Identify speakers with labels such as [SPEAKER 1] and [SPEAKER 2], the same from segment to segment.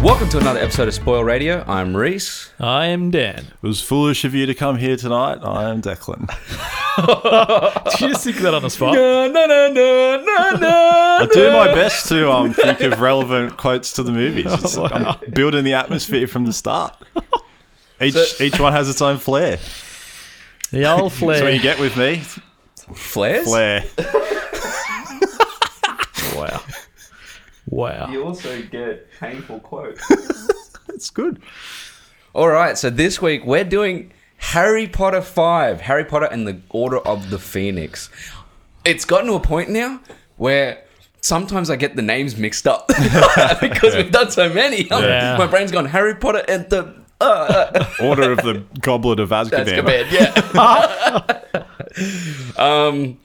[SPEAKER 1] Welcome to another episode of Spoil Radio. I'm Reese.
[SPEAKER 2] I am Dan.
[SPEAKER 3] It was foolish of you to come here tonight. I am Declan.
[SPEAKER 2] Did you just think of that on the spot?
[SPEAKER 3] Oh. I do my best to um, think of relevant quotes to the movies. It's- I'm building the atmosphere from the start. Each
[SPEAKER 1] So-
[SPEAKER 3] each one has its own flair.
[SPEAKER 2] The old
[SPEAKER 3] So when you
[SPEAKER 2] flare.
[SPEAKER 3] get with me,
[SPEAKER 1] Flares?
[SPEAKER 3] flair.
[SPEAKER 2] wow. Wow.
[SPEAKER 1] also get painful quotes.
[SPEAKER 3] It's good.
[SPEAKER 1] All right, so this week we're doing Harry Potter 5, Harry Potter and the Order of the Phoenix. It's gotten to a point now where sometimes I get the names mixed up because we've done so many.
[SPEAKER 2] Yeah.
[SPEAKER 1] My brain's gone Harry Potter and the uh, uh,
[SPEAKER 3] Order of the Goblet of
[SPEAKER 1] that's
[SPEAKER 3] Azkaban.
[SPEAKER 1] Azkaban, yeah. um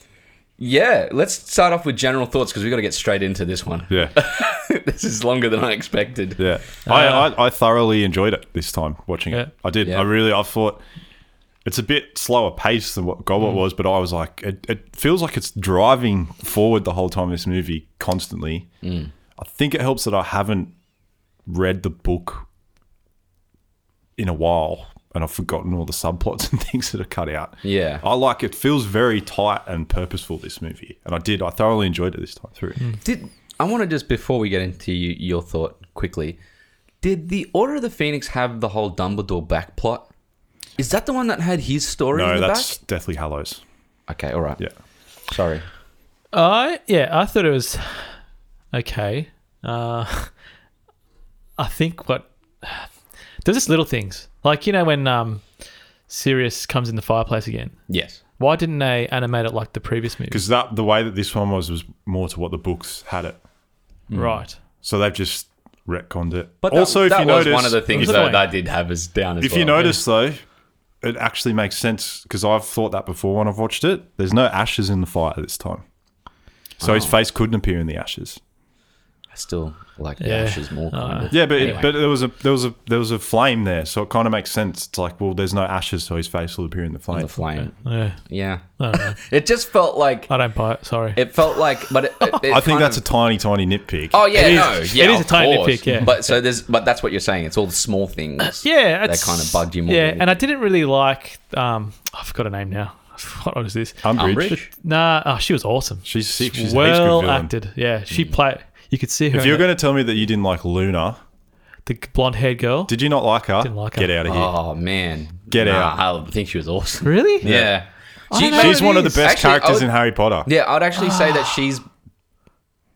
[SPEAKER 1] yeah, let's start off with general thoughts because we've got to get straight into this one.
[SPEAKER 3] Yeah,
[SPEAKER 1] this is longer than I expected.
[SPEAKER 3] yeah. I, I, I thoroughly enjoyed it this time watching
[SPEAKER 2] Yeah.
[SPEAKER 3] it. I did.
[SPEAKER 1] Uh, Yeah.
[SPEAKER 3] I really. I thought it's a bit slower pace than what
[SPEAKER 1] Mm.
[SPEAKER 3] Goblet was, but I was like, it, it feels like it's driving forward the whole time. This movie constantly.
[SPEAKER 1] Mm.
[SPEAKER 3] I think it helps that I haven't read the book in a while, and I've forgotten all the subplots and things that are cut out.
[SPEAKER 1] Yeah.
[SPEAKER 3] I like it. Feels very tight and purposeful. This movie, and I did. I thoroughly enjoyed it this time through.
[SPEAKER 1] Did I want to just before we get into you, your thought quickly? Did the Order of the Phoenix have the whole Dumbledore back plot? Is that the one that had his story in
[SPEAKER 3] No,
[SPEAKER 1] the
[SPEAKER 3] that's Deathly Hallows.
[SPEAKER 1] back? Okay, all right.
[SPEAKER 3] Yeah.
[SPEAKER 1] Sorry.
[SPEAKER 2] I yeah, I thought it was okay. Uh, I think what there's just little things like you know when um, Sirius comes in the fireplace again.
[SPEAKER 1] Yes.
[SPEAKER 2] Why didn't they animate it like the previous movie?
[SPEAKER 3] because that the way that this one was was more to what the books had it.
[SPEAKER 1] Mm.
[SPEAKER 2] Right.
[SPEAKER 3] So they've just retconned it.
[SPEAKER 1] But
[SPEAKER 3] also,
[SPEAKER 1] that, that
[SPEAKER 3] if you
[SPEAKER 1] was
[SPEAKER 3] notice,
[SPEAKER 1] one of the things
[SPEAKER 2] Another
[SPEAKER 1] though,
[SPEAKER 2] way.
[SPEAKER 1] that I did have as down as
[SPEAKER 3] if
[SPEAKER 1] well.
[SPEAKER 3] you notice though, it actually makes sense because I've thought that before when I've watched it. There's no ashes in the fire this time, so
[SPEAKER 1] Oh.
[SPEAKER 3] his face couldn't appear in the ashes.
[SPEAKER 1] I still like the
[SPEAKER 2] Yeah.
[SPEAKER 1] ashes more. Kind of.
[SPEAKER 3] Yeah, but
[SPEAKER 1] Anyway.
[SPEAKER 3] it, but there was a there was a there was a flame there, so it kind of makes sense. It's like, well, there's no ashes, so his face will appear in the flame.
[SPEAKER 1] the flame.
[SPEAKER 2] Yeah.
[SPEAKER 1] Yeah.
[SPEAKER 2] I don't know.
[SPEAKER 1] It just felt like
[SPEAKER 2] I don't buy it. Sorry.
[SPEAKER 1] it felt like, but it, it, it
[SPEAKER 3] I think
[SPEAKER 1] kind
[SPEAKER 3] that's
[SPEAKER 1] of-
[SPEAKER 3] a tiny, tiny nitpick.
[SPEAKER 1] Oh yeah,
[SPEAKER 2] It is-
[SPEAKER 1] no,
[SPEAKER 2] it
[SPEAKER 1] yeah,
[SPEAKER 2] is a
[SPEAKER 1] of
[SPEAKER 2] tiny
[SPEAKER 1] course.
[SPEAKER 2] nitpick, yeah.
[SPEAKER 1] But so there's, but that's what you're saying. It's all the small things.
[SPEAKER 2] Yeah,
[SPEAKER 1] that
[SPEAKER 2] it's-
[SPEAKER 1] kind of bugged you more.
[SPEAKER 2] Yeah,
[SPEAKER 1] than
[SPEAKER 2] and I didn't really like. Um, I forgot her name now. What was this?
[SPEAKER 3] Umbridge.
[SPEAKER 1] Umbridge.
[SPEAKER 2] Nah, oh, she was awesome.
[SPEAKER 3] She's sick. She's heaps good
[SPEAKER 2] well
[SPEAKER 3] villain. Mm.
[SPEAKER 2] acted. Yeah, she played. You could see her.
[SPEAKER 3] If
[SPEAKER 2] in
[SPEAKER 3] you're
[SPEAKER 2] it.
[SPEAKER 3] going to tell me that you didn't like Luna,
[SPEAKER 2] the blonde haired girl.
[SPEAKER 3] did you not like her?
[SPEAKER 2] Didn't like her.
[SPEAKER 3] Get out of here.
[SPEAKER 1] Oh man,
[SPEAKER 3] Get
[SPEAKER 1] Nah,
[SPEAKER 3] out.
[SPEAKER 1] I think she was awesome.
[SPEAKER 2] really?
[SPEAKER 1] Yeah, She-
[SPEAKER 2] know
[SPEAKER 3] She's
[SPEAKER 2] it
[SPEAKER 3] one of the
[SPEAKER 2] is.
[SPEAKER 3] best
[SPEAKER 1] Actually, I
[SPEAKER 3] characters
[SPEAKER 1] would-
[SPEAKER 3] in Harry Potter.
[SPEAKER 1] Yeah, I'd actually say that she's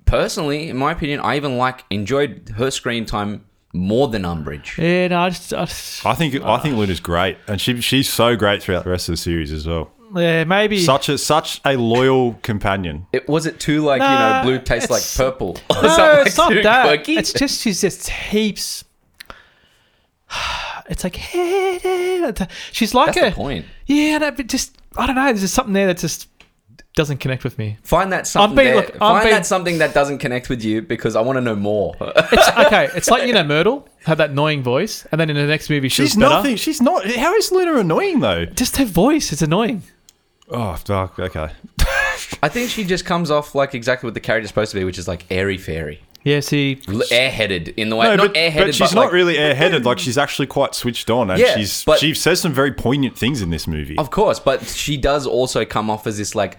[SPEAKER 1] personally, in my opinion, I even like enjoyed her screen time more than Umbridge.
[SPEAKER 2] Yeah, no, I just, I just-
[SPEAKER 3] I think I think Luna's great, and she she's so great throughout the rest of the series as well.
[SPEAKER 2] yeah, maybe.
[SPEAKER 3] Such a such a loyal companion.
[SPEAKER 1] It was it too like
[SPEAKER 2] Nah,
[SPEAKER 1] you know blue tastes like
[SPEAKER 2] it's-
[SPEAKER 1] purple or
[SPEAKER 2] no,
[SPEAKER 1] something
[SPEAKER 2] it's not
[SPEAKER 1] too
[SPEAKER 2] that.
[SPEAKER 1] quirky?
[SPEAKER 2] It's just she's just heaps. It's like she's like
[SPEAKER 1] That's
[SPEAKER 2] a
[SPEAKER 1] the point.
[SPEAKER 2] yeah, no, but just I don't know. There's just something there that just doesn't connect with me.
[SPEAKER 1] Find that something.
[SPEAKER 2] being-
[SPEAKER 1] there-
[SPEAKER 2] look, I'm
[SPEAKER 1] find
[SPEAKER 2] being-
[SPEAKER 1] that something that doesn't connect with you because I want to know more.
[SPEAKER 2] It's okay. It's like you know Myrtle had that annoying voice, and then in the next movie she
[SPEAKER 3] She's
[SPEAKER 2] was better.
[SPEAKER 3] nothing. She's not. How is Luna annoying though?
[SPEAKER 2] Just her voice is annoying.
[SPEAKER 3] Oh, fuck, okay.
[SPEAKER 1] I think she just comes off like exactly what the character's supposed to be, which is like airy fairy,
[SPEAKER 2] Yeah, see,
[SPEAKER 1] L- airheaded in the way. not
[SPEAKER 3] but,
[SPEAKER 1] airheaded,
[SPEAKER 3] but she's not
[SPEAKER 1] like-
[SPEAKER 3] really airheaded. Like she's actually quite switched on, and
[SPEAKER 1] Yeah,
[SPEAKER 3] she's
[SPEAKER 1] but- Oh,
[SPEAKER 3] she says some very poignant things in this movie.
[SPEAKER 1] Of course, but she does also come off as this like,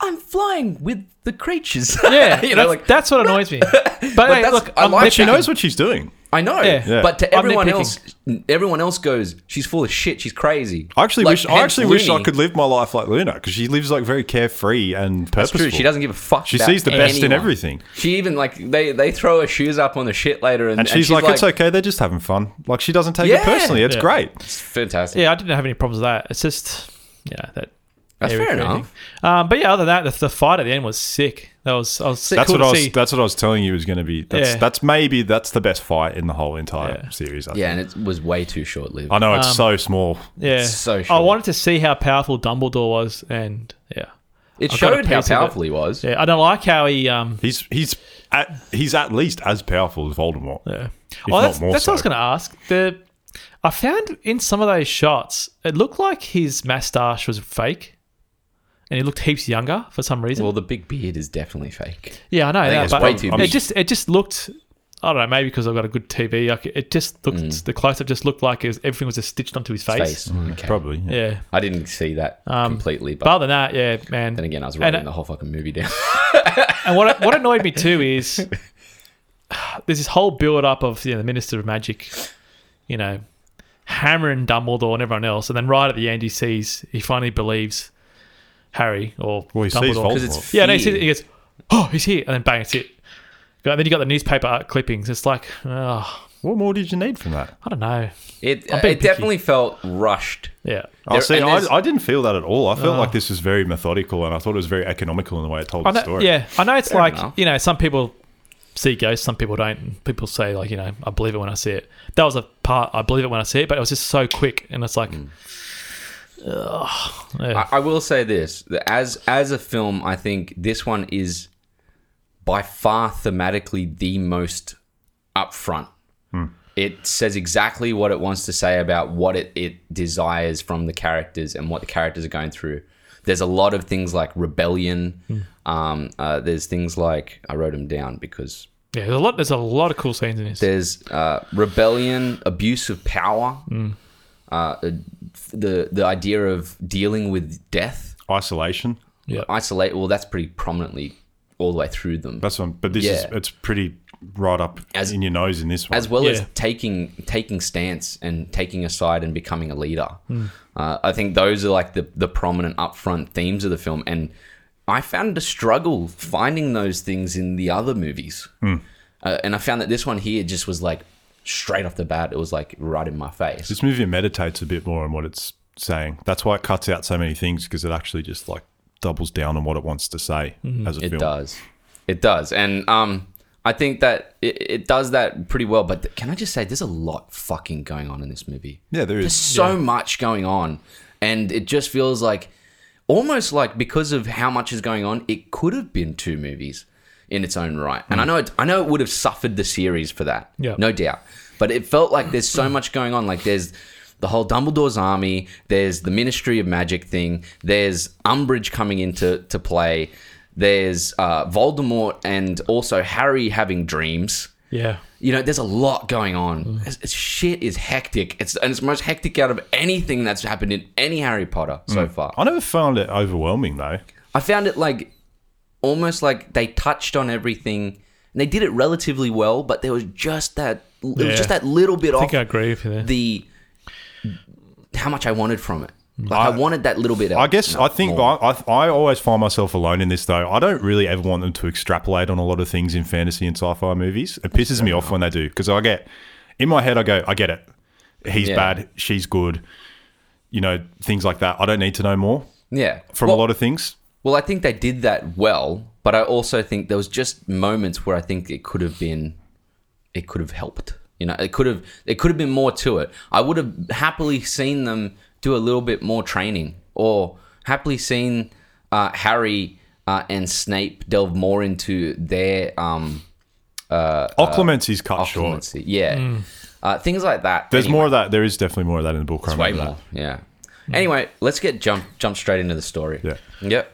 [SPEAKER 1] I'm flying with the creatures.
[SPEAKER 2] yeah,
[SPEAKER 1] you
[SPEAKER 2] that's,
[SPEAKER 1] know, like
[SPEAKER 2] that's what annoys me. But, hey,
[SPEAKER 1] that's-
[SPEAKER 2] look, um,
[SPEAKER 1] I
[SPEAKER 2] I'm
[SPEAKER 1] like
[SPEAKER 2] nitpicking.
[SPEAKER 3] She knows what she's doing.
[SPEAKER 1] I know,
[SPEAKER 2] Yeah.
[SPEAKER 3] Yeah.
[SPEAKER 1] but to
[SPEAKER 2] I'm
[SPEAKER 1] everyone
[SPEAKER 2] nitpicking.
[SPEAKER 1] else, everyone else goes, she's full of shit. She's crazy.
[SPEAKER 3] I actually
[SPEAKER 1] Like,
[SPEAKER 3] wish. I
[SPEAKER 1] hence
[SPEAKER 3] actually wish I
[SPEAKER 1] Looney.
[SPEAKER 3] could live my life like Luna because she lives like very carefree and
[SPEAKER 1] That's
[SPEAKER 3] purposeful.
[SPEAKER 1] true. She doesn't give a fuck.
[SPEAKER 3] She
[SPEAKER 1] about
[SPEAKER 3] sees the best in
[SPEAKER 1] anyone.
[SPEAKER 3] everything.
[SPEAKER 1] She even like they they throw her shoes up on the shit later, and,
[SPEAKER 3] And she's, like, it's okay. They're just having fun. Like she doesn't take
[SPEAKER 1] Yeah.
[SPEAKER 3] it personally. It's
[SPEAKER 2] Yeah.
[SPEAKER 3] great.
[SPEAKER 1] It's fantastic.
[SPEAKER 2] Yeah, I didn't have any problems with that. It's just, yeah, that.
[SPEAKER 1] That's
[SPEAKER 2] area
[SPEAKER 1] fair
[SPEAKER 2] creating.
[SPEAKER 1] enough.
[SPEAKER 2] Um, but yeah, other than that, the, the fight at the end was sick. That was, I was sick.
[SPEAKER 3] That's
[SPEAKER 2] cool
[SPEAKER 3] what
[SPEAKER 2] to
[SPEAKER 3] I was.
[SPEAKER 2] see.
[SPEAKER 3] That's what I was telling you was going to be. That's,
[SPEAKER 2] Yeah.
[SPEAKER 3] that's maybe that's the best fight in the whole entire
[SPEAKER 2] Yeah. Um,
[SPEAKER 3] series. I,
[SPEAKER 1] Yeah,
[SPEAKER 3] think.
[SPEAKER 1] and it was way too short lived.
[SPEAKER 3] I know it's so small.
[SPEAKER 2] yeah,
[SPEAKER 1] so
[SPEAKER 2] I
[SPEAKER 1] short.
[SPEAKER 2] wanted to see how powerful Dumbledore was, and yeah,
[SPEAKER 1] It
[SPEAKER 2] I got a
[SPEAKER 1] showed how
[SPEAKER 2] piece of it.
[SPEAKER 1] powerful he was.
[SPEAKER 2] yeah. I don't like how he. Um,
[SPEAKER 3] He's he's at he's at least as powerful as Voldemort.
[SPEAKER 2] yeah.
[SPEAKER 3] not
[SPEAKER 2] Well, Oh, that's,
[SPEAKER 3] more
[SPEAKER 2] that's what I was
[SPEAKER 3] so.
[SPEAKER 2] going to ask. The I found in some of those shots, it looked like his mustache was fake, and he looked heaps younger for some reason.
[SPEAKER 1] Well, the big beard is definitely fake.
[SPEAKER 2] Yeah, I know. that,
[SPEAKER 1] it's
[SPEAKER 2] but um,
[SPEAKER 1] way too
[SPEAKER 2] it
[SPEAKER 1] big.
[SPEAKER 2] just it just looked. I don't know, maybe because I've got a good TV. I c it just looked, the close up just looked like it was, everything was just stitched onto his face.
[SPEAKER 1] Mm. Face. Okay.
[SPEAKER 3] Probably. Yeah.
[SPEAKER 2] Yeah.
[SPEAKER 1] I didn't see that completely,
[SPEAKER 2] But
[SPEAKER 1] but,
[SPEAKER 2] other than that, yeah, man.
[SPEAKER 1] then again, I was writing
[SPEAKER 2] and-
[SPEAKER 1] the whole fucking movie down.
[SPEAKER 2] And what what annoyed me too is there's this whole build up of you know, the Minister of Magic, you know, hammering Dumbledore and everyone else, and then right at the end he sees he finally believes Harry or
[SPEAKER 3] Well, he
[SPEAKER 2] Dumbledore.
[SPEAKER 3] sees Voldemort.
[SPEAKER 1] Because it's
[SPEAKER 2] Yeah, no, he,
[SPEAKER 1] fear.
[SPEAKER 2] sees it, he goes, oh, he's here, and then bang, it's it. And then you got the newspaper art clippings. It's like, oh,
[SPEAKER 3] What more did you need from that?
[SPEAKER 2] I don't know.
[SPEAKER 1] It,
[SPEAKER 2] I'm
[SPEAKER 1] it
[SPEAKER 2] being picky.
[SPEAKER 1] definitely felt rushed.
[SPEAKER 2] Yeah.
[SPEAKER 3] Oh,
[SPEAKER 1] There-
[SPEAKER 3] see,
[SPEAKER 1] and there's-
[SPEAKER 3] I, I didn't feel that at all. I felt like this was very methodical, and I thought it was very economical in the way it told
[SPEAKER 2] Uh-huh. I
[SPEAKER 3] the
[SPEAKER 2] know,
[SPEAKER 3] story.
[SPEAKER 2] yeah, I know it's
[SPEAKER 1] Fair
[SPEAKER 2] like
[SPEAKER 1] enough.
[SPEAKER 2] you know some people see ghosts, some people don't. and People say like you know I believe it when I see it. That was a part I believe it when I see it, but it was just so quick, and it's like,
[SPEAKER 1] Mm.
[SPEAKER 2] ugh, yeah.
[SPEAKER 1] I, I will say this: that as as a film, I think this one is by far thematically the most upfront. It says exactly what it wants to say about what it, it desires from the characters and what the characters are going through. There's a lot of things like rebellion. Um, uh, there's things like I wrote them down because
[SPEAKER 2] yeah. There's a lot. There's a lot of cool scenes in this.
[SPEAKER 1] there's uh, rebellion, abuse of power, uh, the the idea of dealing with death
[SPEAKER 3] Isolation.
[SPEAKER 2] yeah,
[SPEAKER 1] isolate. Well, that's pretty prominently all the way through them,
[SPEAKER 3] That's one. But this is
[SPEAKER 1] Yeah.
[SPEAKER 3] it's pretty right up
[SPEAKER 1] As-
[SPEAKER 3] in your nose in this one.
[SPEAKER 1] as well as
[SPEAKER 2] Yeah.
[SPEAKER 1] taking taking stance and taking a side and becoming a leader.
[SPEAKER 3] Hmm.
[SPEAKER 1] Uh, I think those are like the the prominent upfront themes of the film, and I found a struggle finding those things in the other movies,
[SPEAKER 3] Hmm.
[SPEAKER 1] uh, and I found that this one here just was like straight off the bat. It was like right in my face.
[SPEAKER 3] this movie meditates a bit more on what it's saying. That's why it cuts out so many things because it actually just like doubles down on what it wants to say as a
[SPEAKER 1] It
[SPEAKER 3] film.
[SPEAKER 1] does. It does. And um, I think that it, it does that pretty well. But th- can I just say, there's a lot fucking going on in this movie.
[SPEAKER 3] Yeah, there
[SPEAKER 1] There's
[SPEAKER 3] is.
[SPEAKER 1] so much going on. And it just feels like almost like because of how much is going on, it could have been two movies in its own right. And
[SPEAKER 3] Mm.
[SPEAKER 1] I know it, I know it would have suffered the series for that.
[SPEAKER 2] Yeah.
[SPEAKER 1] No doubt. But it felt like there's so much going on. Like there's the whole Dumbledore's army, there's the Ministry of Magic thing, there's Umbridge coming into to play, there's uh, Voldemort and also Harry having dreams.
[SPEAKER 2] yeah.
[SPEAKER 1] You know, there's a lot going on. It's- it's- shit is hectic. It's and it's the most hectic out of anything that's happened in any Harry Potter so far.
[SPEAKER 3] I never found it overwhelming though.
[SPEAKER 1] I found it like almost like they touched on everything and they did it relatively well, but there was just that it
[SPEAKER 2] Yeah.
[SPEAKER 1] was just that little bit
[SPEAKER 2] I
[SPEAKER 1] off
[SPEAKER 2] think I agree with you there.
[SPEAKER 1] the how much I wanted from it. Like I, wanted that little bit.
[SPEAKER 3] I guess I think I, I I always find myself alone in this though. I don't really ever want them to extrapolate on a lot of things in fantasy and sci-fi movies. It pisses me off when they do because I get in my head. I go, I get it. He's
[SPEAKER 1] Yeah.
[SPEAKER 3] bad. She's good. You know things like that. I don't need to know more
[SPEAKER 1] yeah.
[SPEAKER 3] from
[SPEAKER 1] well,
[SPEAKER 3] a lot of things.
[SPEAKER 1] well, I think they did that well, but I also think there was just moments where I think it could have been, it could have helped. You know, it could have it could have been more to it. I would have happily seen them do a little bit more training, or happily seen uh, Harry uh, and Snape delve more into their um, uh,
[SPEAKER 3] Occlumency is cut short.
[SPEAKER 1] occlumency. Yeah,
[SPEAKER 2] Mm.
[SPEAKER 1] uh, things like that.
[SPEAKER 3] There's
[SPEAKER 1] Anyway.
[SPEAKER 3] more of that. There is definitely more of that in the book. I
[SPEAKER 1] Way
[SPEAKER 3] remember
[SPEAKER 1] more. Yeah.
[SPEAKER 2] Mm.
[SPEAKER 1] Anyway, let's get jump jump straight into the story.
[SPEAKER 3] Yeah.
[SPEAKER 1] Yep.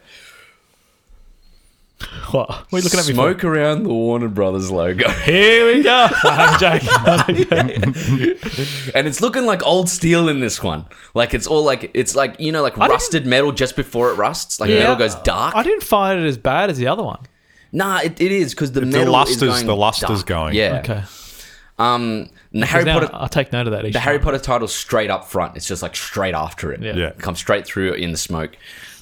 [SPEAKER 2] What? what are you looking at me for?
[SPEAKER 1] Smoke around the Warner Brothers logo,
[SPEAKER 2] Here we go. I'm joking. I'm joking.
[SPEAKER 1] and it's looking like old steel in this one. Like it's all like it's like you know like
[SPEAKER 2] didn't-
[SPEAKER 1] rusted metal just before it rusts. Like metal goes dark.
[SPEAKER 2] I didn't find it as bad as the other one.
[SPEAKER 1] nah, it, it is because the metal
[SPEAKER 3] luster's-
[SPEAKER 1] is going
[SPEAKER 3] the luster's
[SPEAKER 1] dark.
[SPEAKER 3] going.
[SPEAKER 1] Yeah.
[SPEAKER 2] Okay.
[SPEAKER 1] Um, the Harry
[SPEAKER 2] Now,
[SPEAKER 1] Potter
[SPEAKER 2] I'll take note of that.
[SPEAKER 1] the Harry Potter title's straight up front. It's just like straight after it.
[SPEAKER 2] Yeah.
[SPEAKER 3] Yeah.
[SPEAKER 1] Come straight through in the smoke.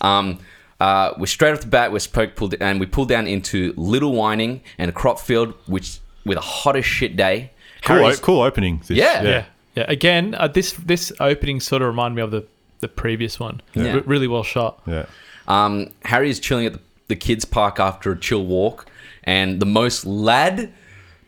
[SPEAKER 1] Um, uh, we're straight off the bat. We're spoke pulled and we pull down into Little Whining and a crop field, which with a hot as shit day.
[SPEAKER 3] Cool, o-
[SPEAKER 1] Harry's-
[SPEAKER 3] cool opening. This.
[SPEAKER 1] Yeah.
[SPEAKER 2] yeah, yeah. Again, uh, this this opening sort of reminded me of the the previous one.
[SPEAKER 1] Yeah.
[SPEAKER 2] R- really well shot.
[SPEAKER 3] yeah.
[SPEAKER 1] Um, Harry is chilling at the, the kids' park after a chill walk, and the most lad.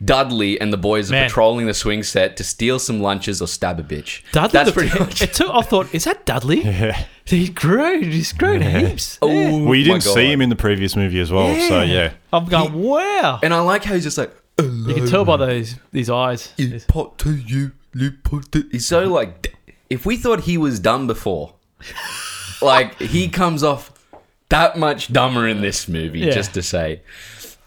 [SPEAKER 1] Dudley and the boys are
[SPEAKER 2] Man.
[SPEAKER 1] patrolling the swing set to steal some lunches or stab a bitch.
[SPEAKER 2] Dudley,
[SPEAKER 1] That's
[SPEAKER 2] the-
[SPEAKER 1] pretty much.
[SPEAKER 2] It took, I thought, is that Dudley?
[SPEAKER 3] Yeah.
[SPEAKER 2] He's grown. He's grown heaps.
[SPEAKER 1] Oh
[SPEAKER 2] Yeah.
[SPEAKER 3] Well, you
[SPEAKER 1] my
[SPEAKER 3] didn't see
[SPEAKER 1] God.
[SPEAKER 3] him in the previous movie as well. So yeah.
[SPEAKER 2] I'm going. wow.
[SPEAKER 1] And I like how he's just like,
[SPEAKER 2] You can tell by those these eyes. He's-
[SPEAKER 1] pot to you, you pot to. He's so like, d- if we thought he was dumb before, like he comes off that much dumber in this movie,
[SPEAKER 2] Yeah.
[SPEAKER 1] just to say.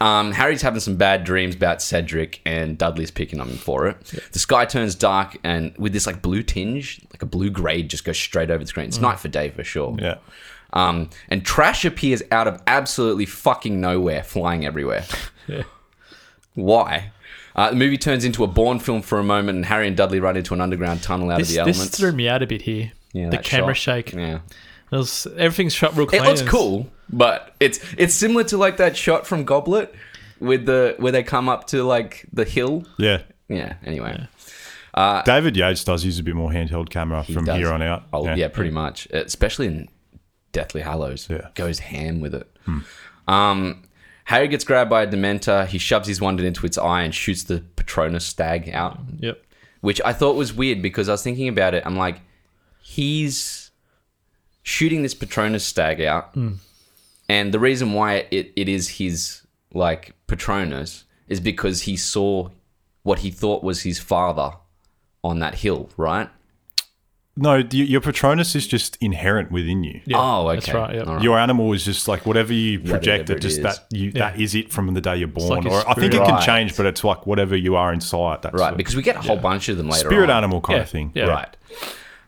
[SPEAKER 1] Um, Harry's having some bad dreams about Cedric, and Dudley's picking on him for it. The sky turns dark, and with this like blue tinge, like a blue grade, just goes straight over the screen. It's night for day for sure.
[SPEAKER 3] Yeah.
[SPEAKER 1] Um, and trash appears out of absolutely fucking nowhere, flying everywhere.
[SPEAKER 2] Yeah.
[SPEAKER 1] Why? Uh, the movie turns into a Bourne film for a moment, and Harry and Dudley run into an underground tunnel out
[SPEAKER 2] This,
[SPEAKER 1] of the
[SPEAKER 2] this
[SPEAKER 1] elements.
[SPEAKER 2] threw me out a bit here.
[SPEAKER 1] Yeah,
[SPEAKER 2] the
[SPEAKER 1] that
[SPEAKER 2] camera
[SPEAKER 1] shot.
[SPEAKER 2] shake.
[SPEAKER 1] Yeah,
[SPEAKER 2] It was, everything's shot real
[SPEAKER 1] it
[SPEAKER 2] clean.
[SPEAKER 1] looks
[SPEAKER 2] It's-
[SPEAKER 1] cool, but it's it's similar to like that shot from Goblet with the where they come up to like the hill.
[SPEAKER 3] Yeah.
[SPEAKER 1] Yeah. Anyway.
[SPEAKER 3] David Yates does use a bit more handheld camera from
[SPEAKER 1] Uh, does.
[SPEAKER 3] here on out.
[SPEAKER 1] Oh, yeah. pretty much. Especially in Deathly Hallows.
[SPEAKER 3] Yeah.
[SPEAKER 1] Goes ham with it.
[SPEAKER 2] Hmm.
[SPEAKER 1] Um, Harry gets grabbed by a Dementor. He shoves his wand into its eye and shoots the Patronus stag out,
[SPEAKER 2] Yep.
[SPEAKER 1] which I thought was weird because I was thinking about it. I'm like, he's shooting this Patronus stag out.
[SPEAKER 2] Hmm.
[SPEAKER 1] And the reason why it, it is his, like, Patronus is because he saw what he thought was his father on that hill, right?
[SPEAKER 3] No, y- your Patronus is just inherent within you.
[SPEAKER 2] Yeah,
[SPEAKER 1] Oh, okay.
[SPEAKER 2] That's right. Yep.
[SPEAKER 1] All
[SPEAKER 3] Your animal is just like whatever you project.
[SPEAKER 1] whatever
[SPEAKER 3] it just
[SPEAKER 1] it is.
[SPEAKER 3] that you that is it from the day you're born.
[SPEAKER 2] like a
[SPEAKER 3] or I think it
[SPEAKER 1] spirit.
[SPEAKER 3] can
[SPEAKER 1] Right.
[SPEAKER 3] change, but it's like whatever you are inside. That's
[SPEAKER 1] Right,
[SPEAKER 3] what-
[SPEAKER 1] because we get a whole bunch of them later.
[SPEAKER 3] spirit
[SPEAKER 1] on.
[SPEAKER 3] animal kind
[SPEAKER 2] Yeah,
[SPEAKER 3] of thing.
[SPEAKER 2] yeah.
[SPEAKER 1] Right.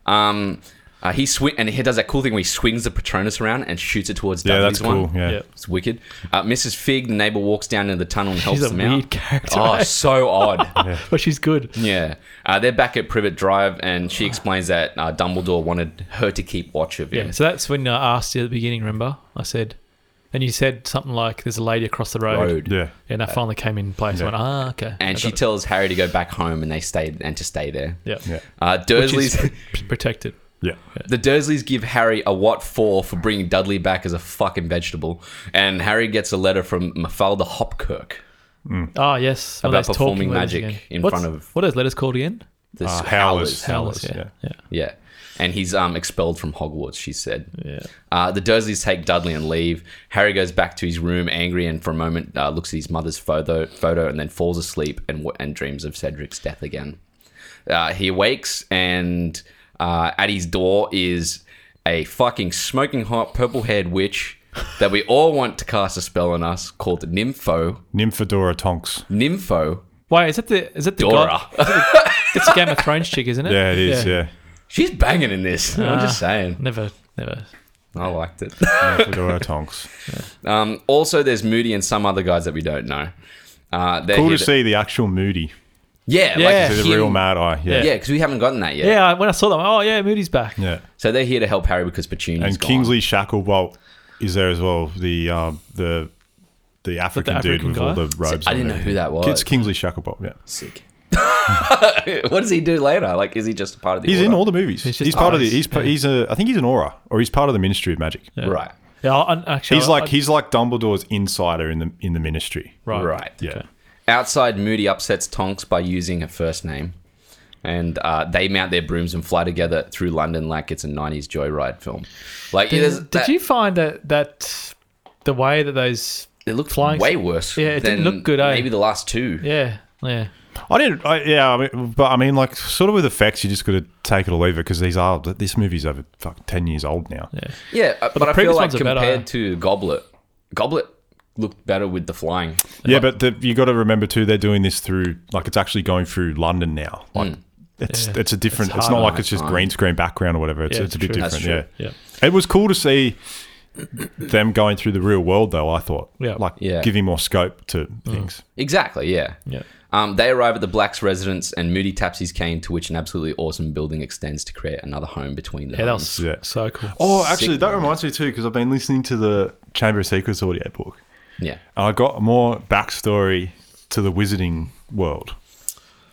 [SPEAKER 1] Um, uh, he swi- and he does that cool thing where he swings the Patronus around and shoots it towards
[SPEAKER 3] Yeah,
[SPEAKER 1] Dudley's
[SPEAKER 3] that's cool.
[SPEAKER 1] one.
[SPEAKER 3] Yeah.
[SPEAKER 2] Yep.
[SPEAKER 1] It's wicked. Uh, Mrs. Fig, the neighbor, walks down into the tunnel and helps
[SPEAKER 2] She's a
[SPEAKER 1] them
[SPEAKER 2] weird
[SPEAKER 1] out.
[SPEAKER 2] character.
[SPEAKER 1] Oh, so odd.
[SPEAKER 2] But she's good.
[SPEAKER 1] Yeah. Uh, they're back at Privet Drive, and she explains that uh, Dumbledore wanted her to keep watch of him.
[SPEAKER 2] Yeah. So that's when I asked you at the beginning, remember? I said, and you said something like, there's a lady across the road.
[SPEAKER 1] Road.
[SPEAKER 3] Yeah.
[SPEAKER 2] And that finally came in place. I went, ah, okay. I
[SPEAKER 1] And she
[SPEAKER 2] got it."
[SPEAKER 1] tells Harry to go back home, and they stayed and to stay there.
[SPEAKER 2] Yep.
[SPEAKER 3] Yeah.
[SPEAKER 1] Uh,
[SPEAKER 2] Which is
[SPEAKER 1] Dursley's
[SPEAKER 2] pr- protected.
[SPEAKER 3] Yeah.
[SPEAKER 1] The Dursleys give Harry a what for for bringing Dudley back as a fucking vegetable, and Harry gets a letter from Mafalda Hopkirk.
[SPEAKER 2] Oh, yes. One of
[SPEAKER 1] About
[SPEAKER 2] those talking
[SPEAKER 1] performing
[SPEAKER 2] letters
[SPEAKER 1] magic
[SPEAKER 2] again.
[SPEAKER 1] in
[SPEAKER 2] What's-
[SPEAKER 1] front of-
[SPEAKER 2] What are those letters called again?
[SPEAKER 1] The
[SPEAKER 3] Uh,
[SPEAKER 1] s-
[SPEAKER 3] howlers.
[SPEAKER 2] Howlers,
[SPEAKER 3] yeah.
[SPEAKER 2] Yeah.
[SPEAKER 1] Yeah, and he's um expelled from Hogwarts. She said.
[SPEAKER 2] Yeah.
[SPEAKER 1] Uh, the Dursleys take Dudley and leave. Harry goes back to his room, angry, and for a moment uh, looks at his mother's photo, photo, and then falls asleep and wa- and dreams of Cedric's death again. Uh, he awakes, and uh, at his door is a fucking smoking hot purple-haired witch that we all want to cast a spell on us called Nympho.
[SPEAKER 3] Nymphadora Tonks.
[SPEAKER 1] Nympho.
[SPEAKER 2] Wait, is that the is that the
[SPEAKER 1] Dora.
[SPEAKER 2] god? It's a Game of Thrones chick, isn't it?
[SPEAKER 3] Yeah, it is. Yeah.
[SPEAKER 1] She's banging in this. I'm
[SPEAKER 3] Ah.
[SPEAKER 1] just saying.
[SPEAKER 2] Never, never.
[SPEAKER 1] I liked it.
[SPEAKER 3] Nymphadora Tonks.
[SPEAKER 1] Um, also, there's Moody and some other guys that we don't know. Uh, they're
[SPEAKER 3] Cool
[SPEAKER 1] here
[SPEAKER 3] to see the actual Moody.
[SPEAKER 1] Yeah,
[SPEAKER 2] Yeah.
[SPEAKER 1] like
[SPEAKER 3] See the
[SPEAKER 1] him-
[SPEAKER 3] real Mad Eye. Yeah.
[SPEAKER 1] Yeah, because we haven't gotten that yet.
[SPEAKER 2] Yeah, I- when I saw them, oh yeah, Moody's back.
[SPEAKER 3] Yeah.
[SPEAKER 1] So they're here to help Harry because Petunia's
[SPEAKER 3] And
[SPEAKER 1] gone.
[SPEAKER 3] Kingsley Shacklebolt is there as well. The uh, the the African, dude
[SPEAKER 2] African
[SPEAKER 3] with
[SPEAKER 2] guy?
[SPEAKER 3] all the robes.
[SPEAKER 1] I
[SPEAKER 3] on
[SPEAKER 1] didn't
[SPEAKER 3] there.
[SPEAKER 1] know who that was.
[SPEAKER 3] It's Kingsley Shacklebolt. Yeah.
[SPEAKER 1] Sick. what does he do later? Like, is he just a part of the?
[SPEAKER 3] He's in
[SPEAKER 1] Order?
[SPEAKER 3] all the movies. He's,
[SPEAKER 2] just
[SPEAKER 3] part of the.
[SPEAKER 2] always-
[SPEAKER 3] He's pa-
[SPEAKER 2] yeah.
[SPEAKER 3] he's a. I think he's an aura, or he's part of the Ministry of Magic.
[SPEAKER 1] right,
[SPEAKER 2] Yeah, I, I- actually,
[SPEAKER 3] He's
[SPEAKER 2] I-
[SPEAKER 3] like
[SPEAKER 2] I-
[SPEAKER 3] he's like Dumbledore's insider in the in the Ministry.
[SPEAKER 2] right,
[SPEAKER 1] right.
[SPEAKER 3] Yeah.
[SPEAKER 1] Outside, Moody upsets Tonks by using her first name, and uh, they mount their brooms and fly together through London like it's a '90s joyride film. Like, it
[SPEAKER 2] Did,
[SPEAKER 1] is.
[SPEAKER 2] did
[SPEAKER 1] that-
[SPEAKER 2] you find that that the way that those?
[SPEAKER 1] It looked
[SPEAKER 2] flying-
[SPEAKER 1] way worse.
[SPEAKER 2] Yeah, it didn't
[SPEAKER 1] than
[SPEAKER 2] look good, eh?
[SPEAKER 1] Maybe the last two.
[SPEAKER 2] Yeah, yeah,
[SPEAKER 3] I didn't. I, yeah, I mean, but I mean, like, sort of with effects, you just got to take it or leave it because these are this movie's over fuck, ten years old now.
[SPEAKER 2] yeah.
[SPEAKER 1] Yeah, uh, but, I feel
[SPEAKER 2] previous
[SPEAKER 1] like
[SPEAKER 2] ones are
[SPEAKER 1] compared
[SPEAKER 2] better.
[SPEAKER 1] to Goblet, Goblet looked better with the flying.
[SPEAKER 3] Yeah, but the, you got to remember too, they're doing this through like it's actually going through London now. Like,
[SPEAKER 1] Mm.
[SPEAKER 3] it's it's a different. It's,
[SPEAKER 2] It's
[SPEAKER 3] not
[SPEAKER 2] harder.
[SPEAKER 3] like it's just green screen background or whatever. It's,
[SPEAKER 2] Yeah,
[SPEAKER 3] it's a bit
[SPEAKER 2] true.
[SPEAKER 1] That's
[SPEAKER 3] different. Yeah.
[SPEAKER 2] true.
[SPEAKER 3] It was cool to see them going through the real world, though. I thought,
[SPEAKER 2] Yeah.
[SPEAKER 3] like
[SPEAKER 1] Yeah.
[SPEAKER 3] giving more scope to things.
[SPEAKER 1] Exactly. Yeah.
[SPEAKER 2] Yeah.
[SPEAKER 1] Um, they arrive at the Blacks' residence, and Moody taps his cane, to which an absolutely awesome building extends to create another home between them.
[SPEAKER 2] Yeah, that was
[SPEAKER 3] Yeah.
[SPEAKER 2] so cool.
[SPEAKER 3] Oh, actually,
[SPEAKER 1] Sick
[SPEAKER 3] that reminds me too because I've been listening to the Chamber of Secrets audio book,
[SPEAKER 1] Yeah.
[SPEAKER 3] and I got more backstory to the Wizarding world.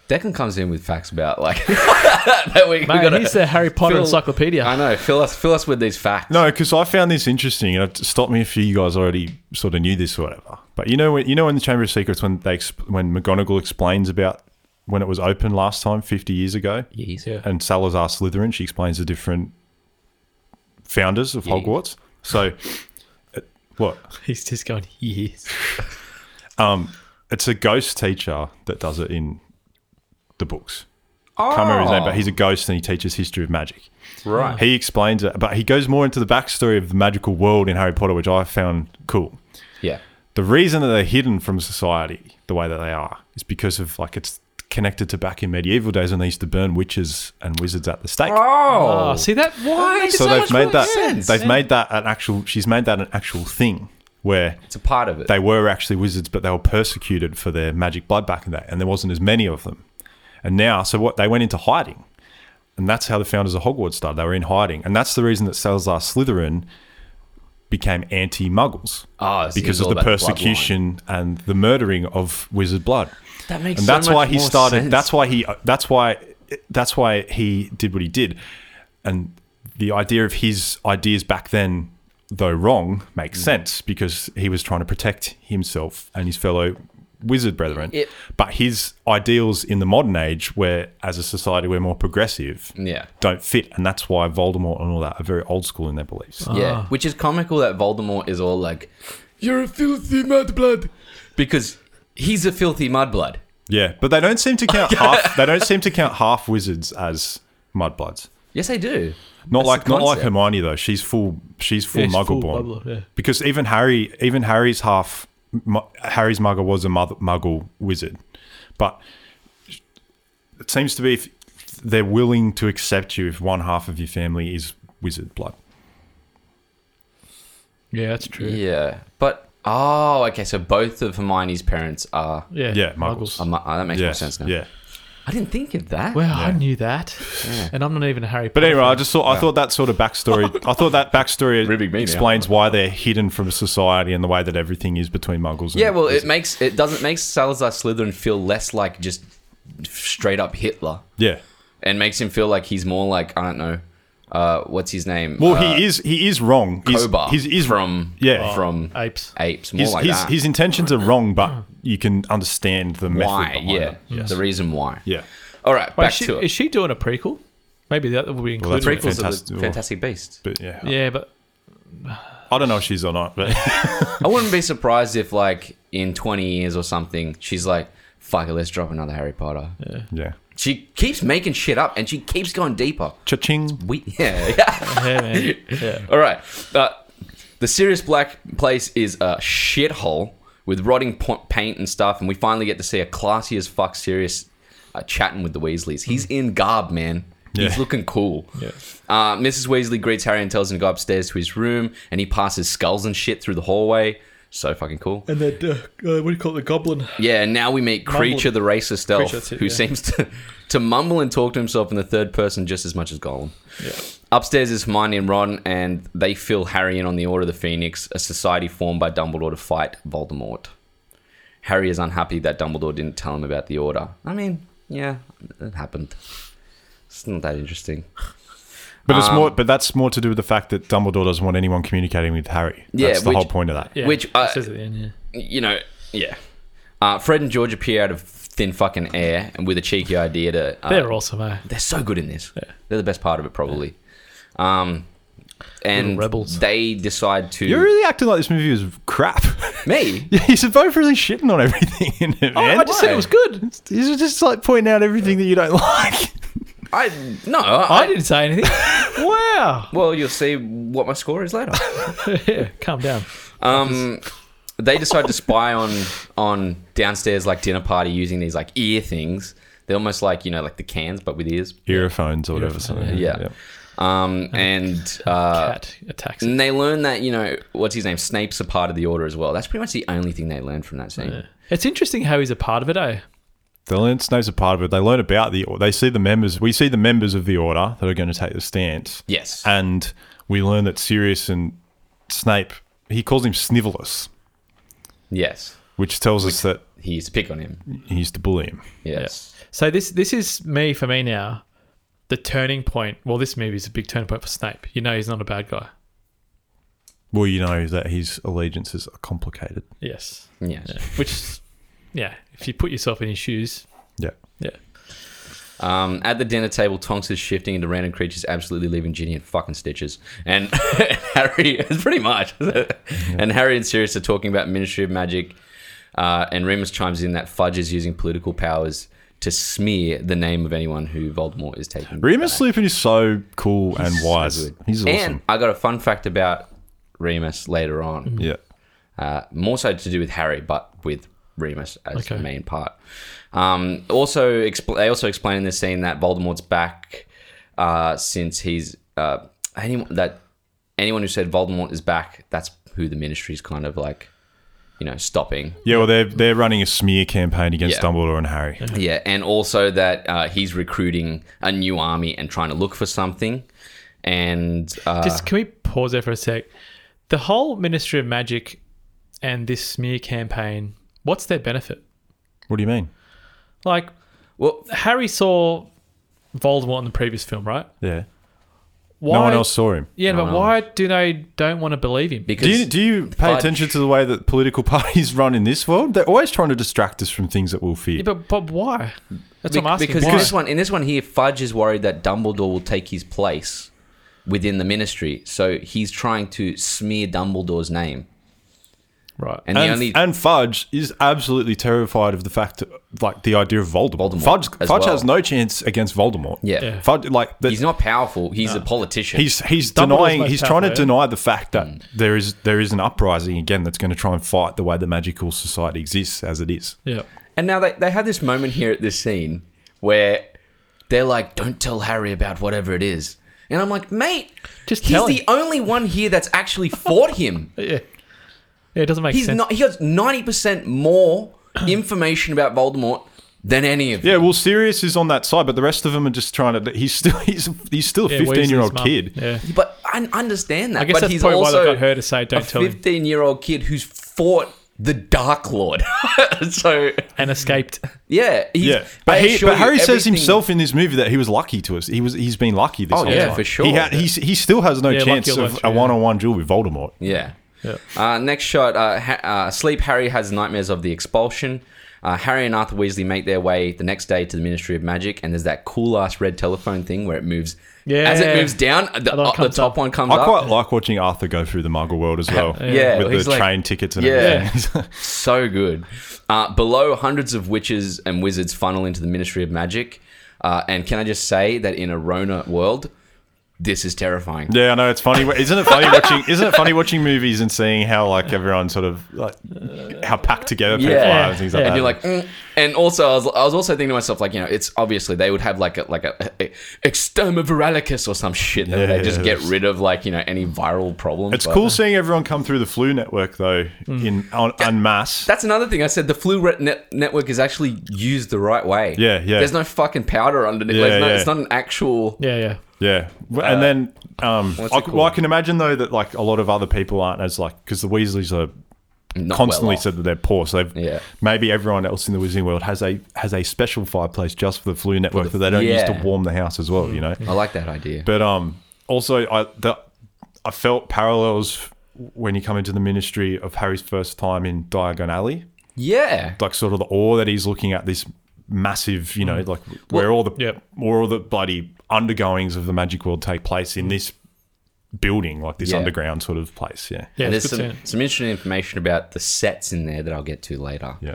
[SPEAKER 1] Declan comes in with facts about like that we, we
[SPEAKER 2] Mate,
[SPEAKER 1] gotta
[SPEAKER 2] he's the Harry Potter
[SPEAKER 1] fill-
[SPEAKER 2] encyclopedia.
[SPEAKER 1] I know. Fill us, fill us with these facts.
[SPEAKER 3] No, because I found this interesting, and it stopped me if you guys already sort of knew this or whatever. But you know, when, you know, in the Chamber of Secrets, when they exp- when McGonagall explains about when it was open last time, fifty years ago,
[SPEAKER 1] Yeez.
[SPEAKER 2] Yeah.
[SPEAKER 3] and Salazar Slytherin, she explains the different founders of Hogwarts. So, it- what?
[SPEAKER 2] He's just going yes.
[SPEAKER 3] Um, it's a ghost teacher that does it in the books. Can't remember his name, but he's a ghost and he teaches history of magic.
[SPEAKER 1] right.
[SPEAKER 3] He explains it, but he goes more into the backstory of the magical world in Harry Potter, which I found cool.
[SPEAKER 1] Yeah.
[SPEAKER 3] the reason that they're hidden from society the way that they are is because of like it's connected to back in medieval days when they used to burn witches and wizards at the stake.
[SPEAKER 1] Oh,
[SPEAKER 2] Oh, see that? Why?
[SPEAKER 1] makes
[SPEAKER 3] so,
[SPEAKER 1] so
[SPEAKER 3] they've
[SPEAKER 1] much
[SPEAKER 3] made
[SPEAKER 1] more
[SPEAKER 3] that
[SPEAKER 1] sense.
[SPEAKER 3] they've made that an actual she's made that an actual thing where
[SPEAKER 1] it's a part of it.
[SPEAKER 3] they were actually wizards, but they were persecuted for their magic blood back in that, and there wasn't as many of them. And now, so what? They went into hiding, and that's how the founders of Hogwarts started. They were in hiding, and that's the reason that Salazar Slytherin became anti-Muggles
[SPEAKER 1] Ah, so he
[SPEAKER 3] because
[SPEAKER 1] was
[SPEAKER 3] of
[SPEAKER 1] all
[SPEAKER 3] the
[SPEAKER 1] about the bloodline.
[SPEAKER 3] persecution and the murdering of wizard blood.
[SPEAKER 1] That makes
[SPEAKER 3] and
[SPEAKER 1] so
[SPEAKER 3] that's
[SPEAKER 1] much
[SPEAKER 3] why he
[SPEAKER 1] more
[SPEAKER 3] started.
[SPEAKER 1] sense.
[SPEAKER 3] That's why he. That's why. That's why he did what he did, and the idea of his ideas back then, though wrong,
[SPEAKER 1] Mm.
[SPEAKER 3] makes sense because he was trying to protect himself and his fellow wizard brethren.
[SPEAKER 1] Yep.
[SPEAKER 3] But his ideals in the modern age, where as a society we're more progressive,
[SPEAKER 1] yeah.
[SPEAKER 3] don't fit, and that's why Voldemort and all that are very old school in their beliefs.
[SPEAKER 1] Yeah,
[SPEAKER 2] Ah.
[SPEAKER 1] which is comical that Voldemort is all like, "You're a filthy mudblood," because he's a filthy mudblood.
[SPEAKER 3] Yeah, but they don't seem to count half. They don't seem to count half wizards as mudbloods.
[SPEAKER 1] Yes, I do.
[SPEAKER 3] Not
[SPEAKER 1] That's
[SPEAKER 3] like
[SPEAKER 1] the
[SPEAKER 3] not like
[SPEAKER 1] concept.
[SPEAKER 3] Hermione though. She's full. She's full
[SPEAKER 2] Yeah, she's
[SPEAKER 3] Muggle
[SPEAKER 2] full
[SPEAKER 3] born.
[SPEAKER 2] Muggle, yeah.
[SPEAKER 3] Because even Harry, even Harry's half. Mu- Harry's Muggle was a mother, Muggle wizard, but it seems to be if they're willing to accept you if one half of your family is wizard blood.
[SPEAKER 2] Yeah, that's true. Yeah,
[SPEAKER 1] Yeah, but oh, okay. So both of Hermione's parents are.
[SPEAKER 2] yeah,
[SPEAKER 3] Yeah, Muggles.
[SPEAKER 1] are mu- oh, that makes
[SPEAKER 3] Yeah,
[SPEAKER 1] more sense now.
[SPEAKER 3] yeah.
[SPEAKER 1] I didn't think of that.
[SPEAKER 2] Well, I
[SPEAKER 3] Yeah.
[SPEAKER 2] knew that, and I'm not even a Harry.
[SPEAKER 3] But
[SPEAKER 2] Potter
[SPEAKER 3] anyway, I
[SPEAKER 2] fan.
[SPEAKER 3] just thought I thought that sort of backstory. I thought that backstory
[SPEAKER 1] Ribbing me now.
[SPEAKER 3] explains why they're hidden from society and the way that everything is between Muggles. And
[SPEAKER 1] yeah, well,
[SPEAKER 3] wizards.
[SPEAKER 1] it makes it doesn't make Salazar Slytherin feel less like just straight up Hitler,
[SPEAKER 3] yeah.
[SPEAKER 1] and makes him feel like he's more like I don't know, uh, what's his name?
[SPEAKER 3] Well,
[SPEAKER 1] Uh,
[SPEAKER 3] he is he is wrong. He's,
[SPEAKER 1] Kobar.
[SPEAKER 3] he's, he's
[SPEAKER 1] from
[SPEAKER 3] yeah.
[SPEAKER 1] from
[SPEAKER 2] Oh, apes.
[SPEAKER 1] apes more
[SPEAKER 3] His,
[SPEAKER 1] like
[SPEAKER 3] his,
[SPEAKER 1] that.
[SPEAKER 3] his intentions are wrong, but you can understand the method
[SPEAKER 1] why?
[SPEAKER 3] behind
[SPEAKER 1] Yeah,
[SPEAKER 3] it.
[SPEAKER 1] the reason why.
[SPEAKER 3] yeah.
[SPEAKER 1] All right,
[SPEAKER 2] Wait,
[SPEAKER 1] back
[SPEAKER 2] is, she,
[SPEAKER 1] to it.
[SPEAKER 2] is she doing a prequel? Maybe that will be
[SPEAKER 3] Well,
[SPEAKER 2] included.
[SPEAKER 3] that's what
[SPEAKER 2] in it.
[SPEAKER 1] prequels of
[SPEAKER 3] Fantastic-
[SPEAKER 1] the Fantastic Beasts.
[SPEAKER 3] But yeah,
[SPEAKER 2] yeah, but
[SPEAKER 3] I don't know if she's or not, but
[SPEAKER 1] I wouldn't be surprised if, like, in 20 years or something, she's like, fuck it, let's drop another Harry Potter.
[SPEAKER 3] yeah.
[SPEAKER 1] She keeps making shit up and she keeps going deeper.
[SPEAKER 3] Cha-ching.
[SPEAKER 1] We, yeah, yeah.
[SPEAKER 2] yeah, man. Yeah.
[SPEAKER 1] All right. Uh, the Sirius Black place is a shithole with rotting po- paint and stuff, and we finally get to see a classy as fuck Sirius uh, chatting with the Weasleys. He's in garb, man. He's
[SPEAKER 3] Mm. Yeah.
[SPEAKER 1] looking cool.
[SPEAKER 2] Yeah.
[SPEAKER 1] Uh, Mrs. Weasley greets Harry and tells him to go upstairs to his room, and he passes skulls and shit through the hallway. So fucking cool.
[SPEAKER 2] And then, uh, uh, what do you call it? The goblin.
[SPEAKER 1] Yeah, and now we meet Creature, the racist elf,
[SPEAKER 2] Creature, that's it,
[SPEAKER 1] who
[SPEAKER 2] yeah.
[SPEAKER 1] seems to, to mumble and talk to himself in the third person just as much as Gollum.
[SPEAKER 2] Yeah.
[SPEAKER 1] Upstairs is Hermione and Ron, and they fill Harry in on the Order of the Phoenix, a society formed by Dumbledore to fight Voldemort. Harry is unhappy that Dumbledore didn't tell him about the Order. I mean, yeah, it happened. It's not that interesting.
[SPEAKER 3] But it's more. But that's more to do with the fact that Dumbledore doesn't want anyone communicating with Harry.
[SPEAKER 1] Yeah,
[SPEAKER 3] that's the
[SPEAKER 1] which-
[SPEAKER 3] whole point of that.
[SPEAKER 2] Yeah,
[SPEAKER 1] Which,
[SPEAKER 2] it
[SPEAKER 1] uh,
[SPEAKER 2] says at the end, yeah.
[SPEAKER 1] you know, yeah. Uh, Fred and George appear out of thin fucking air, and with a cheeky idea to uh,
[SPEAKER 2] They're awesome, eh?
[SPEAKER 1] they're so good in this. They're the best part of it, probably. Um, and
[SPEAKER 2] Little rebels.
[SPEAKER 1] they decide to
[SPEAKER 3] You're really acting like this movie was crap.
[SPEAKER 1] me.
[SPEAKER 3] You're both really shitting on everything in it, man.
[SPEAKER 2] Oh, I just said it was good.
[SPEAKER 3] You're just like pointing out everything that you don't like.
[SPEAKER 1] I no. I,
[SPEAKER 2] I didn't say anything. wow.
[SPEAKER 1] well, you'll see what my score is later.
[SPEAKER 2] yeah, calm down.
[SPEAKER 1] Um, they decide to spy on on downstairs like dinner party using these like ear things. They're almost like you know like the cans but with ears.
[SPEAKER 3] Earphones or whatever. something.
[SPEAKER 1] Yeah. Um, and uh,
[SPEAKER 2] Cat attacks. it.
[SPEAKER 1] And they learn that, you know, what's his name? Snape's a part of the order as well. That's pretty much the only thing they learned from that scene.
[SPEAKER 2] Yeah. It's interesting how he's a part of it, eh?
[SPEAKER 3] They learn Snape's a part of it. They learn about the. They see the members. We see the members of the order that are going to take the stance.
[SPEAKER 1] Yes.
[SPEAKER 3] And we learn that Sirius and Snape. He calls him Snivellus,
[SPEAKER 1] Yes.
[SPEAKER 3] which tells us that
[SPEAKER 1] He used to pick on him.
[SPEAKER 3] he used to bully him.
[SPEAKER 1] Yes.
[SPEAKER 2] So this this is me for me now. The turning point. Well, this movie is a big turning point for Snape. You know he's not a bad guy.
[SPEAKER 3] Well, you know that his allegiances are complicated.
[SPEAKER 2] Yes.
[SPEAKER 1] Yes.
[SPEAKER 2] Which, yeah, if you put yourself in his shoes,
[SPEAKER 3] Yeah.
[SPEAKER 2] yeah.
[SPEAKER 1] Um, at the dinner table, Tonks is shifting into random creatures, absolutely leaving Ginny in fucking stitches. And Harry, pretty much. And Harry and Sirius are talking about Ministry of Magic. Uh, and Remus chimes in that Fudge is using political powers to smear the name of anyone who Voldemort is taking.
[SPEAKER 3] Remus Lupin is so cool and
[SPEAKER 1] so
[SPEAKER 3] wise.
[SPEAKER 1] good.
[SPEAKER 3] He's awesome.
[SPEAKER 1] And I got a fun fact about Remus later on.
[SPEAKER 3] yeah.
[SPEAKER 1] uh, more so to do with Harry, but with Remus as the
[SPEAKER 2] Okay.
[SPEAKER 1] main part. Um, also, expl- they also explain in this scene that Voldemort's back uh, since he's uh, anyone that anyone who said Voldemort is back. That's who the Ministry's kind of like, you know, stopping.
[SPEAKER 3] Yeah, well, they're they're running a smear campaign against
[SPEAKER 1] Yeah.
[SPEAKER 3] Dumbledore and Harry.
[SPEAKER 1] Yeah, and also that uh, he's recruiting a new army and trying to look for something. And uh,
[SPEAKER 2] Just can we pause there for a sec? The whole Ministry of Magic and this smear campaign, what's their benefit?
[SPEAKER 3] What do you mean?
[SPEAKER 2] Like,
[SPEAKER 1] well,
[SPEAKER 2] Harry saw Voldemort in the previous film, right?
[SPEAKER 3] Yeah,
[SPEAKER 2] Why,
[SPEAKER 3] no one else saw him.
[SPEAKER 2] Yeah,
[SPEAKER 1] No
[SPEAKER 2] but
[SPEAKER 1] one
[SPEAKER 2] why do they don't want to believe him?
[SPEAKER 1] because
[SPEAKER 3] Do you, do you pay
[SPEAKER 1] Fudge.
[SPEAKER 3] attention to the way that political parties run in this world? They're always trying to distract us from things that we'll fear.
[SPEAKER 2] Yeah, but, but why? That's
[SPEAKER 1] Be-
[SPEAKER 2] what I'm asking.
[SPEAKER 1] Because
[SPEAKER 2] why?
[SPEAKER 1] in this one, in this one here, Fudge is worried that Dumbledore will take his place within the Ministry, so he's trying to smear Dumbledore's name.
[SPEAKER 2] right.
[SPEAKER 1] And,
[SPEAKER 3] and,
[SPEAKER 1] the only
[SPEAKER 3] and Fudge is absolutely terrified of the fact, that, like the idea of Voldemort.
[SPEAKER 1] Voldemort
[SPEAKER 3] Fudge,
[SPEAKER 1] as
[SPEAKER 3] Fudge
[SPEAKER 1] well.
[SPEAKER 3] has no chance against Voldemort.
[SPEAKER 1] yeah,
[SPEAKER 2] Yeah.
[SPEAKER 3] Fudge, like the,
[SPEAKER 1] he's
[SPEAKER 3] he's,
[SPEAKER 1] not powerful. He's a politician.
[SPEAKER 3] he's
[SPEAKER 2] Dumbledore's
[SPEAKER 3] denying,
[SPEAKER 2] most eh?
[SPEAKER 3] he's trying
[SPEAKER 2] powerful,
[SPEAKER 3] to
[SPEAKER 2] yeah.
[SPEAKER 3] deny the fact that
[SPEAKER 1] Hmm.
[SPEAKER 3] there is there is an uprising again that's going to try and fight the way the magical society exists as it is.
[SPEAKER 2] yeah.
[SPEAKER 1] and now they they have this moment here at this scene where they're like, "Don't tell Harry about whatever it is," and I'm like, "Mate,
[SPEAKER 2] Just
[SPEAKER 1] he's
[SPEAKER 2] tell
[SPEAKER 1] the
[SPEAKER 2] him."
[SPEAKER 1] only one here that's actually fought him."
[SPEAKER 2] Yeah. Yeah, it doesn't make
[SPEAKER 1] He's
[SPEAKER 2] sense.
[SPEAKER 1] not. He has ninety percent more information about Voldemort than any of
[SPEAKER 3] Yeah,
[SPEAKER 1] them.
[SPEAKER 3] well, Sirius is on that side, but the rest of them are just trying to. He's still he's he's still a
[SPEAKER 2] Yeah,
[SPEAKER 3] fifteen year old
[SPEAKER 2] Weasley's mum.
[SPEAKER 3] kid.
[SPEAKER 2] Yeah.
[SPEAKER 1] But I understand that.
[SPEAKER 2] I guess
[SPEAKER 1] but
[SPEAKER 2] that's
[SPEAKER 1] he's
[SPEAKER 2] probably why
[SPEAKER 1] also
[SPEAKER 2] they got her to say,
[SPEAKER 1] a
[SPEAKER 2] "Don't tell him,"
[SPEAKER 1] fifteen-year-old kid who's fought the Dark Lord. so
[SPEAKER 2] and escaped.
[SPEAKER 1] yeah, he's,
[SPEAKER 3] Yeah,
[SPEAKER 1] I
[SPEAKER 3] but, he,
[SPEAKER 1] assure
[SPEAKER 3] but
[SPEAKER 1] you,
[SPEAKER 3] Harry says
[SPEAKER 1] everything-
[SPEAKER 3] himself in this movie that he was lucky to us. He was he's been lucky this
[SPEAKER 1] Oh,
[SPEAKER 3] whole
[SPEAKER 1] yeah,
[SPEAKER 3] time.
[SPEAKER 1] for sure.
[SPEAKER 3] He, had, he he still has no
[SPEAKER 2] Yeah,
[SPEAKER 3] chance
[SPEAKER 2] lucky or
[SPEAKER 3] of
[SPEAKER 2] not,
[SPEAKER 3] a
[SPEAKER 2] yeah.
[SPEAKER 3] one on one duel with Voldemort.
[SPEAKER 1] Yeah.
[SPEAKER 2] Yeah.
[SPEAKER 1] Uh, next shot. Uh, ha- uh, sleep. Harry has nightmares of the expulsion. Uh, Harry and Arthur Weasley make their way the next day to the Ministry of Magic, and there's that cool ass red telephone thing where it moves.
[SPEAKER 2] Yeah.
[SPEAKER 1] As it moves down, the,
[SPEAKER 2] Other one
[SPEAKER 1] uh, the
[SPEAKER 2] comes
[SPEAKER 1] top
[SPEAKER 2] up.
[SPEAKER 1] one comes
[SPEAKER 3] I
[SPEAKER 1] up.
[SPEAKER 3] quite like watching Arthur go through the Muggle world as well.
[SPEAKER 1] Yeah,
[SPEAKER 3] with
[SPEAKER 1] he's
[SPEAKER 3] the
[SPEAKER 1] like-
[SPEAKER 3] train tickets and
[SPEAKER 1] Yeah.
[SPEAKER 3] everything.
[SPEAKER 1] so good. Uh, below, hundreds of witches and wizards funnel into the Ministry of Magic. Uh, and can I just say that in a Rona world, this is terrifying.
[SPEAKER 3] yeah, I know it's funny. Isn't it funny watching? Isn't it funny watching movies and seeing how like everyone sort of like how packed together people
[SPEAKER 1] Yeah.
[SPEAKER 3] are and things like
[SPEAKER 2] Yeah.
[SPEAKER 3] that.
[SPEAKER 1] And you're like, mm. and also I was, I was also thinking to myself like, you know, it's obviously they would have like a like a, a extoma viralicus or some shit that
[SPEAKER 3] Yeah,
[SPEAKER 1] they just
[SPEAKER 3] yeah,
[SPEAKER 1] get
[SPEAKER 3] that's-
[SPEAKER 1] rid of like you know any viral problem.
[SPEAKER 3] it's cool seeing everyone come through the flu network though
[SPEAKER 1] Mm.
[SPEAKER 3] in on, en masse.
[SPEAKER 1] That's another thing I said. The flu ret- net- network is actually used the right way.
[SPEAKER 3] Yeah, yeah.
[SPEAKER 1] There's no fucking powder underneath.
[SPEAKER 3] Yeah,
[SPEAKER 1] There's no,
[SPEAKER 3] yeah.
[SPEAKER 1] It's not an actual.
[SPEAKER 2] Yeah, yeah.
[SPEAKER 3] Yeah, W- and then
[SPEAKER 1] Uh,
[SPEAKER 3] um,
[SPEAKER 1] what's
[SPEAKER 3] I,
[SPEAKER 1] it
[SPEAKER 3] c-
[SPEAKER 1] called?
[SPEAKER 3] well, I can imagine though that like a lot of other people aren't as like because the Weasleys are
[SPEAKER 1] not
[SPEAKER 3] constantly
[SPEAKER 1] well off.
[SPEAKER 3] said that they're poor, so they've,
[SPEAKER 1] Yeah.
[SPEAKER 3] maybe everyone else in the Wizarding world has a has a special fireplace just for the flu network that they don't use
[SPEAKER 1] yeah. Mm-hmm.
[SPEAKER 3] to warm the house as well, you know.
[SPEAKER 1] I like that idea.
[SPEAKER 3] But um, also I the, I felt parallels when you come into the ministry of Harry's first time in Diagon Alley,
[SPEAKER 1] yeah.
[SPEAKER 3] like sort of the awe that he's looking at this massive, you know,
[SPEAKER 1] Mm.
[SPEAKER 3] like where all the
[SPEAKER 2] Yep.
[SPEAKER 3] where all the bloody undergoings of the magic world take place in this building, like this
[SPEAKER 1] Yeah.
[SPEAKER 3] underground sort of place. Yeah.
[SPEAKER 2] Yeah,
[SPEAKER 1] And
[SPEAKER 2] it's
[SPEAKER 1] there's
[SPEAKER 2] good
[SPEAKER 1] some,
[SPEAKER 2] scene.
[SPEAKER 1] some interesting information about the sets in there that I'll get to later.
[SPEAKER 3] Yeah.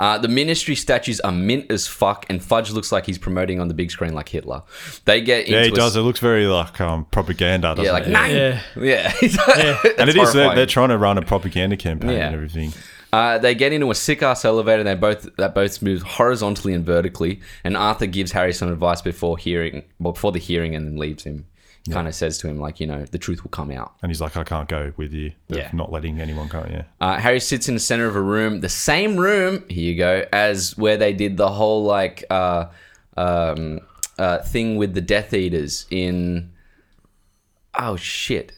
[SPEAKER 1] Uh, the ministry statues are mint as fuck, and Fudge looks like he's promoting on the big screen like Hitler. They get into
[SPEAKER 3] Yeah, he
[SPEAKER 1] a-
[SPEAKER 3] does. It looks very like um, propaganda, doesn't
[SPEAKER 1] Yeah, like
[SPEAKER 3] it?
[SPEAKER 1] nine.
[SPEAKER 2] Yeah.
[SPEAKER 1] Yeah,
[SPEAKER 3] and it is, they're,
[SPEAKER 1] horrifying.
[SPEAKER 3] they're trying to run a propaganda campaign
[SPEAKER 1] Yeah.
[SPEAKER 3] and everything.
[SPEAKER 1] Uh, they get into a sick ass elevator. They both that both moves horizontally and vertically. And Arthur gives Harry some advice before hearing, well, before the hearing, and then leaves him. Kind of says to him like, you know, the truth will come out.
[SPEAKER 3] And he's like, I can't go with you. They're
[SPEAKER 1] Yeah.
[SPEAKER 3] Not letting anyone go. Yeah.
[SPEAKER 1] Uh, Harry sits in the center of a room, the same room, here you go, as where they did the whole like uh, um, uh, thing with the Death Eaters in. Oh shit!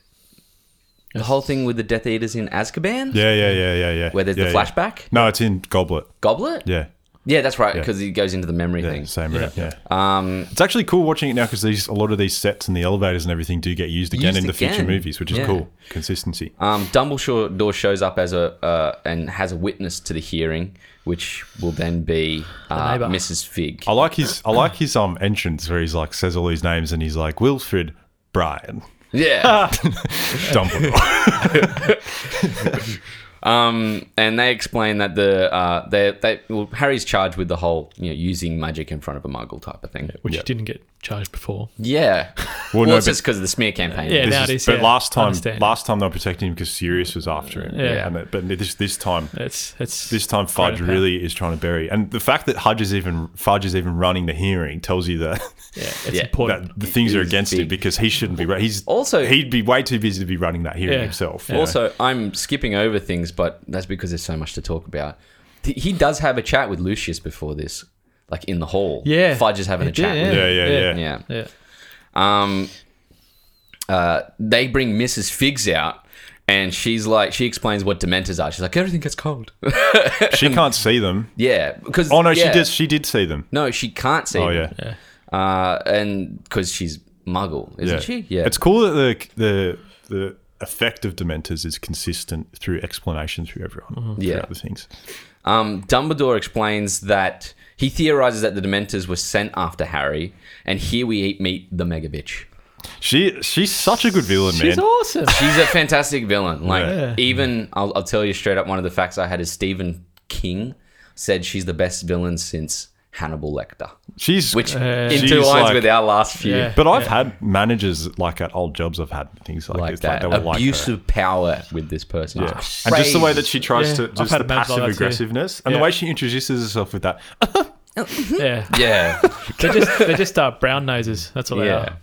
[SPEAKER 1] The whole thing with the Death Eaters in Azkaban,
[SPEAKER 3] Yeah, yeah, yeah, yeah, yeah.
[SPEAKER 1] where there's
[SPEAKER 3] yeah,
[SPEAKER 1] the
[SPEAKER 3] yeah.
[SPEAKER 1] flashback
[SPEAKER 3] No, it's in Goblet.
[SPEAKER 1] goblet.
[SPEAKER 3] Yeah.
[SPEAKER 1] Yeah, that's right, because he goes into the memory
[SPEAKER 3] Yeah,
[SPEAKER 1] thing.
[SPEAKER 3] same route. Yeah.
[SPEAKER 1] Um,
[SPEAKER 3] It's actually cool watching it now because these a lot of these sets and the elevators and everything do get used again
[SPEAKER 1] Used
[SPEAKER 3] in the future
[SPEAKER 1] again.
[SPEAKER 3] movies, which is
[SPEAKER 1] Yeah.
[SPEAKER 3] cool consistency.
[SPEAKER 1] Um, Dumbledore shows up as a uh, and has a witness to the hearing, which will then be uh,
[SPEAKER 2] neighbor.
[SPEAKER 1] Mrs. Fig.
[SPEAKER 3] I like his I like his um entrance where he's like says all these names and he's like Wilfred Brian
[SPEAKER 1] Yeah,
[SPEAKER 3] Dumbledore.
[SPEAKER 1] Um, and they explain that the uh, they they well, Harry's charged with the whole you know using magic in front of a muggle type of thing.
[SPEAKER 2] which
[SPEAKER 3] Yep.
[SPEAKER 2] didn't get charged before.
[SPEAKER 1] Yeah, well,
[SPEAKER 3] Well, no,
[SPEAKER 1] it's
[SPEAKER 3] but-
[SPEAKER 1] just because of the smear campaign.
[SPEAKER 2] Yeah,
[SPEAKER 3] This
[SPEAKER 2] now
[SPEAKER 3] is-
[SPEAKER 2] it is,
[SPEAKER 3] but
[SPEAKER 2] yeah.
[SPEAKER 3] last time,
[SPEAKER 2] Understand.
[SPEAKER 3] last time they were protecting him because Sirius was after him.
[SPEAKER 2] Yeah.
[SPEAKER 3] And it- but this this time,
[SPEAKER 2] It's it's
[SPEAKER 3] this time
[SPEAKER 2] Quite
[SPEAKER 3] Fudge
[SPEAKER 2] a pain.
[SPEAKER 3] really is trying to bury. And the fact that Hudge is even Fudge is even running the hearing tells you that,
[SPEAKER 2] yeah, it's
[SPEAKER 1] Yeah,
[SPEAKER 2] important.
[SPEAKER 3] that the things are
[SPEAKER 1] He's
[SPEAKER 3] against
[SPEAKER 1] big.
[SPEAKER 3] him because he shouldn't be. ra- He's
[SPEAKER 1] Also-
[SPEAKER 3] he'd be way too busy to be running that hearing
[SPEAKER 2] Yeah.
[SPEAKER 3] himself.
[SPEAKER 2] Yeah.
[SPEAKER 3] you know?
[SPEAKER 1] Also, I'm skipping over things, but that's because there's so much to talk about. Th- He does have a chat with Lucius before this, like in the hall.
[SPEAKER 2] Yeah,
[SPEAKER 1] Fudge is having
[SPEAKER 2] he
[SPEAKER 1] a chat.
[SPEAKER 2] did,
[SPEAKER 1] with
[SPEAKER 3] yeah, yeah, yeah.
[SPEAKER 1] him. yeah.
[SPEAKER 2] yeah.
[SPEAKER 1] um, uh, they bring Mrs. Figs out, and she's like, she explains what dementors are. She's like, everything gets cold.
[SPEAKER 3] she can't see them.
[SPEAKER 1] yeah, because
[SPEAKER 3] Oh no,
[SPEAKER 1] yeah.
[SPEAKER 3] she did. She did see them.
[SPEAKER 1] No, she can't see.
[SPEAKER 3] Oh
[SPEAKER 1] them.
[SPEAKER 3] yeah,
[SPEAKER 1] uh, and because she's Muggle, isn't she? Yeah,
[SPEAKER 3] It's cool that the the the effect of Dementors is consistent through explanation through everyone.
[SPEAKER 2] Mm-hmm.
[SPEAKER 1] Yeah.
[SPEAKER 3] throughout the things.
[SPEAKER 1] Um, Dumbledore explains that he theorizes that the Dementors were sent after Harry, and here we eat- meet the Mega Bitch.
[SPEAKER 3] She she's such a good villain,
[SPEAKER 2] She's
[SPEAKER 3] man.
[SPEAKER 2] awesome.
[SPEAKER 1] She's a fantastic villain. Like
[SPEAKER 2] Yeah.
[SPEAKER 1] even I'll, I'll tell you straight up, one of the facts I had is Stephen King said she's the best villain since Hannibal Lecter,
[SPEAKER 3] She's
[SPEAKER 1] which
[SPEAKER 3] she's
[SPEAKER 1] interlines
[SPEAKER 3] like-
[SPEAKER 1] with our last few.
[SPEAKER 2] Yeah.
[SPEAKER 3] But I've had managers like at old jobs. I've had things like,
[SPEAKER 1] Like
[SPEAKER 3] this,
[SPEAKER 1] that
[SPEAKER 3] Like they were like
[SPEAKER 1] abuse
[SPEAKER 3] that.
[SPEAKER 1] of power with this person,
[SPEAKER 3] Yeah. And just the way that she tries
[SPEAKER 2] Yeah,
[SPEAKER 3] to,
[SPEAKER 2] I've
[SPEAKER 3] just
[SPEAKER 2] had
[SPEAKER 3] the
[SPEAKER 2] a manager like that
[SPEAKER 3] passive
[SPEAKER 2] too.
[SPEAKER 3] aggressiveness, and the
[SPEAKER 2] Yeah.
[SPEAKER 3] way she introduces herself with that.
[SPEAKER 2] yeah,
[SPEAKER 1] yeah,
[SPEAKER 2] they're just they're just uh, brown noses. That's all they
[SPEAKER 1] Yeah.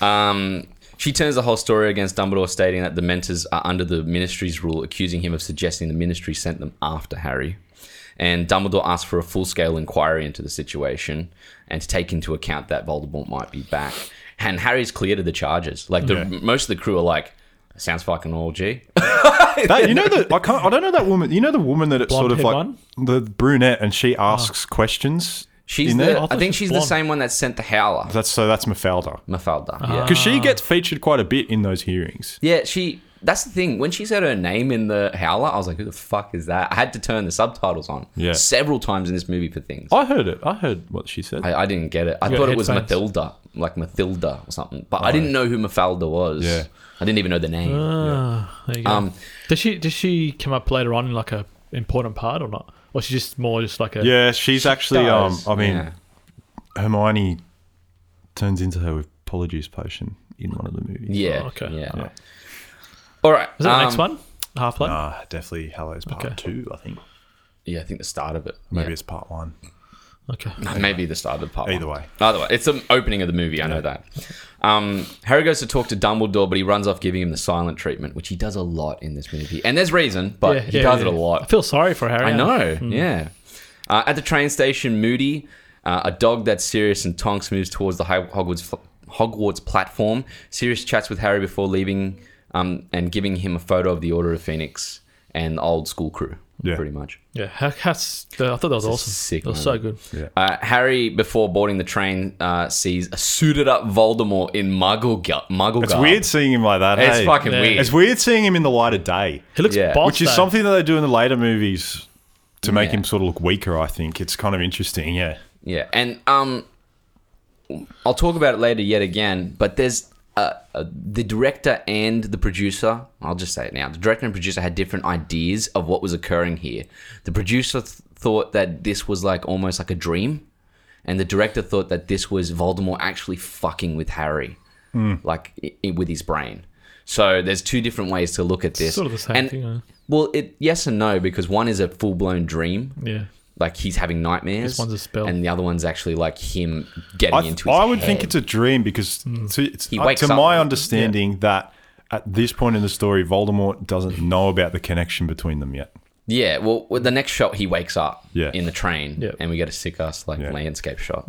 [SPEAKER 1] Um, she turns the whole story against Dumbledore, stating that the Mentors are under the Ministry's rule, accusing him of suggesting the Ministry sent them after Harry. And Dumbledore asks for a full-scale inquiry into the situation and to take into account that Voldemort might be back. And Harry's clear to the charges. Like the
[SPEAKER 3] Yeah.
[SPEAKER 1] most of the crew are like, "Sounds fucking all G."
[SPEAKER 3] That, you know that I can't. I don't know that woman. You know the woman that it's sort of
[SPEAKER 2] Blonde-haired
[SPEAKER 3] like
[SPEAKER 2] one? Ah.
[SPEAKER 3] the brunette, and she asks questions.
[SPEAKER 1] She's
[SPEAKER 3] in
[SPEAKER 1] the,
[SPEAKER 3] there.
[SPEAKER 1] I,
[SPEAKER 2] I thought
[SPEAKER 1] think
[SPEAKER 2] she
[SPEAKER 1] she's the
[SPEAKER 2] was blonde.
[SPEAKER 1] same one that sent the Howler,
[SPEAKER 3] That's so. That's Mafalda.
[SPEAKER 1] Mafalda.
[SPEAKER 2] Ah.
[SPEAKER 1] yeah.
[SPEAKER 3] Because she gets featured quite a bit in those hearings.
[SPEAKER 1] Yeah, she. That's the thing. When she said her name in the howler, I was like, "Who the fuck is that?" I had to turn the subtitles on
[SPEAKER 3] Yeah.
[SPEAKER 1] several times in this movie for things.
[SPEAKER 3] I heard it. I heard what she said.
[SPEAKER 1] I, I didn't get it. I
[SPEAKER 2] Oh. You got
[SPEAKER 1] thought it was
[SPEAKER 2] headphones? Oh,
[SPEAKER 1] Mathilda, like Mathilda or something, but I didn't know who Mafalda was.
[SPEAKER 3] Yeah.
[SPEAKER 1] I didn't even know the name.
[SPEAKER 2] are. Ah, there you go.
[SPEAKER 1] Um,
[SPEAKER 2] does she does she come up later on in like a important part or not? Or she's just more just like a
[SPEAKER 3] yeah, she's actually. Um,
[SPEAKER 2] does,
[SPEAKER 3] I mean,
[SPEAKER 1] yeah.
[SPEAKER 3] Hermione turns into her with Polyjuice potion in one of the movies.
[SPEAKER 1] Yeah.
[SPEAKER 2] Oh, okay.
[SPEAKER 1] Yeah.
[SPEAKER 3] Yeah.
[SPEAKER 1] All right.
[SPEAKER 2] Was that the
[SPEAKER 1] um,
[SPEAKER 2] next one? Half blood.
[SPEAKER 3] Ah, definitely Hallows Part
[SPEAKER 2] Okay.
[SPEAKER 3] Two. I think
[SPEAKER 1] Yeah, I think the start of it.
[SPEAKER 3] maybe
[SPEAKER 1] Yeah.
[SPEAKER 3] it's Part One.
[SPEAKER 2] Okay.
[SPEAKER 1] Maybe the start of part.
[SPEAKER 3] Either
[SPEAKER 1] one.
[SPEAKER 3] way.
[SPEAKER 1] Either way, it's the opening of the movie. I know that. Um, Harry goes to talk to Dumbledore, but he runs off giving him the silent treatment, which he does a lot in this movie. And there's reason, but
[SPEAKER 2] Yeah,
[SPEAKER 1] he
[SPEAKER 2] yeah,
[SPEAKER 1] does
[SPEAKER 2] yeah.
[SPEAKER 1] it a lot.
[SPEAKER 2] I feel Hmm. sorry for Harry.
[SPEAKER 1] I
[SPEAKER 2] now.
[SPEAKER 1] know. Yeah. Uh, at the train station, Moody, uh, a dog that's Sirius and Tonks moves towards the Hi- Hogwarts fl- Hogwarts platform. Sirius chats with Harry before leaving, um, and giving him a photo of the Order of Phoenix and the old school crew.
[SPEAKER 3] Yeah.
[SPEAKER 1] Pretty much.
[SPEAKER 2] Yeah, how- how's the- I thought that was awesome.
[SPEAKER 1] sick
[SPEAKER 2] That was so
[SPEAKER 1] moment.
[SPEAKER 2] good.
[SPEAKER 1] Uh, Harry, before boarding the train, uh, sees a suited up Voldemort in Muggle gu- Muggle
[SPEAKER 3] It's
[SPEAKER 1] garb.
[SPEAKER 3] weird seeing him like that.
[SPEAKER 1] It's
[SPEAKER 3] hey?
[SPEAKER 1] fucking
[SPEAKER 2] Yeah.
[SPEAKER 1] weird.
[SPEAKER 3] It's weird seeing him in the light of day,
[SPEAKER 2] He looks
[SPEAKER 1] Yeah.
[SPEAKER 2] boss,
[SPEAKER 3] which is
[SPEAKER 2] though.
[SPEAKER 3] something that they do in the later movies to make
[SPEAKER 1] Yeah.
[SPEAKER 3] him sort of look weaker. I think it's kind of interesting. Yeah,
[SPEAKER 1] Yeah, and um, I'll talk about it later yet again. But there's uh, uh, the director and the producer. I'll just say it now. The director and producer had different ideas of what was occurring here. The producer th- thought that this was like almost like a dream, and the director thought that this was Voldemort actually fucking with Harry, like i- i- with his brain. So there's two different ways to look at this.
[SPEAKER 2] sort of the same
[SPEAKER 1] And-
[SPEAKER 2] thing, huh?
[SPEAKER 1] Well, it yes and no because one is a full blown dream
[SPEAKER 2] Yeah.
[SPEAKER 1] like he's having nightmares.
[SPEAKER 2] This one's a spell.
[SPEAKER 1] and the other one's actually like him getting
[SPEAKER 3] I,
[SPEAKER 1] into. His
[SPEAKER 3] I would
[SPEAKER 1] head.
[SPEAKER 3] think it's a dream because to, it's,
[SPEAKER 1] He
[SPEAKER 3] uh,
[SPEAKER 1] wakes
[SPEAKER 3] to
[SPEAKER 1] up.
[SPEAKER 3] my understanding that at this point in the story, Voldemort doesn't know about the connection between them yet.
[SPEAKER 1] yeah. Well, with the next shot, he wakes up
[SPEAKER 3] Yeah.
[SPEAKER 1] in the train,
[SPEAKER 2] Yeah. Hmm.
[SPEAKER 1] and we get a sick ass like
[SPEAKER 3] Yeah.
[SPEAKER 1] landscape shot,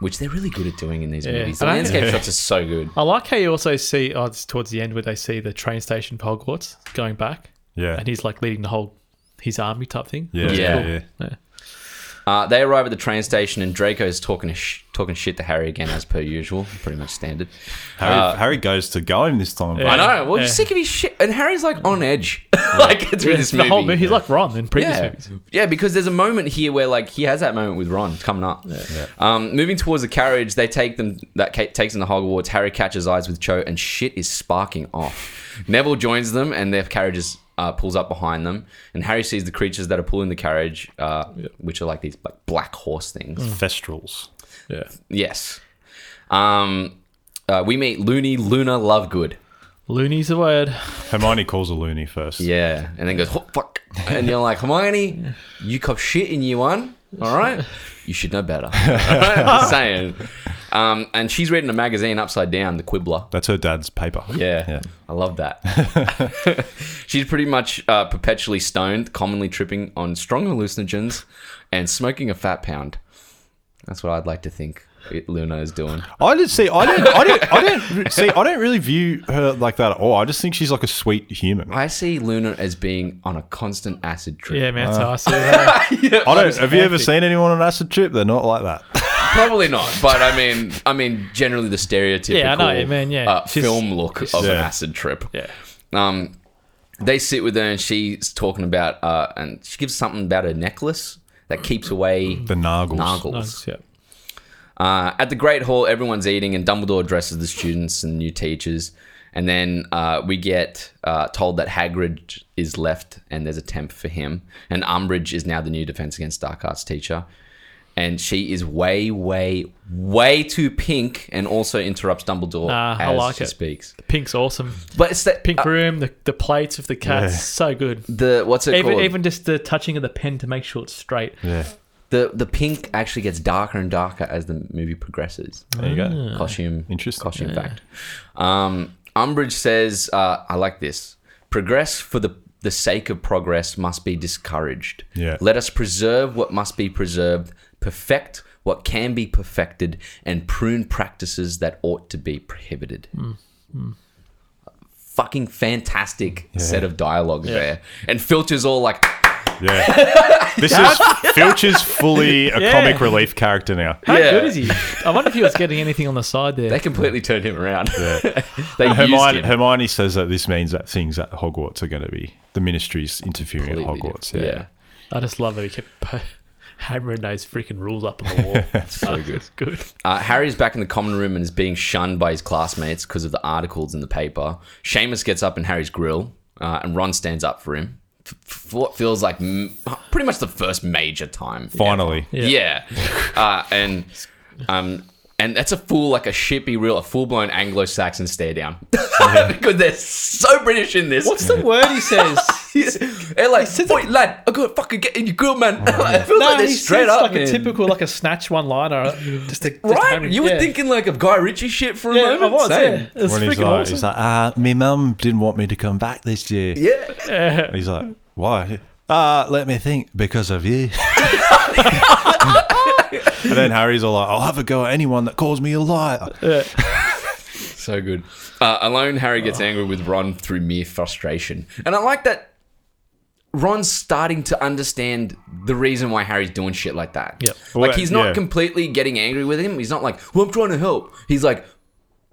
[SPEAKER 1] which they're really good at doing in these
[SPEAKER 2] Yeah.
[SPEAKER 1] movies. The
[SPEAKER 2] And I-
[SPEAKER 1] landscape shots are so good.
[SPEAKER 2] I like how you also see oh, it's towards the end where they see the train station for Hogwarts going back.
[SPEAKER 3] Yeah.
[SPEAKER 2] And he's like leading the whole his army type thing.
[SPEAKER 1] Yeah.
[SPEAKER 3] Yeah, yeah,
[SPEAKER 1] Cool.
[SPEAKER 3] yeah.
[SPEAKER 1] Uh, they arrive at the train station, and Draco's talking sh- talking shit to Harry again, as per usual, pretty much standard.
[SPEAKER 3] Harry,
[SPEAKER 1] Uh,
[SPEAKER 3] Harry goes to go him this time.
[SPEAKER 2] Yeah.
[SPEAKER 1] I know. Well,
[SPEAKER 2] Yeah.
[SPEAKER 1] you're sick of his shit, and Harry's like on edge, like it's with this
[SPEAKER 2] the
[SPEAKER 1] movie.
[SPEAKER 2] whole movie. He's like Ron in previous
[SPEAKER 1] yeah.
[SPEAKER 2] movies.
[SPEAKER 1] Yeah, because there's a moment here where like he has that moment with Ron coming up. Um, moving towards the carriage, they take them. That ca- takes them to Hogwarts. Harry catches eyes with Cho, and shit is sparking off. Neville joins them, and their carriage is uh, pulls up behind them, and Harry sees the creatures that are pulling the carriage, uh, which are like these like black horse things.
[SPEAKER 3] Mm. Festrals.
[SPEAKER 2] Yeah.
[SPEAKER 1] Yes. Um, uh, we meet Looney Luna Lovegood.
[SPEAKER 2] Looney's the word.
[SPEAKER 3] Hermione calls a loony first.
[SPEAKER 1] Yeah, and then goes "Oh, fuck, and you're like Hermione, you cop shit in year one, all right? You should know better. Just saying. Um, and she's reading a magazine upside down, the Quibbler.
[SPEAKER 3] That's her dad's paper.
[SPEAKER 1] Yeah,
[SPEAKER 3] Yeah.
[SPEAKER 1] I love that. she's pretty much uh, perpetually stoned, commonly tripping on strong hallucinogens, and smoking a fat pound. That's what I'd like to think it, Luna is doing.
[SPEAKER 3] I did see. I don't. I don't. I don't see. I don't really view her like that at all. I just think she's like a sweet human. I
[SPEAKER 1] I see Luna as being on a constant acid trip.
[SPEAKER 2] Yeah,
[SPEAKER 3] Uh.
[SPEAKER 2] man. so I see that.
[SPEAKER 3] don't. Have you ever seen anyone on an acid trip? They're not like that.
[SPEAKER 1] Probably not, but I mean, I mean, generally the stereotypical
[SPEAKER 2] Yeah, I know what you mean, yeah.
[SPEAKER 1] uh,
[SPEAKER 2] She's-
[SPEAKER 1] film look of an
[SPEAKER 3] Yeah.
[SPEAKER 1] acid trip.
[SPEAKER 2] Yeah.
[SPEAKER 1] Um, they sit with her and she's talking about, uh, and she gives something about her necklace that keeps away
[SPEAKER 3] The Nargles.
[SPEAKER 1] Nargles.
[SPEAKER 2] Yeah.
[SPEAKER 1] Uh, at the Great Hall, everyone's eating, and Dumbledore addresses the students and new teachers. And then uh, we get uh, told that Hagrid is left, and there's a temp for him. And Umbridge is now the new Defense Against Dark Arts teacher, and she is way, way, way too pink, and also interrupts Dumbledore
[SPEAKER 2] Nah, I
[SPEAKER 1] as
[SPEAKER 2] like
[SPEAKER 1] she
[SPEAKER 2] it.
[SPEAKER 1] speaks.
[SPEAKER 2] Pink's awesome.
[SPEAKER 1] But it's that
[SPEAKER 2] Pink
[SPEAKER 1] uh,
[SPEAKER 2] room, the, the plates of the cats,
[SPEAKER 3] Yeah.
[SPEAKER 2] so good.
[SPEAKER 1] the what's it
[SPEAKER 2] Even
[SPEAKER 1] called?
[SPEAKER 2] even just the touching of the pen to make sure it's straight.
[SPEAKER 3] Yeah.
[SPEAKER 1] the the pink actually gets darker and darker as the movie progresses.
[SPEAKER 3] There you go.
[SPEAKER 1] costume
[SPEAKER 3] Interesting.
[SPEAKER 1] costume fact um umbridge says uh, i like this progress for the the sake of progress must be discouraged
[SPEAKER 3] Yeah.
[SPEAKER 1] let us preserve what must be preserved perfect what can be perfected and prune practices that ought to be prohibited fucking fantastic set of dialogue there and filters all like
[SPEAKER 3] Yeah. This is Filch's fully a
[SPEAKER 2] Yeah.
[SPEAKER 3] comic relief character now.
[SPEAKER 2] How
[SPEAKER 1] Yeah.
[SPEAKER 2] good is he? I wonder if he was getting anything on the side there.
[SPEAKER 1] they completely turned him around they used
[SPEAKER 3] Hermione,
[SPEAKER 1] him.
[SPEAKER 3] Hermione says that this means that things at Hogwarts are going to be the ministry's interfering
[SPEAKER 1] Completely
[SPEAKER 3] at Hogwarts. Yeah.
[SPEAKER 1] different. yeah.
[SPEAKER 2] I just love that he kept po- hammering those freaking rules up on the wall. That's so good. good.
[SPEAKER 1] Uh, Harry's back in the common room and is being shunned by his classmates because of the articles in the paper. Seamus gets up in Harry's grill, uh, and Ron stands up for him f- for what feels like m- pretty much the first major time.
[SPEAKER 3] Finally.
[SPEAKER 1] Yeah, Uh, and um, and that's a full like a shippy real, a full blown Anglo Saxon stare down because they're so British in this.
[SPEAKER 2] What's the word he says?
[SPEAKER 1] They're like, wait, lad, I gotta fucking get in your grill, man. it feels like they're
[SPEAKER 2] he
[SPEAKER 1] straight
[SPEAKER 2] says
[SPEAKER 1] up,
[SPEAKER 2] like
[SPEAKER 1] man.
[SPEAKER 2] a typical like a snatch one liner. uh, Just a, just
[SPEAKER 1] Right?
[SPEAKER 2] hammering-
[SPEAKER 1] You were
[SPEAKER 2] yeah.
[SPEAKER 1] thinking like of Guy Ritchie shit for a
[SPEAKER 2] Yeah,
[SPEAKER 1] moment.
[SPEAKER 2] I was.
[SPEAKER 1] Same.
[SPEAKER 2] Yeah. It's
[SPEAKER 3] When he's
[SPEAKER 2] freaking
[SPEAKER 3] like,
[SPEAKER 2] awesome.
[SPEAKER 3] he's like, ah, me mum didn't want me to come back this year.
[SPEAKER 1] Yeah.
[SPEAKER 3] And he's like, why? Ah, let me think, because of you. and then Harry's all like, I'll have a go at anyone that calls me a liar.
[SPEAKER 1] So good. Uh, alone, Harry gets angry with Ron through mere frustration. And I like that Ron's starting to understand the reason why Harry's doing shit like that.
[SPEAKER 2] Yep.
[SPEAKER 3] Well,
[SPEAKER 1] like, he's not
[SPEAKER 3] yeah.
[SPEAKER 1] completely getting angry with him. He's not like, well, I'm trying to help. He's like,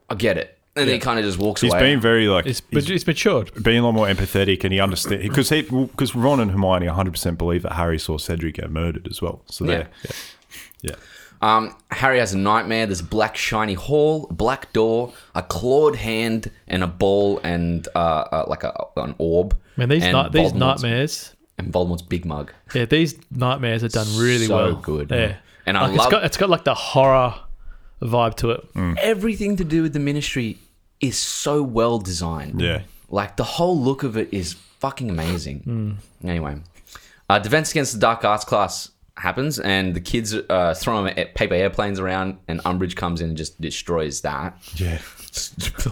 [SPEAKER 1] I get it. And then he kind of just walks
[SPEAKER 3] He's
[SPEAKER 1] away.
[SPEAKER 3] being very like,
[SPEAKER 2] it's,
[SPEAKER 3] he's
[SPEAKER 2] it's matured.
[SPEAKER 3] being a lot more empathetic and he understands because he because Ron and Hermione 100% believe that Harry saw Cedric get murdered as well. So
[SPEAKER 1] Yeah.
[SPEAKER 3] they're yeah.
[SPEAKER 1] Um, Harry has a nightmare. There's a black shiny hall, a black door, a clawed hand, and a ball, and uh, uh, like a, an orb.
[SPEAKER 2] Man, these
[SPEAKER 1] and
[SPEAKER 2] ni- these
[SPEAKER 1] Voldemort's-
[SPEAKER 2] nightmares.
[SPEAKER 1] And Voldemort's big mug.
[SPEAKER 2] Yeah, these nightmares are done really
[SPEAKER 1] So
[SPEAKER 2] well.
[SPEAKER 1] good.
[SPEAKER 2] Yeah,
[SPEAKER 1] And I
[SPEAKER 2] Like,
[SPEAKER 1] love-
[SPEAKER 2] it's got it's got like the horror vibe to it.
[SPEAKER 1] everything to do with the ministry is so well designed.
[SPEAKER 3] Yeah.
[SPEAKER 1] Like the whole look of it is fucking
[SPEAKER 2] Hmm.
[SPEAKER 1] amazing. Anyway, uh, Defense Against the Dark Arts class happens, and the kids uh, throwing paper airplanes around, and Umbridge comes in and just destroys that,
[SPEAKER 3] Yeah.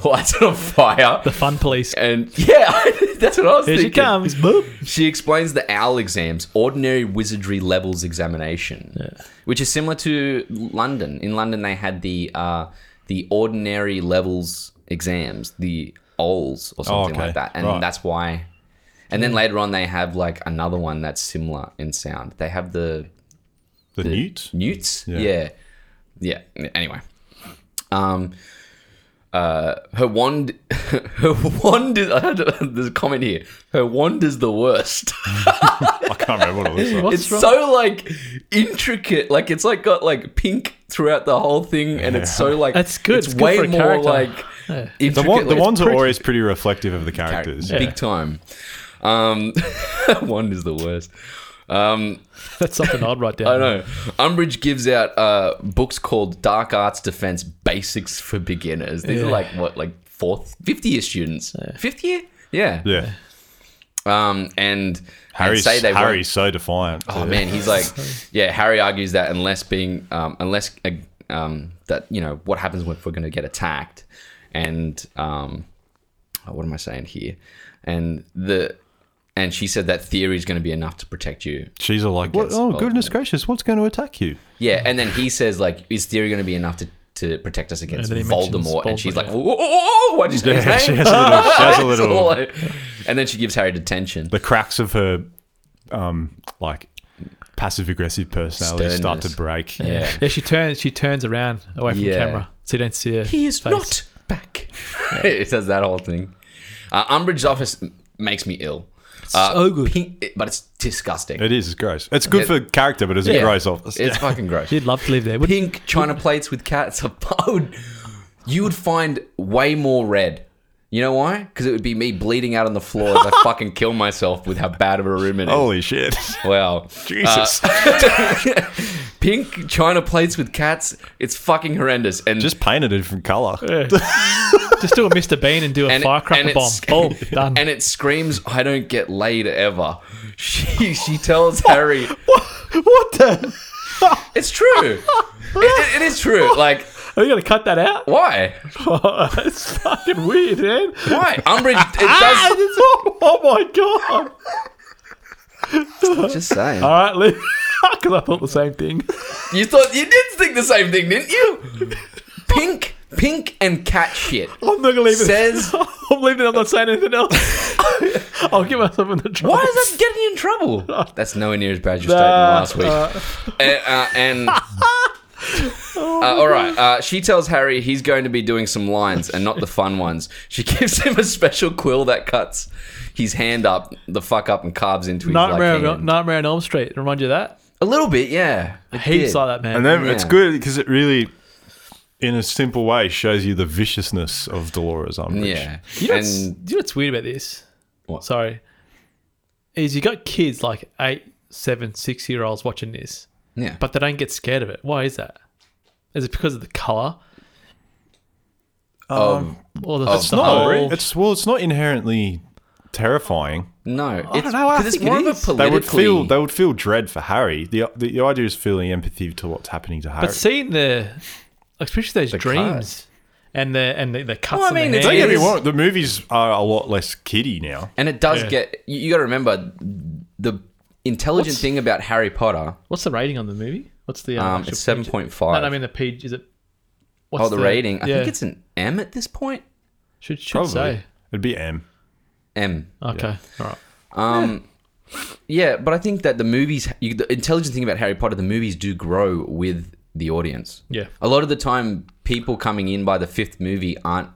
[SPEAKER 1] lights it on fire.
[SPEAKER 3] Mm.
[SPEAKER 2] The fun police.
[SPEAKER 1] And yeah, that's what I was
[SPEAKER 2] Here she
[SPEAKER 1] thinking.
[SPEAKER 2] comes. Boop.
[SPEAKER 1] She explains the OWL exams, Ordinary Wizardry Levels Examination, which is similar to London. In London, they had the uh, the Ordinary Levels exams, the OLs or something
[SPEAKER 3] okay.
[SPEAKER 1] like that, and
[SPEAKER 3] Right.
[SPEAKER 1] that's why. And then later on, they have like another one that's similar in sound. They have the
[SPEAKER 3] The Newt?
[SPEAKER 1] Newts.
[SPEAKER 3] Yeah.
[SPEAKER 1] Yeah. yeah. Anyway, um, uh, her wand, her wand is. I had there's a comment here. Her wand is the worst.
[SPEAKER 3] I can't remember what it was.
[SPEAKER 2] What's
[SPEAKER 1] it's
[SPEAKER 2] wrong?
[SPEAKER 1] so like intricate. Like it's like got like pink throughout the whole thing, and it's so like
[SPEAKER 2] That's good.
[SPEAKER 1] It's,
[SPEAKER 2] It's good
[SPEAKER 1] way
[SPEAKER 2] for a
[SPEAKER 1] more
[SPEAKER 2] character.
[SPEAKER 1] like
[SPEAKER 2] Yeah.
[SPEAKER 1] intricate.
[SPEAKER 3] The, one, the
[SPEAKER 1] like,
[SPEAKER 3] ones are
[SPEAKER 1] pretty
[SPEAKER 3] always pretty reflective of the
[SPEAKER 1] character-
[SPEAKER 3] characters.
[SPEAKER 1] big time. Um, one is the worst. Um,
[SPEAKER 2] That's something I'd write down.
[SPEAKER 1] I know. Umbridge gives out uh, books called Dark Arts Defense Basics for Beginners. These are
[SPEAKER 2] Yeah.
[SPEAKER 1] like what, like fourth, fifth year students, fifth year, yeah.
[SPEAKER 3] Yeah.
[SPEAKER 1] Um, and and
[SPEAKER 3] Harry's,
[SPEAKER 1] say they won't-
[SPEAKER 3] Harry's so defiant.
[SPEAKER 1] Oh
[SPEAKER 3] Yeah.
[SPEAKER 1] man, he's like, yeah. Harry argues that unless being, um, unless uh, um, that you know what happens if we're going to get attacked, and um, oh, what am I saying here? And the and she said that theory is going to be enough to protect you.
[SPEAKER 3] She's all like, what,
[SPEAKER 1] Gets
[SPEAKER 3] oh,
[SPEAKER 1] old,
[SPEAKER 3] goodness
[SPEAKER 1] yeah.
[SPEAKER 3] gracious, what's going to attack you?
[SPEAKER 1] Yeah, and then he says like, is theory going to be enough to to protect us against
[SPEAKER 2] then he mentions
[SPEAKER 1] Voldemort? And she's
[SPEAKER 2] Voldemort,
[SPEAKER 1] like,
[SPEAKER 2] yeah.
[SPEAKER 1] whoa, whoa, whoa, whoa, what'd you say his
[SPEAKER 3] Yeah, she
[SPEAKER 1] name?
[SPEAKER 3] has a little. She has a
[SPEAKER 1] It's
[SPEAKER 3] little
[SPEAKER 1] all like- and then she gives Harry detention.
[SPEAKER 3] the cracks of her, um, like passive aggressive personality start
[SPEAKER 1] Sternness.
[SPEAKER 3] to break.
[SPEAKER 1] Yeah.
[SPEAKER 2] Yeah, she turns. She turns around away from
[SPEAKER 1] Yeah.
[SPEAKER 2] the camera, so you don't see her.
[SPEAKER 1] He is
[SPEAKER 2] face.
[SPEAKER 1] not back. it says that whole thing. Uh, Umbridge's office m- makes me ill. Uh,
[SPEAKER 2] so good.
[SPEAKER 1] pink- it- but it's disgusting.
[SPEAKER 3] It is. It's gross. It's good
[SPEAKER 1] It-
[SPEAKER 3] for character, but it's a
[SPEAKER 1] Yeah.
[SPEAKER 3] gross office.
[SPEAKER 1] It's fucking gross.
[SPEAKER 2] You'd love to live there. Would
[SPEAKER 1] Pink china plates with cats. I would, you would find way more red. You know why? Because it would be me bleeding out on the floor as I fucking kill myself with how bad of a room it is.
[SPEAKER 3] Holy shit.
[SPEAKER 1] Wow. Uh,
[SPEAKER 3] Jesus.
[SPEAKER 1] Pink china plates with cats. It's fucking horrendous. And
[SPEAKER 3] Just painted a different color.
[SPEAKER 2] just do a Mr. Bean and do a
[SPEAKER 1] and,
[SPEAKER 2] firecracker
[SPEAKER 1] and
[SPEAKER 2] bomb.
[SPEAKER 1] it's-
[SPEAKER 2] Boom, done.
[SPEAKER 1] And it screams, "I don't get laid ever." She she tells Harry,
[SPEAKER 2] what the?
[SPEAKER 1] "It's true. It- it- it is true. Like
[SPEAKER 2] Are you gonna cut that out?
[SPEAKER 1] why?
[SPEAKER 2] it's fucking weird, man.
[SPEAKER 1] Why? Umbridge. It
[SPEAKER 2] oh, my god!
[SPEAKER 1] does. Just saying.
[SPEAKER 2] All right, leave. Because I thought the same thing.
[SPEAKER 1] You thought you did think the same thing, didn't you? Pink, pink, and cat shit.
[SPEAKER 2] I'm not gonna leave it.
[SPEAKER 1] Says-
[SPEAKER 2] I'm leaving. it, I'm not saying anything else. I'll get myself in the trouble.
[SPEAKER 1] Why is that getting you in trouble? That's nowhere near as bad as your statement
[SPEAKER 2] Nah,
[SPEAKER 1] last week.
[SPEAKER 2] uh,
[SPEAKER 1] and, uh, and Uh, all right, uh, she tells Harry he's going to be doing some lines and not the fun ones. She gives him a special quill that cuts his hand up, the fuck up, and carves into his like,
[SPEAKER 2] Nightmare, on,
[SPEAKER 1] hand.
[SPEAKER 2] Nightmare on Elm Street. Remind you of that?
[SPEAKER 1] A little bit, yeah. It
[SPEAKER 2] Heaps
[SPEAKER 1] did.
[SPEAKER 2] like that, man.
[SPEAKER 3] And then it's
[SPEAKER 1] Yeah.
[SPEAKER 3] good because it really, in a simple way, shows you the viciousness of Dolores Umbridge.
[SPEAKER 1] Yeah,
[SPEAKER 2] You know, what's,
[SPEAKER 1] and
[SPEAKER 2] you know what's weird about this?
[SPEAKER 1] What?
[SPEAKER 2] Sorry. Is you got kids like eight, seven, six year olds watching this,
[SPEAKER 1] yeah,
[SPEAKER 2] but they don't get scared of it. Why is that? Is it because of the color
[SPEAKER 1] um,
[SPEAKER 2] or the
[SPEAKER 1] it's
[SPEAKER 2] the
[SPEAKER 1] not
[SPEAKER 2] whole-
[SPEAKER 1] really.
[SPEAKER 3] It's well, it's not inherently terrifying.
[SPEAKER 1] no, it's,
[SPEAKER 2] don't know, I
[SPEAKER 1] 'cause it's
[SPEAKER 2] think it
[SPEAKER 1] more of a
[SPEAKER 2] is. They
[SPEAKER 1] politically.
[SPEAKER 3] They would feel they would feel dread for Harry. The, the the idea is feeling empathy to what's happening to Harry.
[SPEAKER 2] But seeing the, especially those dreams and the and the, the cuts.
[SPEAKER 1] Well, I
[SPEAKER 2] on the
[SPEAKER 1] mean, it's-
[SPEAKER 3] Don't
[SPEAKER 2] hand.
[SPEAKER 3] get me
[SPEAKER 1] is-
[SPEAKER 3] wrong. The movies are a lot less kiddie now.
[SPEAKER 1] and it does
[SPEAKER 2] Yeah.
[SPEAKER 1] get. You, you got to remember the intelligent
[SPEAKER 2] What's-
[SPEAKER 1] thing about Harry Potter.
[SPEAKER 2] What's the rating on the movie? What's the? uh,
[SPEAKER 1] Um,
[SPEAKER 2] actual
[SPEAKER 1] it's
[SPEAKER 2] PG?
[SPEAKER 1] seven point
[SPEAKER 2] No,
[SPEAKER 1] five.
[SPEAKER 2] no, I mean the page. Is it? What's
[SPEAKER 1] oh, the, rating. I
[SPEAKER 2] yeah.
[SPEAKER 1] think it's an M at this point.
[SPEAKER 2] should should
[SPEAKER 3] Probably
[SPEAKER 2] say.
[SPEAKER 3] it'd be M.
[SPEAKER 1] M.
[SPEAKER 2] Okay, all right.
[SPEAKER 1] Um, yeah, but I think that the movies, you, the intelligent thing about Harry Potter, the movies do grow with the audience.
[SPEAKER 2] Yeah.
[SPEAKER 1] A lot of the time, people coming in by the fifth movie aren't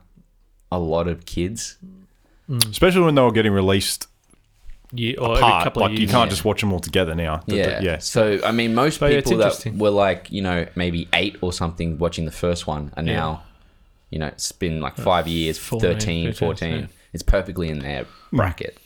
[SPEAKER 1] a lot of kids.
[SPEAKER 3] Especially when they were getting released
[SPEAKER 2] Yeah, or every
[SPEAKER 3] part.
[SPEAKER 2] couple
[SPEAKER 3] Like
[SPEAKER 2] of
[SPEAKER 3] you
[SPEAKER 2] years.
[SPEAKER 3] can't just watch them all together now. The- the-
[SPEAKER 1] Yeah.
[SPEAKER 3] yeah.
[SPEAKER 1] So I mean, most
[SPEAKER 2] But yeah, it's
[SPEAKER 1] people that
[SPEAKER 2] interesting.
[SPEAKER 1] were like you know maybe eight or something watching the first one are now, you know, it's been like five years,
[SPEAKER 2] 14,
[SPEAKER 1] 13,
[SPEAKER 2] 15,
[SPEAKER 1] 14.
[SPEAKER 2] yeah.
[SPEAKER 1] It's perfectly in their bracket.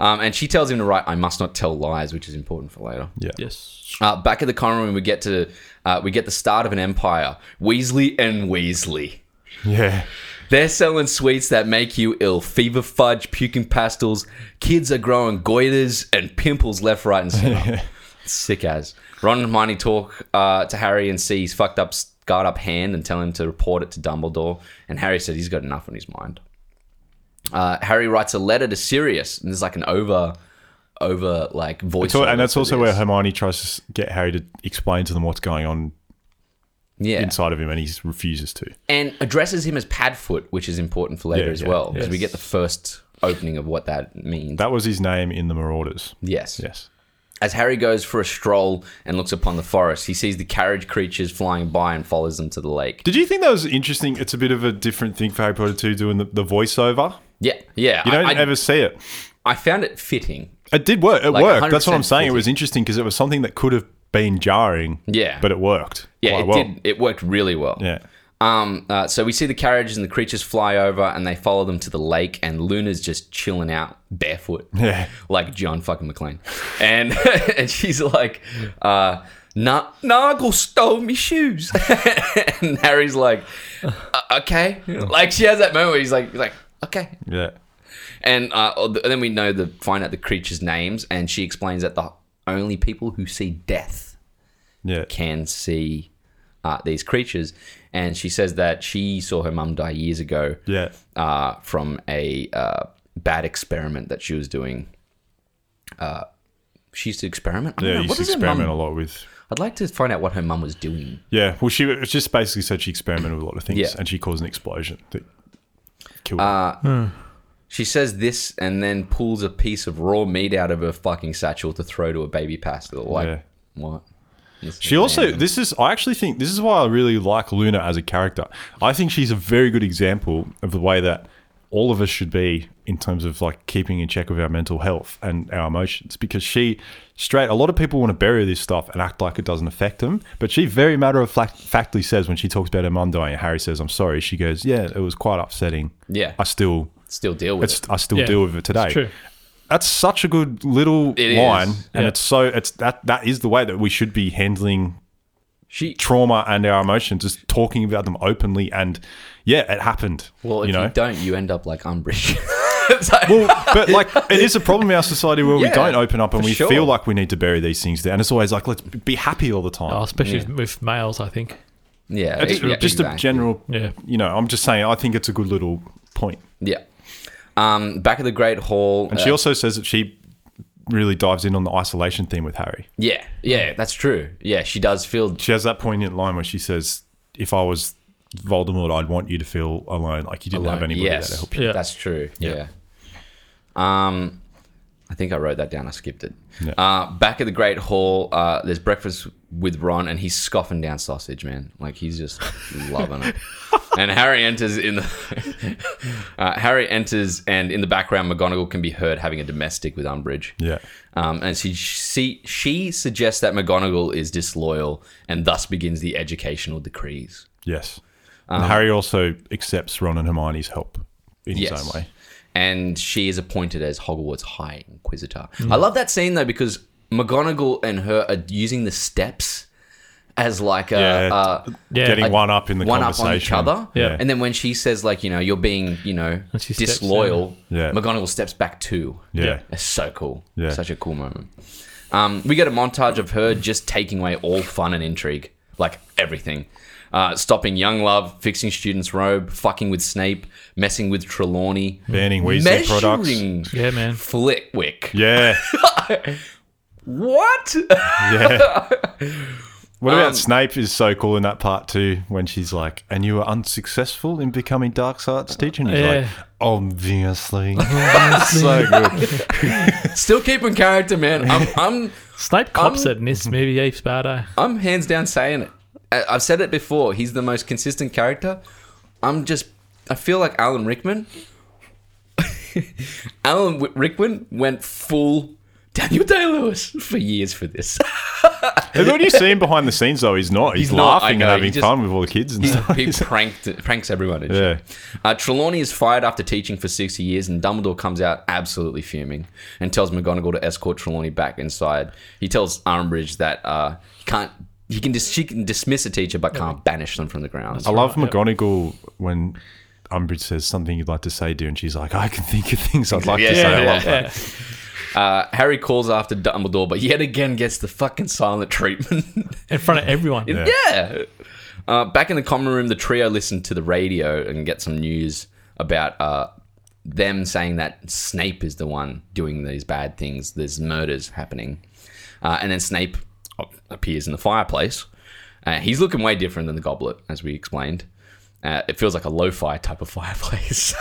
[SPEAKER 1] Um, and she tells him to write, "I must not tell lies," which is important for later.
[SPEAKER 3] Yeah.
[SPEAKER 2] Yes.
[SPEAKER 1] Uh, back at the common room, we get to uh, we get the start of an empire. Weasley and Weasley.
[SPEAKER 3] Yeah.
[SPEAKER 1] They're selling sweets that make you ill. Fever fudge, puking pastels. Kids are growing goiters and pimples left, right, and center. Sick as. Ron and Hermione talk uh, to Harry and see his fucked up, scarred up hand and tell him to report it to Dumbledore. And Harry said he's got enough on his mind. Uh, Harry writes a letter to Sirius, and there's like an over, over like voice.
[SPEAKER 3] So, and that's also where Hermione tries to s- get Harry to explain to them what's going on
[SPEAKER 1] yeah.
[SPEAKER 3] inside of him, and he s- refuses to.
[SPEAKER 1] and addresses him as Padfoot, which is important for later
[SPEAKER 3] Yeah,
[SPEAKER 1] as
[SPEAKER 3] yeah,
[SPEAKER 1] well, because we
[SPEAKER 2] yes.
[SPEAKER 1] get the first opening of what that means.
[SPEAKER 3] That was his name in the Marauders.
[SPEAKER 1] yes.
[SPEAKER 3] Yes.
[SPEAKER 1] As Harry goes for a stroll and looks upon the forest, he sees the carriage creatures flying by and follows them to the lake.
[SPEAKER 3] Did you think that was interesting? It's a bit of a different thing for Harry Potter 2 doing the, the voiceover.
[SPEAKER 1] Yeah, yeah.
[SPEAKER 3] You don't
[SPEAKER 1] I, I,
[SPEAKER 3] ever see it.
[SPEAKER 1] I found it fitting.
[SPEAKER 3] It did work. It
[SPEAKER 1] Like,
[SPEAKER 3] worked. That's what I'm
[SPEAKER 1] 100%
[SPEAKER 3] saying. It was interesting because it was something that could have been jarring.
[SPEAKER 1] Yeah.
[SPEAKER 3] But it worked.
[SPEAKER 1] Yeah,
[SPEAKER 3] quite
[SPEAKER 1] it
[SPEAKER 3] well.
[SPEAKER 1] did. It worked really well.
[SPEAKER 3] Yeah.
[SPEAKER 1] Um, uh, so we see the carriages and the creatures fly over, and they follow them to the lake. And Luna's just chilling out barefoot,
[SPEAKER 3] Yeah.
[SPEAKER 1] like John fucking McClane. And and she's like, uh, "Na- Nagel stole me shoes." and Harry's like, "Uh, "Okay," like she has that moment where he's like, he's like "Okay."
[SPEAKER 3] Yeah.
[SPEAKER 1] And uh, oh, th- then we know the find out the creatures' names, and she explains that the only people who see death
[SPEAKER 3] Yeah.
[SPEAKER 1] can see uh, these creatures. And she says that she saw her mum die years ago
[SPEAKER 3] Yeah.
[SPEAKER 1] uh, from a uh, bad experiment that she was doing. Uh, she used to experiment. I don't
[SPEAKER 3] Yeah.
[SPEAKER 1] know.
[SPEAKER 3] You
[SPEAKER 1] What
[SPEAKER 3] used to
[SPEAKER 1] does her
[SPEAKER 3] experiment a
[SPEAKER 1] mum-
[SPEAKER 3] lot with.
[SPEAKER 1] I'd like to find out what her mum was doing.
[SPEAKER 3] Yeah. Well, she it just basically said she experimented with a lot of things
[SPEAKER 1] Yeah.
[SPEAKER 3] and she caused an explosion that killed her.
[SPEAKER 1] She says this and then pulls a piece of raw meat out of her fucking satchel to throw to a baby pastel. Like
[SPEAKER 3] Yeah.
[SPEAKER 1] what?
[SPEAKER 3] She also, this is, I actually think this is why I really like Luna as a character. I think she's a very good example of the way that all of us should be in terms of like keeping in check of our mental health and our emotions because she straight a lot of people want to bury this stuff and act like it doesn't affect them but she very matter of fact- factly says when she talks about her mum dying and harry says i'm sorry she goes yeah it was quite upsetting
[SPEAKER 1] Yeah.
[SPEAKER 3] i still
[SPEAKER 1] still deal with
[SPEAKER 3] it's
[SPEAKER 1] it.
[SPEAKER 3] i still
[SPEAKER 2] Yeah,
[SPEAKER 3] deal with it today
[SPEAKER 2] it's true.
[SPEAKER 3] that's such a good little
[SPEAKER 1] It
[SPEAKER 3] line
[SPEAKER 1] is.
[SPEAKER 3] and
[SPEAKER 2] Yeah.
[SPEAKER 3] it's so it's that that is the way that we should be handling
[SPEAKER 1] She
[SPEAKER 3] trauma and our emotions, just talking about them openly. And yeah, it happened.
[SPEAKER 1] well, if
[SPEAKER 3] you
[SPEAKER 1] you,
[SPEAKER 3] know.
[SPEAKER 1] don't, you end up like Umbridge. It's like-
[SPEAKER 3] well, but like it is a problem in our society where we
[SPEAKER 1] Yeah,
[SPEAKER 3] don't open up and
[SPEAKER 1] for
[SPEAKER 3] we
[SPEAKER 1] sure.
[SPEAKER 3] feel like we need to bury these things down. And it's always like let's be happy all the time.
[SPEAKER 2] Oh, especially
[SPEAKER 1] Yeah.
[SPEAKER 2] with males, I think.
[SPEAKER 1] yeah,
[SPEAKER 3] It's
[SPEAKER 1] it- yeah,
[SPEAKER 3] just a
[SPEAKER 1] exactly.
[SPEAKER 3] general.
[SPEAKER 2] Yeah.
[SPEAKER 3] You know, I'm just saying. I think it's a good little point.
[SPEAKER 1] Yeah. Um, back at the Great Hall.
[SPEAKER 3] And
[SPEAKER 1] uh,
[SPEAKER 3] she also says that she really dives in on the isolation theme with Harry.
[SPEAKER 1] yeah, yeah, that's true. Yeah, she does feel.
[SPEAKER 3] She has that poignant line where she says, "If I was Voldemort, I'd want you to feel alone, like you didn't have anybody there to
[SPEAKER 1] yes,
[SPEAKER 3] help you."
[SPEAKER 2] you. Yeah.
[SPEAKER 1] that's true. Yeah.
[SPEAKER 3] Yeah.
[SPEAKER 1] Um, I think I wrote that down. I skipped it.
[SPEAKER 3] Yeah.
[SPEAKER 1] Uh, back at the Great Hall, uh, there's breakfast with Ron, and he's scoffing down sausage, man. Like he's just loving it. And Harry enters in the. uh, Harry enters, and in the background, McGonagall can be heard having a domestic with Umbridge.
[SPEAKER 3] Yeah.
[SPEAKER 1] Um, and she, she she suggests that McGonagall is disloyal, and thus begins the educational decrees.
[SPEAKER 3] Yes. And
[SPEAKER 1] Um,
[SPEAKER 3] Harry also accepts Ron and Hermione's help in his own way.
[SPEAKER 1] And she is appointed as Hogwarts High Inquisitor.
[SPEAKER 3] Mm.
[SPEAKER 1] I love that scene though because McGonagall and her are using the steps as like a,
[SPEAKER 3] Yeah,
[SPEAKER 1] uh,
[SPEAKER 2] Yeah.
[SPEAKER 3] Getting
[SPEAKER 2] like,
[SPEAKER 3] one up in the
[SPEAKER 1] one up on each
[SPEAKER 3] conversation.
[SPEAKER 1] other.
[SPEAKER 3] Yeah.
[SPEAKER 1] And then when she says like you know you're being you know
[SPEAKER 2] And she steps
[SPEAKER 1] disloyal,
[SPEAKER 3] in. Yeah.
[SPEAKER 1] McGonagall steps back too.
[SPEAKER 3] yeah.
[SPEAKER 1] It's so cool.
[SPEAKER 3] Yeah.
[SPEAKER 1] Such a cool moment. Um, we get a montage of her just taking away all fun and intrigue, like everything. Uh, stopping young love, fixing students' robe, fucking with Snape, messing with Trelawney,
[SPEAKER 3] Banning Weasley products.
[SPEAKER 1] measuring
[SPEAKER 2] Yeah, man.
[SPEAKER 1] Flitwick.
[SPEAKER 3] Yeah.
[SPEAKER 1] What?
[SPEAKER 3] Yeah. What
[SPEAKER 1] Um,
[SPEAKER 3] about Snape is so cool in that part too, when she's like, and you were unsuccessful in becoming Darkseid's teacher? And he's like,
[SPEAKER 2] Yeah.
[SPEAKER 3] obviously. That's so good.
[SPEAKER 1] Still keeping character, man. I'm, I'm,
[SPEAKER 2] Snape cops
[SPEAKER 1] Um,
[SPEAKER 2] it in this movie, heaps bad, eh?
[SPEAKER 1] I'm hands down saying it. I, I've said it before. He's the most consistent character. I'm just. I feel like Alan Rickman. Alan Wi- Rickman went full Daniel Day Lewis for years for this.
[SPEAKER 3] And when you see him behind the scenes, though, he's not. He's,
[SPEAKER 1] He's not, I
[SPEAKER 3] laughing
[SPEAKER 1] know,
[SPEAKER 3] and
[SPEAKER 1] he
[SPEAKER 3] having
[SPEAKER 1] just-
[SPEAKER 3] fun with all the kids and stuff.
[SPEAKER 1] he pranked pranks everyone. And
[SPEAKER 3] Yeah.
[SPEAKER 1] shit. Uh, Trelawney is fired after teaching for sixty years, and Dumbledore comes out absolutely fuming and tells McGonagall to escort Trelawney back inside. He tells Umbridge that uh, he can't. He can dis- she can dismiss a teacher, but can't banish them from the grounds.
[SPEAKER 3] I love McGonagall when Umbridge says something you'd like to say, dear, and she's like, I can think of things I'd like
[SPEAKER 1] Yeah,
[SPEAKER 3] to say. I
[SPEAKER 1] yeah,
[SPEAKER 3] love that.
[SPEAKER 1] Uh, Harry calls after Dumbledore, but yet again gets the fucking silent treatment.
[SPEAKER 2] In front of everyone.
[SPEAKER 1] yeah. Uh, back in the common room, the trio listen to the radio and get some news about uh, them saying that Snape is the one doing these bad things. There's murders happening. Uh, and then Snape appears in the fireplace. Uh, he's looking way different than the goblet, as we explained. Uh, it feels like a lo fi type of fireplace,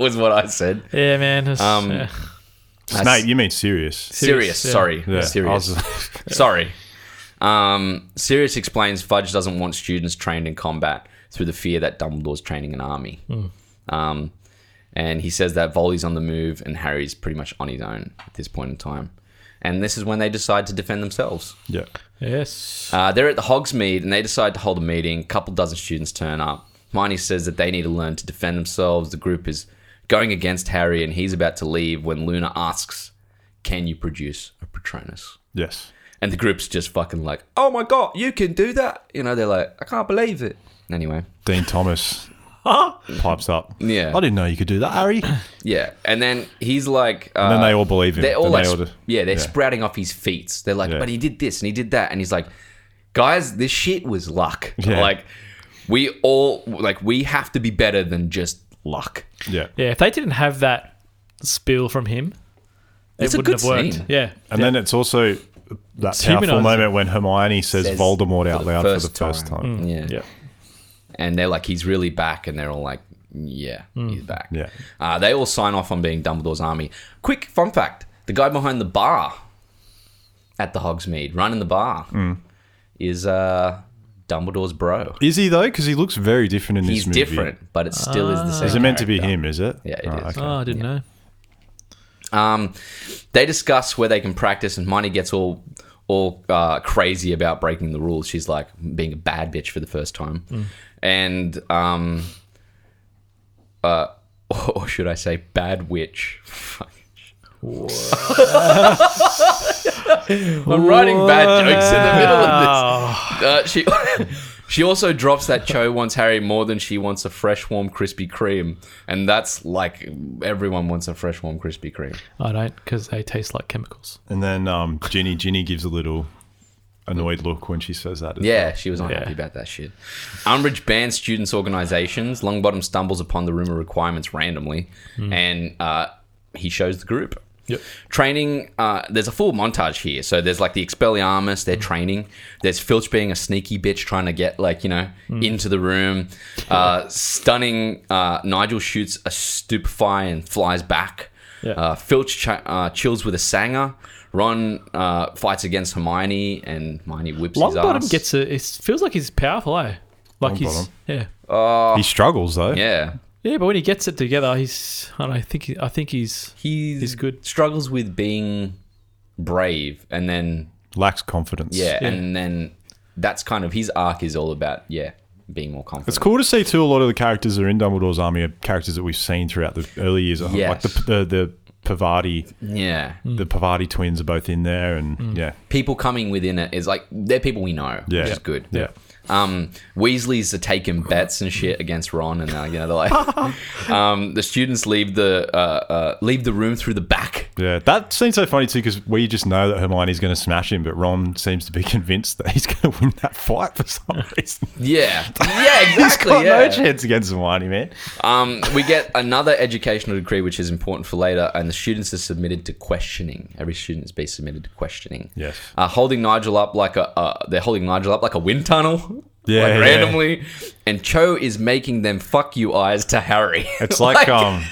[SPEAKER 1] was what I said.
[SPEAKER 2] Yeah, man. it's-
[SPEAKER 1] Um,
[SPEAKER 2] yeah.
[SPEAKER 3] Snape, you mean serious?
[SPEAKER 1] Serious,
[SPEAKER 2] Sirius, yeah.
[SPEAKER 1] sorry.
[SPEAKER 3] Yeah, I
[SPEAKER 1] Serious.
[SPEAKER 3] was-
[SPEAKER 1] Sorry. Um, Sirius explains Fudge doesn't want students trained in combat through the fear that Dumbledore's training an army. Um, and he says that Volley's on the move and Harry's pretty much on his own at this point in time. and this is when they decide to defend themselves.
[SPEAKER 3] Yeah.
[SPEAKER 2] Yes.
[SPEAKER 1] Uh, they're at the Hogsmeade and they decide to hold a meeting. A couple dozen students turn up. Hermione says that they need to learn to defend themselves. The group is going against Harry and he's about to leave when Luna asks, Can you produce a Patronus?
[SPEAKER 3] Yes.
[SPEAKER 1] And the group's just fucking like, Oh my God, you can do that. You know, they're like, I can't believe it. Anyway,
[SPEAKER 3] Dean Thomas pipes up.
[SPEAKER 1] Yeah.
[SPEAKER 3] I didn't know you could do that, Harry.
[SPEAKER 1] yeah. And then he's like, uh,
[SPEAKER 3] And then they all believe him.
[SPEAKER 1] They're all
[SPEAKER 3] Then
[SPEAKER 1] like,
[SPEAKER 3] they all do-
[SPEAKER 1] yeah, they're
[SPEAKER 3] yeah.
[SPEAKER 1] sprouting off his feet. They're like,
[SPEAKER 3] Yeah.
[SPEAKER 1] but he did this and he did that, and he's like, guys, this shit was luck.
[SPEAKER 3] Yeah.
[SPEAKER 1] Like, we all like we have to be better than just luck.
[SPEAKER 3] Yeah.
[SPEAKER 2] Yeah, if they didn't have that spill from him,
[SPEAKER 1] It's a
[SPEAKER 2] it wouldn't
[SPEAKER 1] good
[SPEAKER 2] have worked.
[SPEAKER 1] scene.
[SPEAKER 2] Yeah.
[SPEAKER 3] And then it's also that powerful
[SPEAKER 2] humanising.
[SPEAKER 3] moment when Hermione says,
[SPEAKER 1] Says
[SPEAKER 3] Voldemort
[SPEAKER 1] for
[SPEAKER 3] out
[SPEAKER 1] the
[SPEAKER 3] loud for the
[SPEAKER 1] first
[SPEAKER 3] first
[SPEAKER 1] time.
[SPEAKER 3] time. Mm.
[SPEAKER 1] Yeah.
[SPEAKER 3] Yeah.
[SPEAKER 1] And they're like, he's really back, and they're all like, yeah, he's back.
[SPEAKER 3] Yeah.
[SPEAKER 1] Uh, they all sign off on being Dumbledore's army. Quick fun fact: the guy behind the bar at the Hogsmeade, running the bar,
[SPEAKER 3] Hmm.
[SPEAKER 1] is uh, Dumbledore's bro.
[SPEAKER 3] Is he though? Because he looks very different in
[SPEAKER 1] He's
[SPEAKER 3] this movie.
[SPEAKER 1] different, but it still is the same.
[SPEAKER 3] Is it meant to be
[SPEAKER 1] character.
[SPEAKER 3] him? Is it?
[SPEAKER 1] Yeah, it
[SPEAKER 3] it is.
[SPEAKER 1] is.
[SPEAKER 2] Oh, I didn't know.
[SPEAKER 1] Um, they discuss where they can practice, and Miney gets all all uh, crazy about breaking the rules. She's like being a bad bitch for the first time, and um, uh, or should I say, bad witch. Fuck. I'm writing bad jokes in the middle of this.
[SPEAKER 2] Oh,
[SPEAKER 1] Uh, she she also drops that Cho wants Harry more than she wants a fresh, warm Krispy Kreme, and that's like everyone wants a fresh, warm Krispy Kreme.
[SPEAKER 2] I don't, because they taste like chemicals.
[SPEAKER 3] And then um, Ginny, Ginny gives a little annoyed look when she says that. as
[SPEAKER 1] Yeah, she was unhappy
[SPEAKER 2] Yeah.
[SPEAKER 1] about that shit. Umbridge bans students' organizations. Longbottom stumbles upon the rumor requirements randomly, and uh, he shows the group.
[SPEAKER 2] Hmm. Yep.
[SPEAKER 1] Training, uh, there's a full montage here. So there's like the Expelliarmus,
[SPEAKER 2] Hmm.
[SPEAKER 1] they're training. There's Filch being a sneaky bitch trying to get, like, you know,
[SPEAKER 2] Hmm.
[SPEAKER 1] into the room. Uh, stunning, uh, Nigel shoots a stupefy and flies back.
[SPEAKER 2] Yeah.
[SPEAKER 1] Uh, Filch ch- uh, chills with a Sanger. Ron uh, fights against Hermione, and Hermione whips his ass.
[SPEAKER 2] Longbottom gets a. It feels like he's powerful, eh? Like he's
[SPEAKER 3] Longbottom.
[SPEAKER 2] yeah,
[SPEAKER 3] well. He struggles though.
[SPEAKER 1] Yeah.
[SPEAKER 2] yeah. But when he gets it together, he's. I don't know, I think. He, I think he's.
[SPEAKER 1] He's,
[SPEAKER 2] He's good.
[SPEAKER 1] Struggles with being brave and then
[SPEAKER 3] Lacks confidence.
[SPEAKER 1] yeah,
[SPEAKER 2] Yeah.
[SPEAKER 1] and then that's kind of his arc is all about, yeah, being more confident.
[SPEAKER 3] It's cool to see too. A lot of the characters that are in Dumbledore's army are characters that we've seen throughout the early years. Like
[SPEAKER 1] Yes. Mm.
[SPEAKER 3] the the, the Pavati,
[SPEAKER 1] Yeah.
[SPEAKER 3] the Pavati twins are both in there, and
[SPEAKER 1] Mm.
[SPEAKER 3] yeah,
[SPEAKER 1] People coming within it is like they're people we know,
[SPEAKER 3] yeah,
[SPEAKER 1] which is good.
[SPEAKER 3] Yeah,
[SPEAKER 1] Um, Weasleys are taking bets and shit against Ron, and uh, you know they're like, um, the students leave the uh, uh, leave the room through the back.
[SPEAKER 3] yeah. That seems so funny too because we just know that Hermione's going to smash him, but Ron seems to be convinced that he's going to win that fight for some reason.
[SPEAKER 1] Yeah, yeah, exactly.
[SPEAKER 3] He's got
[SPEAKER 1] yeah.
[SPEAKER 3] no chance against Hermione, man.
[SPEAKER 1] Um, we get another educational degree, which is important for later, and the students are submitted to questioning. Every student is being submitted to questioning.
[SPEAKER 3] Yes.
[SPEAKER 1] Uh, holding Nigel up like a, uh, they're holding Nigel up like a wind tunnel.
[SPEAKER 3] Yeah,
[SPEAKER 1] Like
[SPEAKER 3] yeah.
[SPEAKER 1] randomly, and Cho is making them fuck you eyes to Harry.
[SPEAKER 3] It's like, um,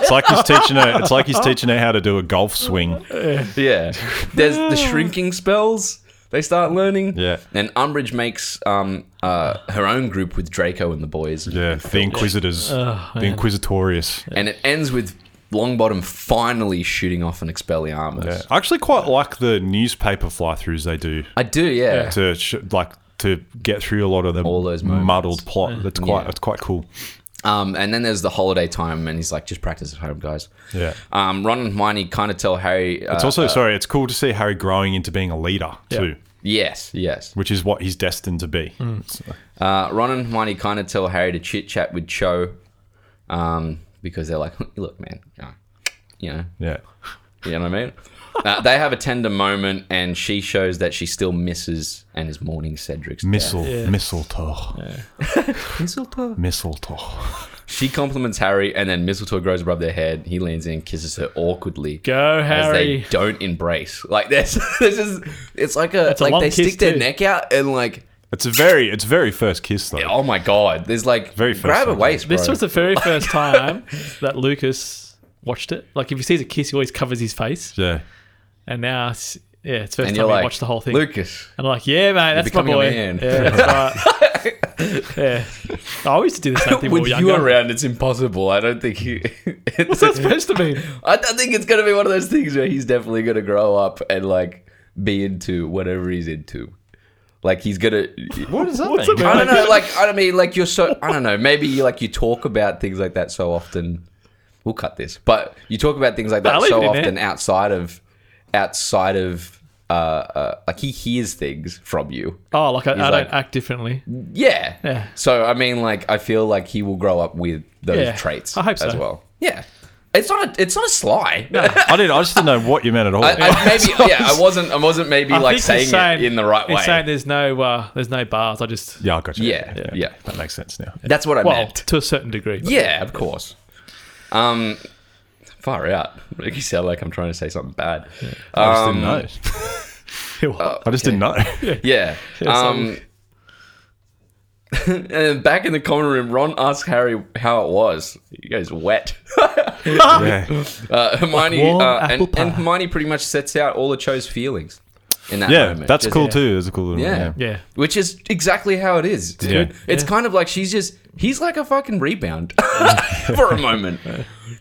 [SPEAKER 3] it's like he's teaching her. It's like he's teaching her how to do a golf swing.
[SPEAKER 1] yeah. There's the shrinking spells they start learning.
[SPEAKER 3] Yeah.
[SPEAKER 1] And Umbridge makes um uh her own group with Draco and the boys.
[SPEAKER 3] Yeah, the Inquisitors, the Inquisitorious.
[SPEAKER 1] And it ends with Longbottom finally shooting off an Expelliarmus.
[SPEAKER 3] Yeah. I actually quite like the newspaper fly-throughs they do
[SPEAKER 1] I do, yeah.
[SPEAKER 3] to sh- like to get through a lot of the
[SPEAKER 1] All those moments.
[SPEAKER 3] muddled plot. That's quite
[SPEAKER 1] Yeah.
[SPEAKER 3] that's quite cool.
[SPEAKER 1] Um, and then there's the holiday time, and he's like, just practice at home, guys.
[SPEAKER 3] Yeah.
[SPEAKER 1] Um, Ron and Hermione kind of tell Harry. Uh,
[SPEAKER 3] It's also sorry, it's cool to see Harry growing into being a leader too,
[SPEAKER 1] yes, yes.
[SPEAKER 3] which is what he's destined to be. So-
[SPEAKER 1] Uh, Ron and Hermione kind of tell Harry to chit chat with Cho, um, because they're like, look, man, uh, you know,
[SPEAKER 3] yeah.
[SPEAKER 1] you know what I mean. Uh, they have a tender moment, and she shows that she still misses and is mourning Cedric's death.
[SPEAKER 3] Missile,
[SPEAKER 2] Yeah.
[SPEAKER 3] mistletoe,
[SPEAKER 1] mistletoe.
[SPEAKER 3] mistletoe.
[SPEAKER 1] She compliments Harry, and then mistletoe grows above their head. He leans in, kisses her awkwardly.
[SPEAKER 2] Go
[SPEAKER 1] as they
[SPEAKER 2] Harry.
[SPEAKER 1] don't embrace. Like this, this is it's like a
[SPEAKER 2] a
[SPEAKER 1] like
[SPEAKER 2] long
[SPEAKER 1] they
[SPEAKER 2] kiss
[SPEAKER 1] stick their
[SPEAKER 2] too.
[SPEAKER 1] neck out and like
[SPEAKER 3] It's a very, it's very first kiss though.
[SPEAKER 1] oh my god, there's like
[SPEAKER 3] Very first
[SPEAKER 1] grab a
[SPEAKER 3] time.
[SPEAKER 1] waist, bro.
[SPEAKER 2] This was the very first time that Lucas watched it. Like if he sees a kiss, he always covers his face.
[SPEAKER 3] Yeah.
[SPEAKER 2] And now, it's, yeah, it's the first
[SPEAKER 1] and
[SPEAKER 2] time
[SPEAKER 1] you're
[SPEAKER 2] I
[SPEAKER 1] like
[SPEAKER 2] watched the whole thing.
[SPEAKER 1] Lucas.
[SPEAKER 2] And I'm like, yeah, mate, that's my
[SPEAKER 1] becoming a
[SPEAKER 2] boy.
[SPEAKER 1] man.
[SPEAKER 2] Yeah, that's right. Yeah. I always do the same thing when
[SPEAKER 1] With
[SPEAKER 2] we were
[SPEAKER 1] you
[SPEAKER 2] younger.
[SPEAKER 1] around, it's impossible. I don't think he.
[SPEAKER 2] What's that supposed to mean?
[SPEAKER 1] I don't think it's going to be one of those things where he's definitely going to grow up and like be into whatever he's into. Like he's gonna.
[SPEAKER 2] What does that
[SPEAKER 3] What's
[SPEAKER 2] mean?
[SPEAKER 3] it
[SPEAKER 1] I don't know. Like I don't mean like you're so. I don't know. Maybe you, like you talk about things like that so often. We'll cut this, but you talk about things like
[SPEAKER 2] Nah,
[SPEAKER 1] that
[SPEAKER 2] leave
[SPEAKER 1] so
[SPEAKER 2] it in there.
[SPEAKER 1] often outside of, outside of, uh, uh, like he hears things from you.
[SPEAKER 2] Oh, like I, I don't
[SPEAKER 1] like-
[SPEAKER 2] act differently.
[SPEAKER 1] Yeah.
[SPEAKER 2] Yeah.
[SPEAKER 1] So I mean, like, I feel like he will grow up with those
[SPEAKER 2] Yeah.
[SPEAKER 1] traits
[SPEAKER 2] I hope so.
[SPEAKER 1] as well. Yeah. It's not. A, it's not a sly.
[SPEAKER 3] I didn't. I just didn't know what you meant at all.
[SPEAKER 1] I, I maybe. Yeah. I wasn't. I wasn't maybe
[SPEAKER 2] I
[SPEAKER 1] like
[SPEAKER 2] think he's
[SPEAKER 1] saying, it in the right
[SPEAKER 2] he's
[SPEAKER 1] way.
[SPEAKER 2] saying there's no uh, there's no bars. I just
[SPEAKER 3] yeah, I got you.
[SPEAKER 1] Yeah, yeah.
[SPEAKER 3] that makes sense now.
[SPEAKER 1] That's what I
[SPEAKER 2] well
[SPEAKER 1] meant.
[SPEAKER 2] to a certain degree. but-
[SPEAKER 1] Yeah. Of course. Um. Far out. You sound like I'm trying to say something bad.
[SPEAKER 3] I just
[SPEAKER 1] Um,
[SPEAKER 3] didn't know.
[SPEAKER 2] Um, Yeah.
[SPEAKER 3] I just didn't know.
[SPEAKER 1] Uh, Yeah.
[SPEAKER 2] Yeah, so-
[SPEAKER 1] um, and then back in the common room, Ron asked Harry how it was. He goes, wet.
[SPEAKER 2] Ah!
[SPEAKER 3] yeah.
[SPEAKER 1] Uh, Hermione
[SPEAKER 2] warm
[SPEAKER 1] uh,
[SPEAKER 2] apple
[SPEAKER 1] and, and
[SPEAKER 2] pie.
[SPEAKER 1] Hermione pretty much sets out all of Cho's feelings in that
[SPEAKER 3] Yeah,
[SPEAKER 1] moment.
[SPEAKER 3] that's
[SPEAKER 1] Just-
[SPEAKER 3] cool too. It's a cool.
[SPEAKER 1] Yeah.
[SPEAKER 3] Yeah.
[SPEAKER 2] Yeah.
[SPEAKER 1] Which is exactly how it is, dude.
[SPEAKER 3] Yeah.
[SPEAKER 1] It's
[SPEAKER 2] Yeah.
[SPEAKER 1] kind of like she's just he's like a fucking rebound for a moment.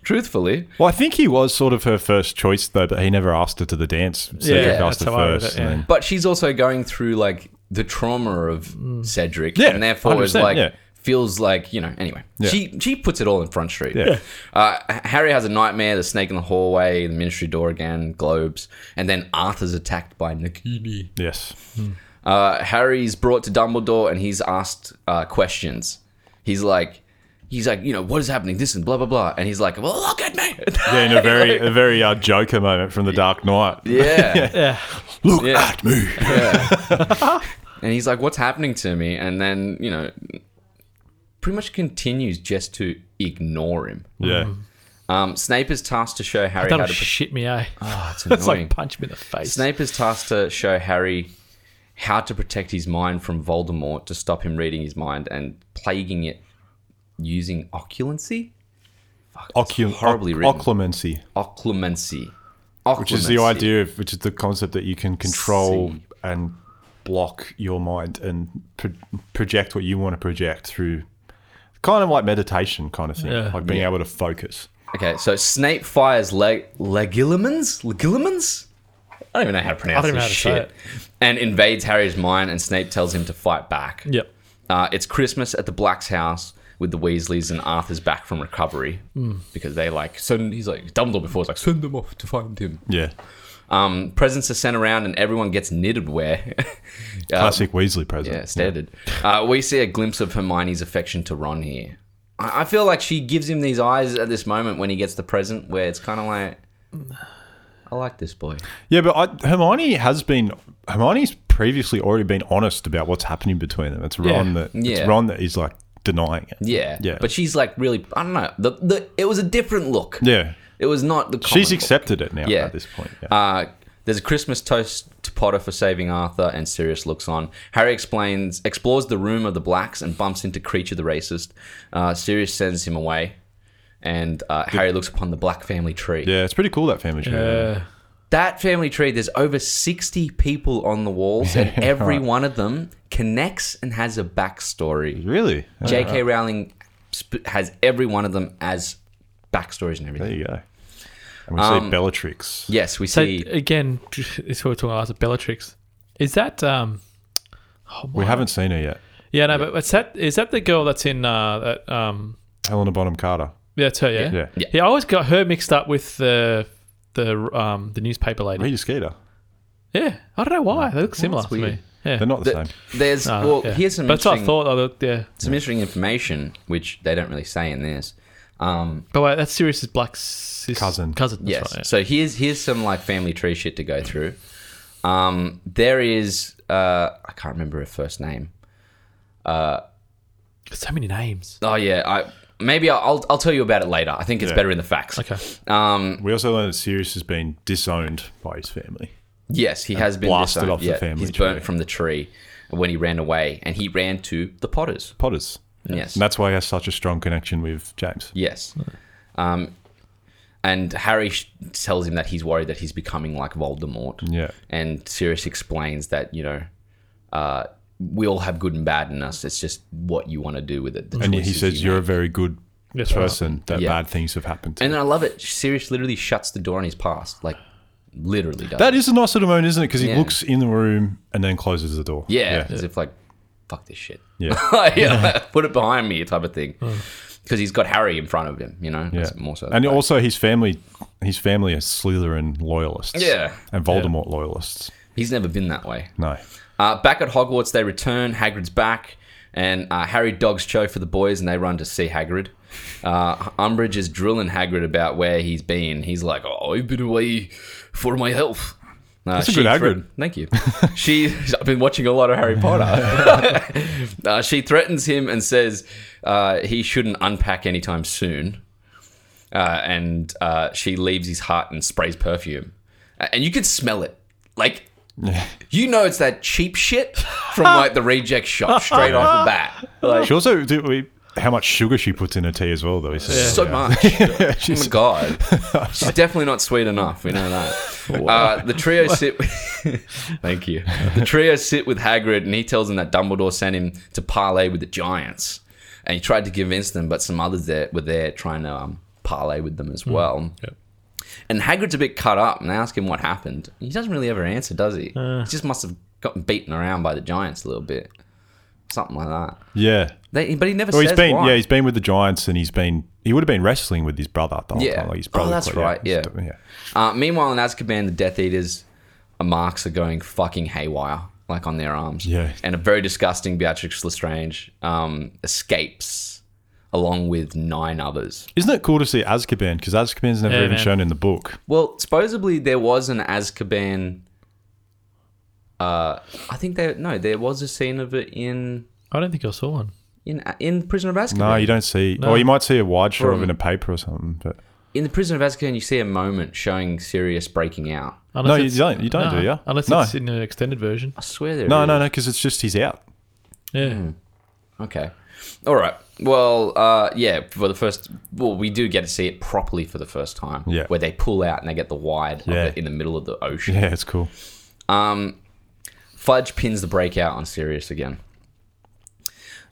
[SPEAKER 1] Truthfully.
[SPEAKER 3] Well, I think he was sort of her first choice though, but he never asked her to the dance. Cedric
[SPEAKER 2] Yeah,
[SPEAKER 3] asked
[SPEAKER 2] that's how
[SPEAKER 3] her
[SPEAKER 2] I read
[SPEAKER 3] first.
[SPEAKER 2] it, yeah.
[SPEAKER 3] and then-
[SPEAKER 1] But she's also going through like the trauma of Cedric
[SPEAKER 3] Yeah,
[SPEAKER 1] and therefore is
[SPEAKER 3] 100%,
[SPEAKER 1] like
[SPEAKER 3] yeah.
[SPEAKER 1] feels like, you know, anyway.
[SPEAKER 3] Yeah.
[SPEAKER 1] She she puts it all in front street.
[SPEAKER 3] Yeah.
[SPEAKER 1] Uh, Harry has a nightmare, the snake in the hallway, the ministry door again, globes, and then Arthur's attacked by Nakini.
[SPEAKER 3] yes,
[SPEAKER 1] uh, Harry's brought to Dumbledore and he's asked uh, questions. He's like, he's like, you know, what is happening? This and blah blah blah. And he's like, well, look at me.
[SPEAKER 3] yeah, in a very a very uh, Joker moment from The Dark Knight.
[SPEAKER 1] yeah,
[SPEAKER 2] Yeah.
[SPEAKER 3] Look
[SPEAKER 1] Yeah.
[SPEAKER 3] at me.
[SPEAKER 1] and he's like, what's happening to me? And then you know, pretty much continues just to ignore him.
[SPEAKER 2] Mm.
[SPEAKER 3] Yeah,
[SPEAKER 1] Um, Snape is tasked to show Harry how
[SPEAKER 2] That'll
[SPEAKER 1] to. Pre-
[SPEAKER 2] shit me, eh?
[SPEAKER 1] oh, it's
[SPEAKER 2] That's
[SPEAKER 1] annoying.
[SPEAKER 2] like punch me in the face.
[SPEAKER 1] Snape is tasked to show Harry how to protect his mind from Voldemort to stop him reading his mind and plaguing it using occulancy.
[SPEAKER 3] Occum-
[SPEAKER 1] horribly
[SPEAKER 3] oc-
[SPEAKER 1] written.
[SPEAKER 3] occlumency,
[SPEAKER 1] occlumency.
[SPEAKER 3] which is the idea of which is the concept that you can control
[SPEAKER 1] See.
[SPEAKER 3] and block your mind and pro- project what you want to project through, kind of like meditation, kind of thing,
[SPEAKER 2] Yeah.
[SPEAKER 3] like being able to focus.
[SPEAKER 1] Okay, so Snape fires Leg- Legilimens? Legilimens? I don't even know how to pronounce
[SPEAKER 2] I don't
[SPEAKER 1] this
[SPEAKER 2] know how to
[SPEAKER 1] shit. And invades Harry's mind, and Snape tells him to fight back.
[SPEAKER 2] Yep.
[SPEAKER 1] Uh, it's Christmas at the Black's house with the Weasleys, and Arthur's back from recovery
[SPEAKER 2] Hmm.
[SPEAKER 1] because they like send. He's like Dumbledore before was like send them off to find him.
[SPEAKER 3] Yeah,
[SPEAKER 1] Um, presents are sent around, and everyone gets knitted wear. Uh,
[SPEAKER 3] classic Weasley present.
[SPEAKER 1] Yeah, standard. Uh, we see a glimpse of Hermione's affection to Ron here. I, I feel like she gives him these eyes at this moment when he gets the present, where it's kind of like, I like this boy.
[SPEAKER 3] Yeah, but I, Hermione has been Hermione's previously already been honest about what's happening between them. It's Ron
[SPEAKER 2] Yeah.
[SPEAKER 3] that
[SPEAKER 1] Yeah.
[SPEAKER 3] it's Ron that is like denying it.
[SPEAKER 1] Yeah,
[SPEAKER 3] Yeah.
[SPEAKER 1] But she's like really, I don't know. The, the it was a different look.
[SPEAKER 3] Yeah.
[SPEAKER 1] It was not the. Common
[SPEAKER 3] She's
[SPEAKER 1] look.
[SPEAKER 3] accepted it now
[SPEAKER 1] Yeah.
[SPEAKER 3] at this point. Yeah.
[SPEAKER 1] Uh, there's a Christmas toast to Potter for saving Arthur, and Sirius looks on. Harry explains, explores the room of the blacks, and bumps into Creature the racist. Uh, Sirius sends him away, and uh, Harry looks upon the black family tree.
[SPEAKER 3] yeah, it's pretty cool that family tree.
[SPEAKER 2] Uh,
[SPEAKER 1] That family tree, there's over 60 people on the walls, and every one of them connects and has a backstory.
[SPEAKER 3] Really?
[SPEAKER 2] Uh-huh.
[SPEAKER 3] Oh,
[SPEAKER 1] J.K. Rowling sp- has every one of them as backstories and
[SPEAKER 3] There
[SPEAKER 1] everything.
[SPEAKER 3] you go. And we
[SPEAKER 1] Um,
[SPEAKER 3] see Bellatrix.
[SPEAKER 1] Yes, we
[SPEAKER 2] so uh,
[SPEAKER 1] see.
[SPEAKER 2] again, it's what we're talking about. It's Bellatrix. Is that um? oh,
[SPEAKER 3] We
[SPEAKER 2] wow.
[SPEAKER 3] haven't seen her yet.
[SPEAKER 2] Yeah, no, but it's that is that the girl that's in uh that um
[SPEAKER 3] Helena Bonham Carter.
[SPEAKER 2] yeah, that's her, yeah?
[SPEAKER 3] Yeah.
[SPEAKER 1] Yeah.
[SPEAKER 2] I always got her mixed up with the the um the newspaper lady.
[SPEAKER 3] Rita Skeeter.
[SPEAKER 2] Yeah. I don't know why. They look similar
[SPEAKER 1] that's
[SPEAKER 2] to me.
[SPEAKER 1] weird.
[SPEAKER 2] Yeah.
[SPEAKER 3] They're not the,
[SPEAKER 1] th-
[SPEAKER 3] same.
[SPEAKER 1] There's
[SPEAKER 2] Uh,
[SPEAKER 1] well,
[SPEAKER 2] yeah.
[SPEAKER 1] here's some
[SPEAKER 2] That's what I
[SPEAKER 1] interesting,
[SPEAKER 2] thought. I looked, yeah.
[SPEAKER 1] some interesting information which they don't really say in this. Um,
[SPEAKER 2] But wait, that's Sirius's black sis-
[SPEAKER 3] Cousin.
[SPEAKER 2] Cousin. That's
[SPEAKER 1] yes,
[SPEAKER 2] right,
[SPEAKER 1] so here's here's some like family tree shit to go through. Um, there is uh, I can't remember her first name.
[SPEAKER 2] yeah. So many names.
[SPEAKER 1] Oh yeah, I maybe I'll I'll, I'll tell you about it later. I think it's
[SPEAKER 3] Yeah.
[SPEAKER 1] better in the facts.
[SPEAKER 2] Okay.
[SPEAKER 1] Um,
[SPEAKER 3] We also learned that Sirius has been disowned by his family.
[SPEAKER 1] yes, he has been
[SPEAKER 3] blasted
[SPEAKER 1] disowned.
[SPEAKER 3] off the
[SPEAKER 1] Yeah,
[SPEAKER 3] family
[SPEAKER 1] He's burnt
[SPEAKER 3] tree.
[SPEAKER 1] from the tree when he ran away, and he ran to the Potters.
[SPEAKER 3] Potters.
[SPEAKER 1] Yes,
[SPEAKER 3] And that's why he has such a strong connection with James.
[SPEAKER 1] yes. Um, and Harry sh- tells him that he's worried that he's becoming like Voldemort.
[SPEAKER 3] Yeah.
[SPEAKER 1] And Sirius explains that you know, uh, we all have good and bad in us. It's just what you want to do with it. the
[SPEAKER 3] And he
[SPEAKER 1] choices
[SPEAKER 3] says
[SPEAKER 1] you
[SPEAKER 3] you're a
[SPEAKER 1] make.
[SPEAKER 3] very good
[SPEAKER 2] That's right.
[SPEAKER 3] person that
[SPEAKER 1] Yeah.
[SPEAKER 3] bad things have happened to.
[SPEAKER 1] And I love it. Sirius literally shuts the door on his past, like literally does.
[SPEAKER 3] that is a nice little moment, isn't it? Because he
[SPEAKER 1] Yeah.
[SPEAKER 3] looks in the room and then closes the door.
[SPEAKER 1] Yeah, as if like, fuck this shit.
[SPEAKER 3] Yeah. Hmm.
[SPEAKER 1] yeah, like, put it behind me, type of thing. Because he's got Harry in front of him, you know. That's more so.
[SPEAKER 3] and also his family, his family are Slytherin loyalists.
[SPEAKER 1] Yeah.
[SPEAKER 3] and Voldemort loyalists.
[SPEAKER 1] he's never been that way.
[SPEAKER 3] No,
[SPEAKER 1] Uh, back at Hogwarts, they return. Hagrid's back, and uh, Harry dogs Cho for the boys, and they run to see Hagrid. Uh, Umbridge is drilling Hagrid about where he's been. He's like, "Oh, I've been away for my health." Uh,
[SPEAKER 3] That's a good
[SPEAKER 1] she
[SPEAKER 3] Hagrid.
[SPEAKER 1] threat- Thank you. She's I've been watching a lot of Harry Potter. uh, she threatens him and says uh, he shouldn't unpack anytime soon. Uh, and uh, she leaves his hut and sprays perfume, A- and you can smell it. Like you know it's that cheap shit from like the reject shop straight off the bat. Like
[SPEAKER 3] she also do we, how much sugar she puts in her tea as well, though. He says,
[SPEAKER 1] so
[SPEAKER 3] Yeah.
[SPEAKER 1] much. oh my god. She's definitely not sweet enough. We know that. Uh, the trio sit. Thank you. The trio sit with Hagrid, and he tells them that Dumbledore sent him to parley with the giants, and he tried to convince them, but some others there were there trying to um, parley with them
[SPEAKER 3] Hmm.
[SPEAKER 1] as well.
[SPEAKER 2] yep.
[SPEAKER 1] And Hagrid's a bit cut up, and they ask him what happened. He doesn't really ever answer, does he?
[SPEAKER 3] Uh.
[SPEAKER 1] he just must have gotten beaten around by the giants a little bit, something like that.
[SPEAKER 3] Yeah.
[SPEAKER 1] They, but he never
[SPEAKER 3] Well,
[SPEAKER 1] says
[SPEAKER 3] he's been
[SPEAKER 1] why.
[SPEAKER 3] yeah, he's been with the Giants, and he's been he would have been wrestling with his brother the whole
[SPEAKER 1] Yeah.
[SPEAKER 3] time. Like his
[SPEAKER 1] Oh,
[SPEAKER 3] brother
[SPEAKER 1] that's
[SPEAKER 3] quit,
[SPEAKER 1] right, yeah.
[SPEAKER 3] He's- yeah.
[SPEAKER 1] Uh, meanwhile, in Azkaban, the Death Eaters, uh, marks are going fucking haywire, like on their arms.
[SPEAKER 3] Yeah.
[SPEAKER 1] And a very disgusting Beatrix Lestrange um, escapes along with nine others.
[SPEAKER 3] Isn't it cool to see Azkaban? Because Azkaban's never
[SPEAKER 2] Yeah,
[SPEAKER 3] even
[SPEAKER 2] man.
[SPEAKER 3] shown in the book.
[SPEAKER 1] Well, supposedly there was an Azkaban. Uh, I think there no, there was a scene of it in
[SPEAKER 2] I don't think I saw one.
[SPEAKER 1] in in Prisoner of Azkaban.
[SPEAKER 3] No, you don't see.
[SPEAKER 2] No.
[SPEAKER 3] Or you might see a wide shot of
[SPEAKER 1] From-
[SPEAKER 3] it in a paper or something. But
[SPEAKER 1] in the Prisoner of Azkaban, you see a moment showing Sirius breaking out.
[SPEAKER 2] Unless
[SPEAKER 3] No, you
[SPEAKER 2] it's-
[SPEAKER 3] don't- you don't, do you?
[SPEAKER 2] Unless
[SPEAKER 3] No.
[SPEAKER 2] it's in an extended version.
[SPEAKER 1] I swear there.
[SPEAKER 3] no,
[SPEAKER 1] is.
[SPEAKER 3] no, no, because it's just he's out.
[SPEAKER 2] Yeah.
[SPEAKER 1] Hmm. Okay. All right. Well, uh, yeah, for the first, well, we do get to see it properly for the first time.
[SPEAKER 3] Yeah.
[SPEAKER 1] Where they pull out and they get the wide
[SPEAKER 3] Yeah.
[SPEAKER 1] of it in the middle of the ocean.
[SPEAKER 3] Yeah, it's cool.
[SPEAKER 1] Um, Fudge pins the breakout on Sirius again.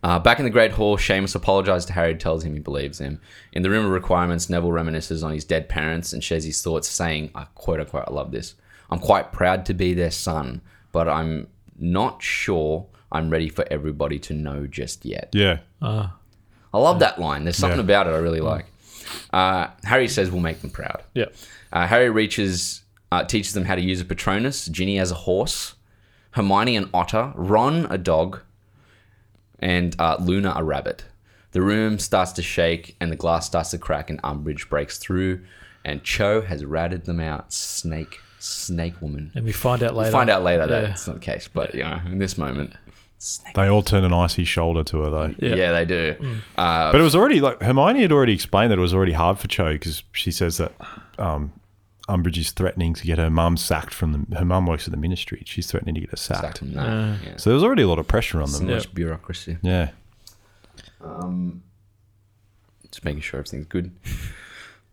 [SPEAKER 1] Uh, back in the Great Hall, Seamus apologizes to Harry and tells him he believes him. In the Room of Requirements, Neville reminisces on his dead parents and shares his thoughts, saying, I quote unquote, I love this. I'm quite proud to be their son, but I'm not sure I'm ready for everybody to know just yet.
[SPEAKER 3] Yeah.
[SPEAKER 2] Uh,
[SPEAKER 1] I love that line. There's something
[SPEAKER 3] Yeah.
[SPEAKER 1] about it I really like. Uh, Harry says we'll make them proud.
[SPEAKER 2] Yeah.
[SPEAKER 1] Uh, Harry reaches, uh, teaches them how to use a Patronus. Ginny has a horse. Hermione an otter. Ron a dog. And uh, Luna a rabbit. The room starts to shake and the glass starts to crack and Umbridge breaks through. And Cho has ratted them out. Snake, snake woman.
[SPEAKER 2] And we find out later.
[SPEAKER 1] Find out later that
[SPEAKER 2] Yeah.
[SPEAKER 1] it's not the case, but you know, in this moment, snake.
[SPEAKER 3] They all turn an icy shoulder to her, though.
[SPEAKER 1] Yeah,
[SPEAKER 2] Yeah.
[SPEAKER 1] they do. Uh,
[SPEAKER 3] But it was already like Hermione had already explained that it was already hard for Cho because she says that um, Umbridge is threatening to get her mum sacked from the. Her mum works at the ministry. She's threatening to get her sacked.
[SPEAKER 1] back to that, yeah.
[SPEAKER 3] So there was already a lot of pressure on
[SPEAKER 1] So
[SPEAKER 3] them.
[SPEAKER 1] much bureaucracy.
[SPEAKER 3] Yeah.
[SPEAKER 1] just making sure everything's good.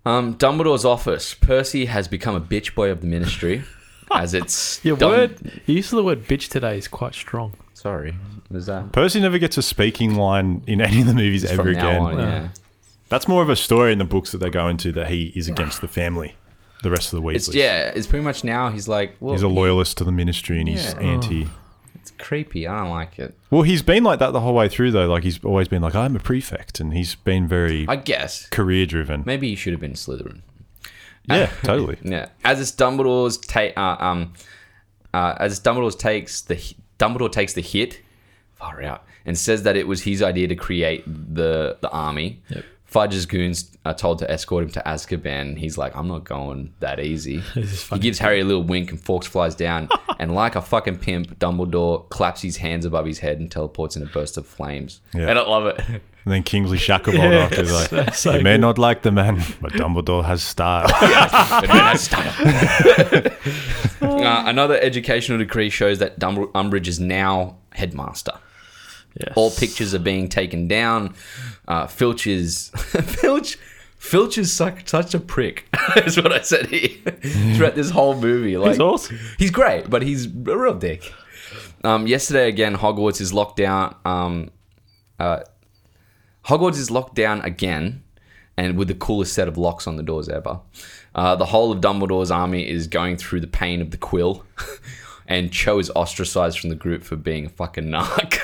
[SPEAKER 1] Um, Dumbledore's office. Percy has become a bitch boy of the ministry, as it's
[SPEAKER 2] Your
[SPEAKER 1] Dum-
[SPEAKER 2] word, your use of the word bitch today is quite strong.
[SPEAKER 1] Sorry, was that
[SPEAKER 3] Percy never gets a speaking line in any of the movies
[SPEAKER 1] It's
[SPEAKER 3] ever
[SPEAKER 1] from
[SPEAKER 3] again.
[SPEAKER 1] now on? Yeah,
[SPEAKER 3] That's more of a story in the books that they go into that he is against the family, the rest of the Weasleys.
[SPEAKER 1] it's yeah, it's pretty much now. He's like, well,
[SPEAKER 3] He's a loyalist to the ministry and he's
[SPEAKER 1] Yeah. Oh.
[SPEAKER 3] anti.
[SPEAKER 1] it's creepy. I don't like it.
[SPEAKER 3] Well, he's been like that the whole way through, though. Like, he's always been like, I'm a prefect, and he's been very
[SPEAKER 1] I guess
[SPEAKER 3] career driven.
[SPEAKER 1] maybe you should have been Slytherin.
[SPEAKER 3] Yeah, totally.
[SPEAKER 1] Yeah, as it's Dumbledore's take, uh, um, uh, as it's Dumbledore's takes the hi- Dumbledore takes the hit, far out, and says that it was his idea to create the the army.
[SPEAKER 2] Yep.
[SPEAKER 1] Fudge's goons are told to escort him to Azkaban. He's like, I'm not going that easy.
[SPEAKER 2] This is
[SPEAKER 1] he
[SPEAKER 2] funny.
[SPEAKER 1] gives Harry a little wink and Forks flies down. and like a fucking pimp, Dumbledore claps his hands above his head and teleports in a burst of flames.
[SPEAKER 3] Yeah.
[SPEAKER 1] And I love it.
[SPEAKER 3] And then Kingsley Shacklebolt after is like,
[SPEAKER 2] so
[SPEAKER 3] you may not like the man, but Dumbledore has style.
[SPEAKER 1] Uh, another educational decree shows that Dumb- Umbridge is now headmaster.
[SPEAKER 2] Yes.
[SPEAKER 1] All pictures are being taken down. Uh, Filch is Filch. Filch is such, such a prick. That's what I said here throughout this whole movie. Like
[SPEAKER 2] awesome.
[SPEAKER 1] he's great, but he's a real dick. um, yesterday again, Hogwarts is locked down. Um, uh, Hogwarts is locked down again, and with the coolest set of locks on the doors ever. Uh, the whole of Dumbledore's army is going through the pain of the quill, and Cho is ostracized from the group for being a fucking narc.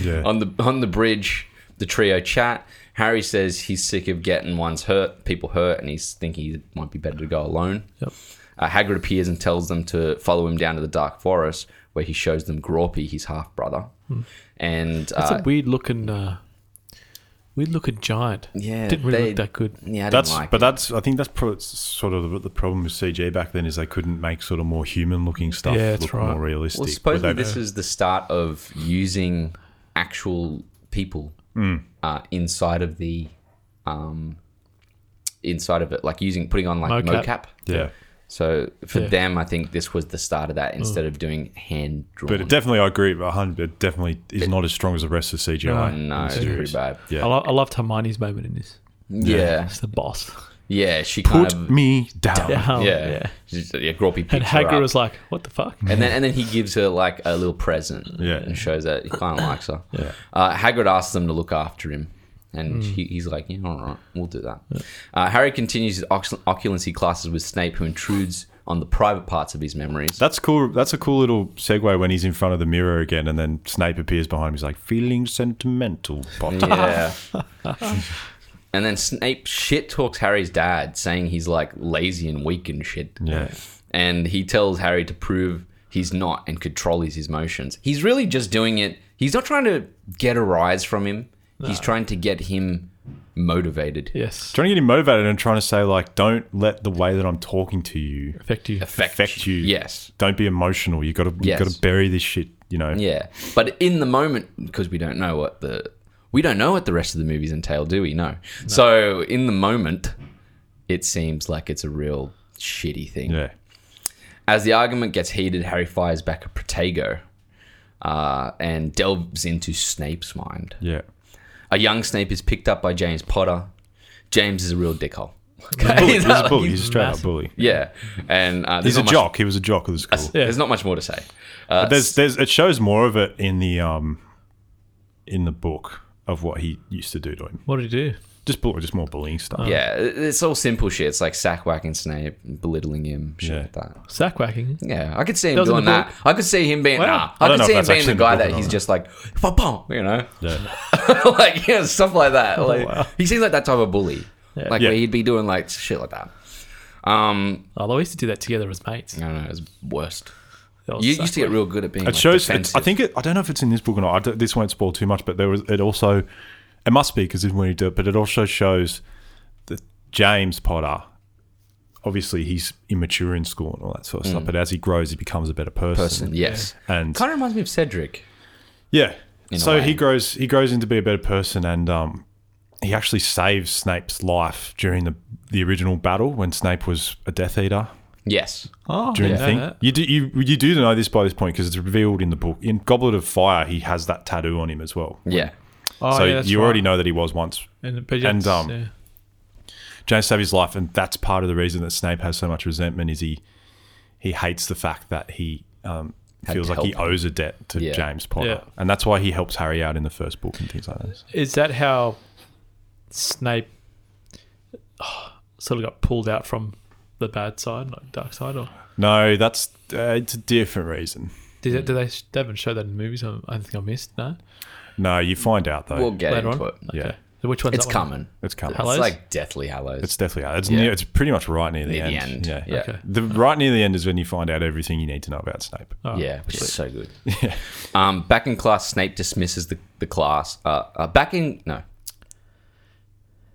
[SPEAKER 3] Yeah.
[SPEAKER 1] on the on the bridge, the trio chat. Harry says he's sick of getting one's hurt, people hurt, and he's thinking it might be better to go alone.
[SPEAKER 2] Yep.
[SPEAKER 1] Uh, Hagrid appears and tells them to follow him down to the dark forest, where he shows them Groppy, his half brother, and
[SPEAKER 2] Hmm. That's
[SPEAKER 1] uh,
[SPEAKER 2] a weird looking, uh, weird looking giant.
[SPEAKER 1] yeah,
[SPEAKER 2] Didn't really
[SPEAKER 1] they-
[SPEAKER 2] look that good.
[SPEAKER 1] Yeah, I
[SPEAKER 3] That's
[SPEAKER 1] didn't like.
[SPEAKER 3] but that's I think that's pro- it's sort of the, the problem with CG back then is they couldn't make sort of more human looking stuff
[SPEAKER 2] Yeah, that's
[SPEAKER 3] look
[SPEAKER 2] right.
[SPEAKER 3] more realistic.
[SPEAKER 1] well,
[SPEAKER 3] But
[SPEAKER 1] supposedly
[SPEAKER 3] they-
[SPEAKER 1] this is the start of using actual people
[SPEAKER 3] Hmm.
[SPEAKER 1] uh, inside of the um, inside of it, like using putting on like
[SPEAKER 2] Mocap.
[SPEAKER 1] mocap.
[SPEAKER 3] yeah.
[SPEAKER 1] So for
[SPEAKER 2] Yeah.
[SPEAKER 1] them, I think this was the start of that instead of doing hand drawn.
[SPEAKER 3] But it definitely, I agree, with 100. It definitely is not as strong as the rest of CGI. in
[SPEAKER 1] no,
[SPEAKER 3] the
[SPEAKER 1] it's
[SPEAKER 3] series.
[SPEAKER 1] pretty bad.
[SPEAKER 3] Yeah.
[SPEAKER 2] I, lo- I loved Hermione's moment in this.
[SPEAKER 1] Yeah,
[SPEAKER 2] It's the boss.
[SPEAKER 1] yeah, she kind
[SPEAKER 3] Put
[SPEAKER 1] of
[SPEAKER 3] me down.
[SPEAKER 2] Yeah.
[SPEAKER 1] Um, yeah,
[SPEAKER 2] yeah.
[SPEAKER 1] She's- yeah, Groppy picked
[SPEAKER 2] And
[SPEAKER 1] her
[SPEAKER 2] Hagrid
[SPEAKER 1] up.
[SPEAKER 2] was like, "What the fuck?"
[SPEAKER 1] and then and then he gives her like a little present,
[SPEAKER 3] Yeah.
[SPEAKER 1] and shows that he kind of likes her. Yeah. Uh, Hagrid asks them to look after him, and he, he's like, "Yeah, all right, we'll do that." Uh, Harry continues his oc- oculancy classes with Snape, who intrudes on the private parts of his memories.
[SPEAKER 3] That's cool. That's a cool little segue when he's in front of the mirror again, and then Snape appears behind him. He's like, "Feeling sentimental, Potter."
[SPEAKER 1] Yeah. and then Snape shit talks Harry's dad, saying he's like lazy and weak and shit.
[SPEAKER 3] Yeah.
[SPEAKER 1] And he tells Harry to prove he's not and control his emotions. He's really just doing it. He's not trying to get a rise from him. He's trying to get him motivated.
[SPEAKER 2] Yes.
[SPEAKER 3] Trying to get him motivated and trying to say like, "Don't let the way that I'm talking to you
[SPEAKER 2] Affect you.
[SPEAKER 1] Affect,
[SPEAKER 3] affect you."
[SPEAKER 1] Yes.
[SPEAKER 3] Don't be emotional. You got to
[SPEAKER 1] Yes.
[SPEAKER 3] you got to bury this shit. You know.
[SPEAKER 1] Yeah. But in the moment, because we don't know what the we don't know what the rest of the movies entail, do we? No. So in the moment, it seems like it's a real shitty thing.
[SPEAKER 3] Yeah.
[SPEAKER 1] As the argument gets heated, Harry fires back at Protego uh, and delves into Snape's mind.
[SPEAKER 3] Yeah.
[SPEAKER 1] A young Snape is picked up by James Potter. James is a real dickhole.
[SPEAKER 3] Bully.
[SPEAKER 1] Okay?
[SPEAKER 3] He's
[SPEAKER 1] Like,
[SPEAKER 3] a bully. He's a straight up
[SPEAKER 2] massive.
[SPEAKER 3] bully.
[SPEAKER 1] yeah, and uh,
[SPEAKER 3] He's
[SPEAKER 1] there's
[SPEAKER 3] a
[SPEAKER 1] not much-
[SPEAKER 3] jock. He was a jock of the school.
[SPEAKER 1] There's not much more to say. Uh,
[SPEAKER 3] There's, there's, it shows more of it in the, um, in the book of what he used to do to him.
[SPEAKER 2] What did he do?
[SPEAKER 3] Just, bull, just more bullying stuff.
[SPEAKER 1] yeah, it- it's all simple shit. It's like sack whacking Snape, belittling him, shit
[SPEAKER 3] Yeah.
[SPEAKER 1] like that.
[SPEAKER 2] Sack whacking.
[SPEAKER 1] Yeah, I could see him
[SPEAKER 2] That was in
[SPEAKER 1] doing
[SPEAKER 2] the
[SPEAKER 1] that.
[SPEAKER 2] book?
[SPEAKER 1] I could see him being
[SPEAKER 2] Wow.
[SPEAKER 1] nah.
[SPEAKER 3] I
[SPEAKER 1] I,
[SPEAKER 3] don't
[SPEAKER 1] could
[SPEAKER 3] know if
[SPEAKER 1] see him
[SPEAKER 3] that's
[SPEAKER 1] being
[SPEAKER 3] actually
[SPEAKER 1] the
[SPEAKER 3] in the
[SPEAKER 1] guy
[SPEAKER 3] book or
[SPEAKER 1] that he's
[SPEAKER 3] not.
[SPEAKER 1] just like, "Fa-pum," you know,
[SPEAKER 3] Yeah.
[SPEAKER 1] like yeah, stuff like that. Like
[SPEAKER 2] wow.
[SPEAKER 1] he seems like that type of bully,
[SPEAKER 2] Yeah.
[SPEAKER 1] like
[SPEAKER 3] Yeah.
[SPEAKER 1] where he'd be doing like shit like that. Um,
[SPEAKER 2] Oh, they used to do that together as mates.
[SPEAKER 1] I don't know, it's worst.
[SPEAKER 2] That was
[SPEAKER 1] You
[SPEAKER 2] sack
[SPEAKER 1] used to get real good at being.
[SPEAKER 3] It shows. It's, I think it, I don't know if it's in this book or not. I don't- this won't spoil too much, but there was. It also. It must be because when you do it, but it also shows that James Potter. Obviously, he's immature in school and all that sort of stuff. But as he grows, he becomes a better person.
[SPEAKER 1] Mm. person. Yes,
[SPEAKER 3] And
[SPEAKER 1] kind of reminds me of Cedric.
[SPEAKER 3] yeah,
[SPEAKER 1] a
[SPEAKER 3] so
[SPEAKER 1] way.
[SPEAKER 3] he grows. He grows into be a better person, and um, he actually saves Snape's life during the the original battle when Snape was a Death Eater.
[SPEAKER 1] Yes,
[SPEAKER 2] Oh,
[SPEAKER 3] during
[SPEAKER 2] yeah.
[SPEAKER 3] the thing.
[SPEAKER 2] Know that.
[SPEAKER 3] You do you you do know this by this point because it's revealed in the book. In Goblet of Fire, he has that tattoo on him as well.
[SPEAKER 1] yeah,
[SPEAKER 2] Oh,
[SPEAKER 3] so
[SPEAKER 2] yeah, that's
[SPEAKER 3] you
[SPEAKER 2] right.
[SPEAKER 3] already know that he was once.
[SPEAKER 2] And, but yeah,
[SPEAKER 3] and,
[SPEAKER 2] it's-
[SPEAKER 3] um,
[SPEAKER 2] yeah.
[SPEAKER 3] James saved his life, and that's part of the reason that Snape has so much resentment is he he hates the fact that he um,
[SPEAKER 1] Had
[SPEAKER 3] feels
[SPEAKER 1] to
[SPEAKER 3] like he
[SPEAKER 1] help him.
[SPEAKER 3] owes a debt to
[SPEAKER 1] Yeah.
[SPEAKER 3] James Potter,
[SPEAKER 2] Yeah.
[SPEAKER 3] and that's why he helps Harry out in the first book and things like that.
[SPEAKER 2] Is that how Snape oh, sort of got pulled out from the bad side, like dark side, or
[SPEAKER 3] No, that's uh, it's a different reason.
[SPEAKER 2] did
[SPEAKER 1] Hmm.
[SPEAKER 2] it, did they, they haven't show that in the movies? I I don't think I missed. No,
[SPEAKER 3] No, you find out though.
[SPEAKER 1] we'll get
[SPEAKER 2] later
[SPEAKER 1] into
[SPEAKER 2] on.
[SPEAKER 1] it.
[SPEAKER 3] Yeah.
[SPEAKER 2] So which one's
[SPEAKER 1] It's
[SPEAKER 2] that one?
[SPEAKER 1] coming.
[SPEAKER 3] it's coming.
[SPEAKER 2] Hello? Hallows?
[SPEAKER 1] It's like Deathly Hallows.
[SPEAKER 3] It's definitely out. It's
[SPEAKER 1] Yeah.
[SPEAKER 3] near. It's pretty much right near the
[SPEAKER 1] Near the
[SPEAKER 3] end.
[SPEAKER 1] end.
[SPEAKER 3] Yeah.
[SPEAKER 1] Yeah.
[SPEAKER 2] Okay.
[SPEAKER 3] The right near the end is when you find out everything you need to know about Snape.
[SPEAKER 2] Oh,
[SPEAKER 1] yeah, which is so good. Um, back in class, Snape dismisses the, the class. Uh, uh, back in no,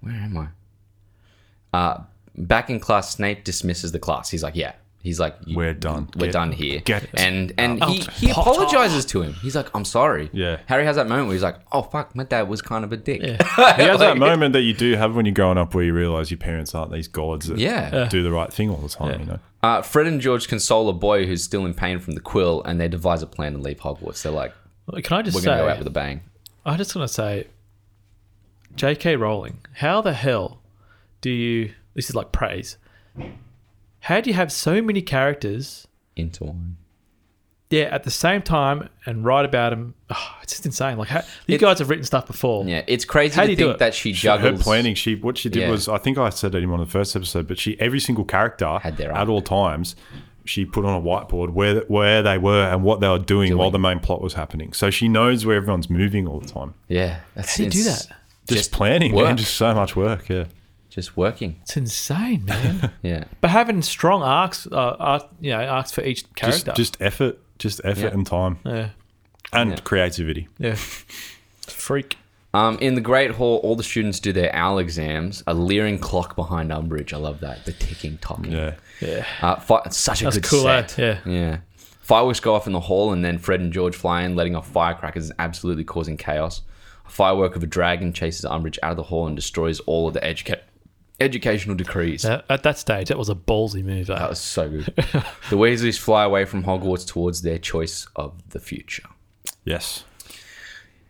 [SPEAKER 1] where am I? Uh, back in class, Snape dismisses the class. He's like, yeah. He's like, you-
[SPEAKER 3] We're done.
[SPEAKER 1] We're
[SPEAKER 3] Get-
[SPEAKER 1] done here.
[SPEAKER 3] get
[SPEAKER 1] and and he,
[SPEAKER 2] out.
[SPEAKER 1] he apologizes to him. He's like, I'm sorry.
[SPEAKER 3] Yeah.
[SPEAKER 1] Harry has that moment where he's like, oh fuck, my dad was kind of a dick.
[SPEAKER 2] Yeah.
[SPEAKER 3] He has that moment that you do have when you're growing up where you realize your parents aren't these gods that
[SPEAKER 1] Yeah. Yeah.
[SPEAKER 3] do the right thing all the time, you know?
[SPEAKER 1] Uh, Fred and George console a boy who's still in pain from the quill, and they devise a plan to leave Hogwarts. They're like,
[SPEAKER 2] Can I just
[SPEAKER 1] we're
[SPEAKER 2] say?
[SPEAKER 1] gonna go out with a bang.
[SPEAKER 2] I just want to say, J.K. Rowling, how the hell do you? This is like praise. How do you have so many characters
[SPEAKER 1] Intertwine.
[SPEAKER 2] yeah, at the same time and write about them. Oh, it's just insane. Like, how, you guys have written stuff before.
[SPEAKER 1] Yeah, it's crazy
[SPEAKER 2] How
[SPEAKER 1] to
[SPEAKER 2] do you
[SPEAKER 1] think
[SPEAKER 2] do it?
[SPEAKER 1] that she
[SPEAKER 3] She- her
[SPEAKER 1] juggles.
[SPEAKER 3] planning, she what she did
[SPEAKER 1] Yeah.
[SPEAKER 3] was I think I said it in one of the first episode, but she every single character
[SPEAKER 1] Had their
[SPEAKER 3] at
[SPEAKER 1] arc.
[SPEAKER 3] all times. She put on a whiteboard where where they were and what they were doing, while the main plot was happening. So she knows where everyone's moving all the time.
[SPEAKER 1] Yeah, that's,
[SPEAKER 2] do you do
[SPEAKER 1] it's-
[SPEAKER 2] that?
[SPEAKER 3] Just, planning,
[SPEAKER 1] work.
[SPEAKER 3] man. Just so much work. Yeah.
[SPEAKER 1] Just working.
[SPEAKER 2] It's insane, man.
[SPEAKER 1] Yeah,
[SPEAKER 2] but having strong arcs, uh, arc, you know, arcs for each
[SPEAKER 3] Just
[SPEAKER 2] character.
[SPEAKER 3] just effort, just effort
[SPEAKER 1] Yeah.
[SPEAKER 3] and time
[SPEAKER 2] yeah,
[SPEAKER 3] and
[SPEAKER 1] Yeah.
[SPEAKER 3] creativity.
[SPEAKER 2] yeah. Freak.
[SPEAKER 1] Um, in the Great Hall, all the students do their owl exams. A leering clock behind Umbridge. I love that. The ticking, tocking.
[SPEAKER 3] Yeah.
[SPEAKER 2] Yeah.
[SPEAKER 1] Uh, fi- it's such a
[SPEAKER 2] That's
[SPEAKER 1] good
[SPEAKER 2] cool,
[SPEAKER 1] set.
[SPEAKER 2] eh? Yeah.
[SPEAKER 1] Yeah. Fireworks go off in the hall, and then Fred and George fly in, letting off firecrackers and absolutely causing chaos. A firework of a dragon chases Umbridge out of the hall and destroys all of the educa- educational decrees.
[SPEAKER 2] That- at that stage, that was a ballsy move. eh?
[SPEAKER 1] that was so good. the Weasleys fly away from Hogwarts towards their choice of the future.
[SPEAKER 3] Yes.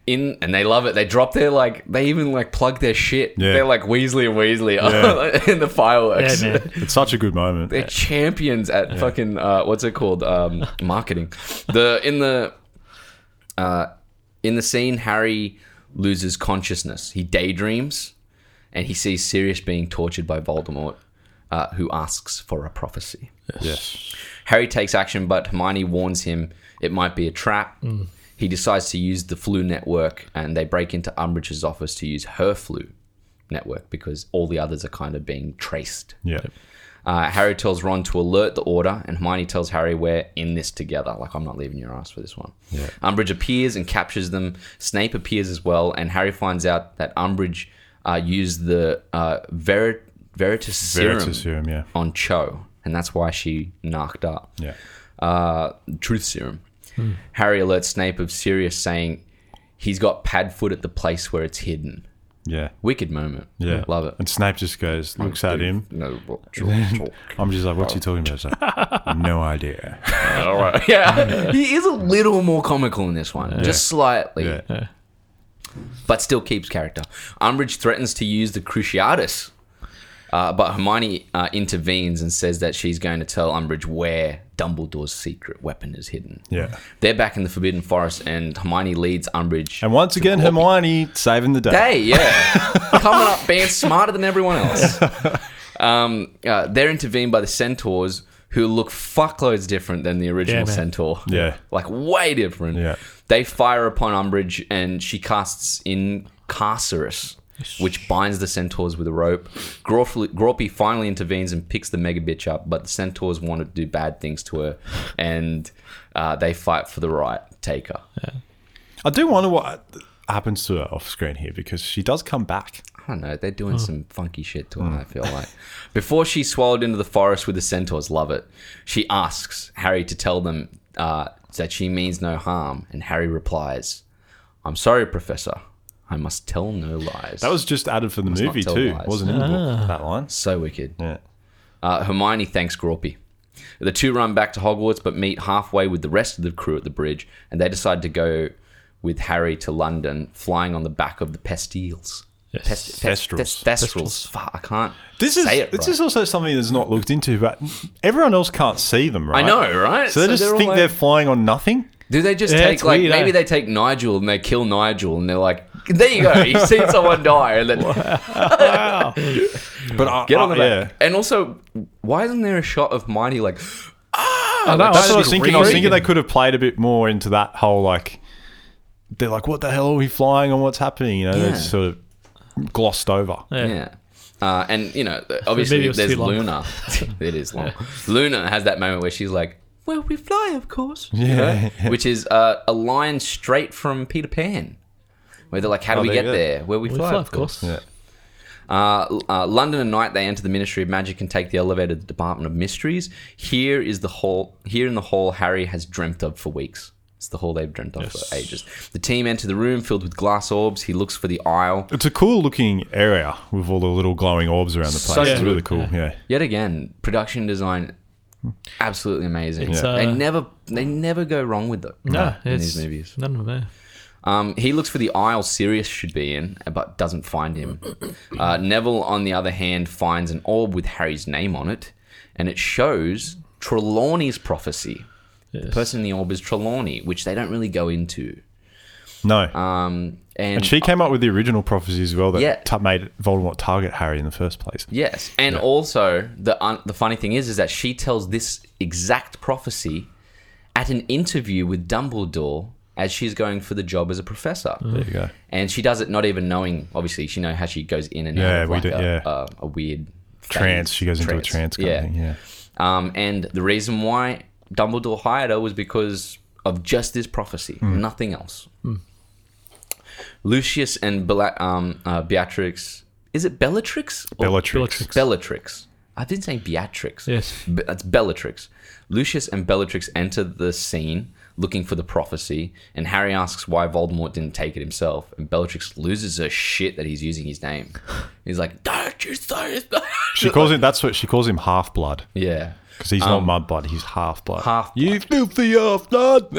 [SPEAKER 1] in and they love it. They drop their like they even like plug their shit.
[SPEAKER 3] Yeah.
[SPEAKER 1] They're like Weasley and Weasley in the fireworks.
[SPEAKER 2] yeah, man.
[SPEAKER 3] It's such a good moment.
[SPEAKER 1] They're champions at fucking uh, what's it called um, marketing. The in the uh, in the scene, Harry loses consciousness. He daydreams, and he sees Sirius being tortured by Voldemort, uh, who asks for a prophecy.
[SPEAKER 3] Yes.
[SPEAKER 1] Harry takes action, but Hermione warns him it might be a trap.
[SPEAKER 3] Hmm.
[SPEAKER 1] He decides to use the flu network, and they break into Umbridge's office to use her flu network because all the others are kind of being traced.
[SPEAKER 3] Yeah.
[SPEAKER 1] Uh, Harry tells Ron to alert the Order, and Hermione tells Harry we're in this together. Like I'm not leaving your ass for this one.
[SPEAKER 3] Yeah.
[SPEAKER 1] Umbridge appears and captures them. Snape appears as well, and Harry finds out that Umbridge uh, used the uh, Veri- Veritas serum
[SPEAKER 3] Veritas serum, yeah.
[SPEAKER 1] on Cho, and that's why she knocked up
[SPEAKER 3] Yeah.
[SPEAKER 1] uh, truth serum. Harry alerts Snape of Sirius, saying he's got Padfoot at the place where it's hidden.
[SPEAKER 3] Yeah.
[SPEAKER 1] Wicked moment.
[SPEAKER 3] Yeah.
[SPEAKER 1] love it.
[SPEAKER 3] And Snape just goes, looks at him.
[SPEAKER 1] No, well, talk, talk.
[SPEAKER 3] I'm just like, what's he talking about? He's like, no idea.
[SPEAKER 1] All right. Yeah, he is a little more comical in this one, just slightly,
[SPEAKER 3] Yeah.
[SPEAKER 1] but still keeps character. Umbridge threatens to use the Cruciatus, uh, but Hermione uh, intervenes and says that she's going to tell Umbridge where Dumbledore's secret weapon is hidden.
[SPEAKER 3] Yeah.
[SPEAKER 1] They're back in the Forbidden Forest, and Hermione leads Umbridge.
[SPEAKER 3] And once again,
[SPEAKER 1] Hermione.
[SPEAKER 3] Hermione saving the day.
[SPEAKER 1] Hey, yeah. Coming up, being smarter than everyone else. Um, uh, they're intervened by the centaurs who look fuckloads different than the original
[SPEAKER 2] man.
[SPEAKER 1] centaur.
[SPEAKER 3] Yeah.
[SPEAKER 1] Like, way different.
[SPEAKER 3] Yeah.
[SPEAKER 1] They fire upon Umbridge and she casts in Carcerus, which binds the centaurs with a rope. Grawfully- Grawpy finally intervenes and picks the mega bitch up, but the centaurs want to do bad things to her and uh, they fight for the right. Take her.
[SPEAKER 3] I do wonder what happens to her off screen here because she does come back.
[SPEAKER 1] I don't know. They're doing some funky shit to her, I feel like. Before she's swallowed into the forest with the centaurs, love it. She asks Harry to tell them uh, that she means no harm, and Harry replies, I'm sorry, Professor. I must tell no lies.
[SPEAKER 3] That was just added for the
[SPEAKER 1] not
[SPEAKER 3] movie
[SPEAKER 1] tell
[SPEAKER 3] too,
[SPEAKER 1] lies. Ah.
[SPEAKER 3] wasn't in the book. That line.
[SPEAKER 1] so wicked.
[SPEAKER 3] Yeah.
[SPEAKER 1] Uh, Hermione thanks Grawpy. The two run back to Hogwarts but meet halfway with the rest of the crew at the bridge, and they decide to go with Harry to London, flying on the back of the Pestiles.
[SPEAKER 2] Yes.
[SPEAKER 1] Pest-
[SPEAKER 3] Thestrals.
[SPEAKER 1] Thest- Thestrals. Fuck, I can't.
[SPEAKER 3] This is
[SPEAKER 1] say it
[SPEAKER 3] this
[SPEAKER 1] right.
[SPEAKER 3] is also something that's not looked into, but everyone else can't see them,
[SPEAKER 1] I
[SPEAKER 3] right?
[SPEAKER 1] know, right?
[SPEAKER 3] So they just
[SPEAKER 1] all
[SPEAKER 3] think
[SPEAKER 1] like-
[SPEAKER 3] they're flying on nothing.
[SPEAKER 1] Do they just
[SPEAKER 2] Yeah,
[SPEAKER 1] take
[SPEAKER 2] it's
[SPEAKER 1] like
[SPEAKER 2] weird,
[SPEAKER 1] maybe
[SPEAKER 2] eh?
[SPEAKER 1] they take Nigel and they kill Nigel and they're like, there you go, you've seen someone die and then
[SPEAKER 3] But I,
[SPEAKER 1] get on the
[SPEAKER 3] I-
[SPEAKER 1] back. And also, why isn't there a shot of Mighty like? ah,
[SPEAKER 2] I know.
[SPEAKER 3] That's what I
[SPEAKER 1] That'd
[SPEAKER 3] Oh, was
[SPEAKER 1] be
[SPEAKER 3] thinking. I was
[SPEAKER 1] great.
[SPEAKER 3] thinking they could have played a bit more into that whole like they're like, what the hell are we flying and what's happening? You know,
[SPEAKER 1] Yeah.
[SPEAKER 3] they just sort of glossed over.
[SPEAKER 2] Yeah.
[SPEAKER 1] Yeah. Uh, and you know, obviously
[SPEAKER 2] Maybe it was
[SPEAKER 1] there's
[SPEAKER 2] too long.
[SPEAKER 1] Luna. it is long. Luna has that moment where she's like, "Well, we fly, of course." you
[SPEAKER 3] Yeah.
[SPEAKER 1] know? Which is uh, a line straight from Peter Pan, where they're like, "How do
[SPEAKER 3] Oh,
[SPEAKER 1] we
[SPEAKER 3] there you
[SPEAKER 1] get
[SPEAKER 3] go.
[SPEAKER 1] there? Where we,
[SPEAKER 2] We
[SPEAKER 1] fly, of course."
[SPEAKER 3] Yeah.
[SPEAKER 1] Uh, L- uh, London and night, they enter the Ministry of Magic and take the elevator to the Department of Mysteries. Here is the hall. Here in the hall, Harry has dreamt of for weeks. It's the hall they've dreamt of for ages. The team enter the room filled with glass orbs. He looks for the aisle.
[SPEAKER 3] It's a cool looking area with all the little glowing orbs around the place.
[SPEAKER 1] So
[SPEAKER 3] it's
[SPEAKER 1] good.
[SPEAKER 3] really cool. Yeah.
[SPEAKER 1] Yet again, production design absolutely amazing.
[SPEAKER 2] Hmm. It's, Yeah.
[SPEAKER 1] they
[SPEAKER 2] uh,
[SPEAKER 1] never they never go wrong with it.
[SPEAKER 2] No,
[SPEAKER 1] in
[SPEAKER 2] it's
[SPEAKER 1] these movies.
[SPEAKER 2] none of them. there.
[SPEAKER 1] Um, he looks for the aisle Sirius should be in, but doesn't find him. Uh, Neville, on the other hand, finds an orb with Harry's name on it, and it shows Trelawney's prophecy The person in the orb is Trelawney, which they don't really go into.
[SPEAKER 3] No.
[SPEAKER 1] Um, and,
[SPEAKER 3] and she came up with the original prophecy as well that
[SPEAKER 1] Yeah.
[SPEAKER 3] ta- made Voldemort target Harry in the first place.
[SPEAKER 1] yes, and also the un- the funny thing is, is that she tells this exact prophecy at an interview with Dumbledore as she's going for the job as a professor.
[SPEAKER 3] Mm-hmm. There you go.
[SPEAKER 1] and she does it not even knowing. Obviously, she know how she goes in and
[SPEAKER 3] Yeah,
[SPEAKER 1] out of
[SPEAKER 3] we
[SPEAKER 1] like
[SPEAKER 3] do-
[SPEAKER 1] a,
[SPEAKER 3] yeah.
[SPEAKER 1] a, a weird phase.
[SPEAKER 3] Trance. She goes into a trance kind of thing. Yeah.
[SPEAKER 1] Um, and the reason why Dumbledore hired her was because of just this prophecy,
[SPEAKER 3] Hmm.
[SPEAKER 1] nothing else. Lucius and Bela- um, uh, Beatrix. Is it Bellatrix? or-
[SPEAKER 3] Bellatrix.
[SPEAKER 2] Bellatrix.
[SPEAKER 1] Bellatrix. I didn't say Beatrix.
[SPEAKER 2] Yes.
[SPEAKER 1] Be- that's Bellatrix. Lucius and Bellatrix enter the scene looking for the prophecy, and Harry asks why Voldemort didn't take it himself, and Bellatrix loses her shit that he's using his name. He's like, "Don't you say it?"
[SPEAKER 3] She calls him. That's what she calls him. Half blood
[SPEAKER 1] yeah.
[SPEAKER 3] because he's
[SPEAKER 1] Um,
[SPEAKER 3] not mud blood. He's half blood.
[SPEAKER 1] Half-blood.
[SPEAKER 3] You filthy half blood.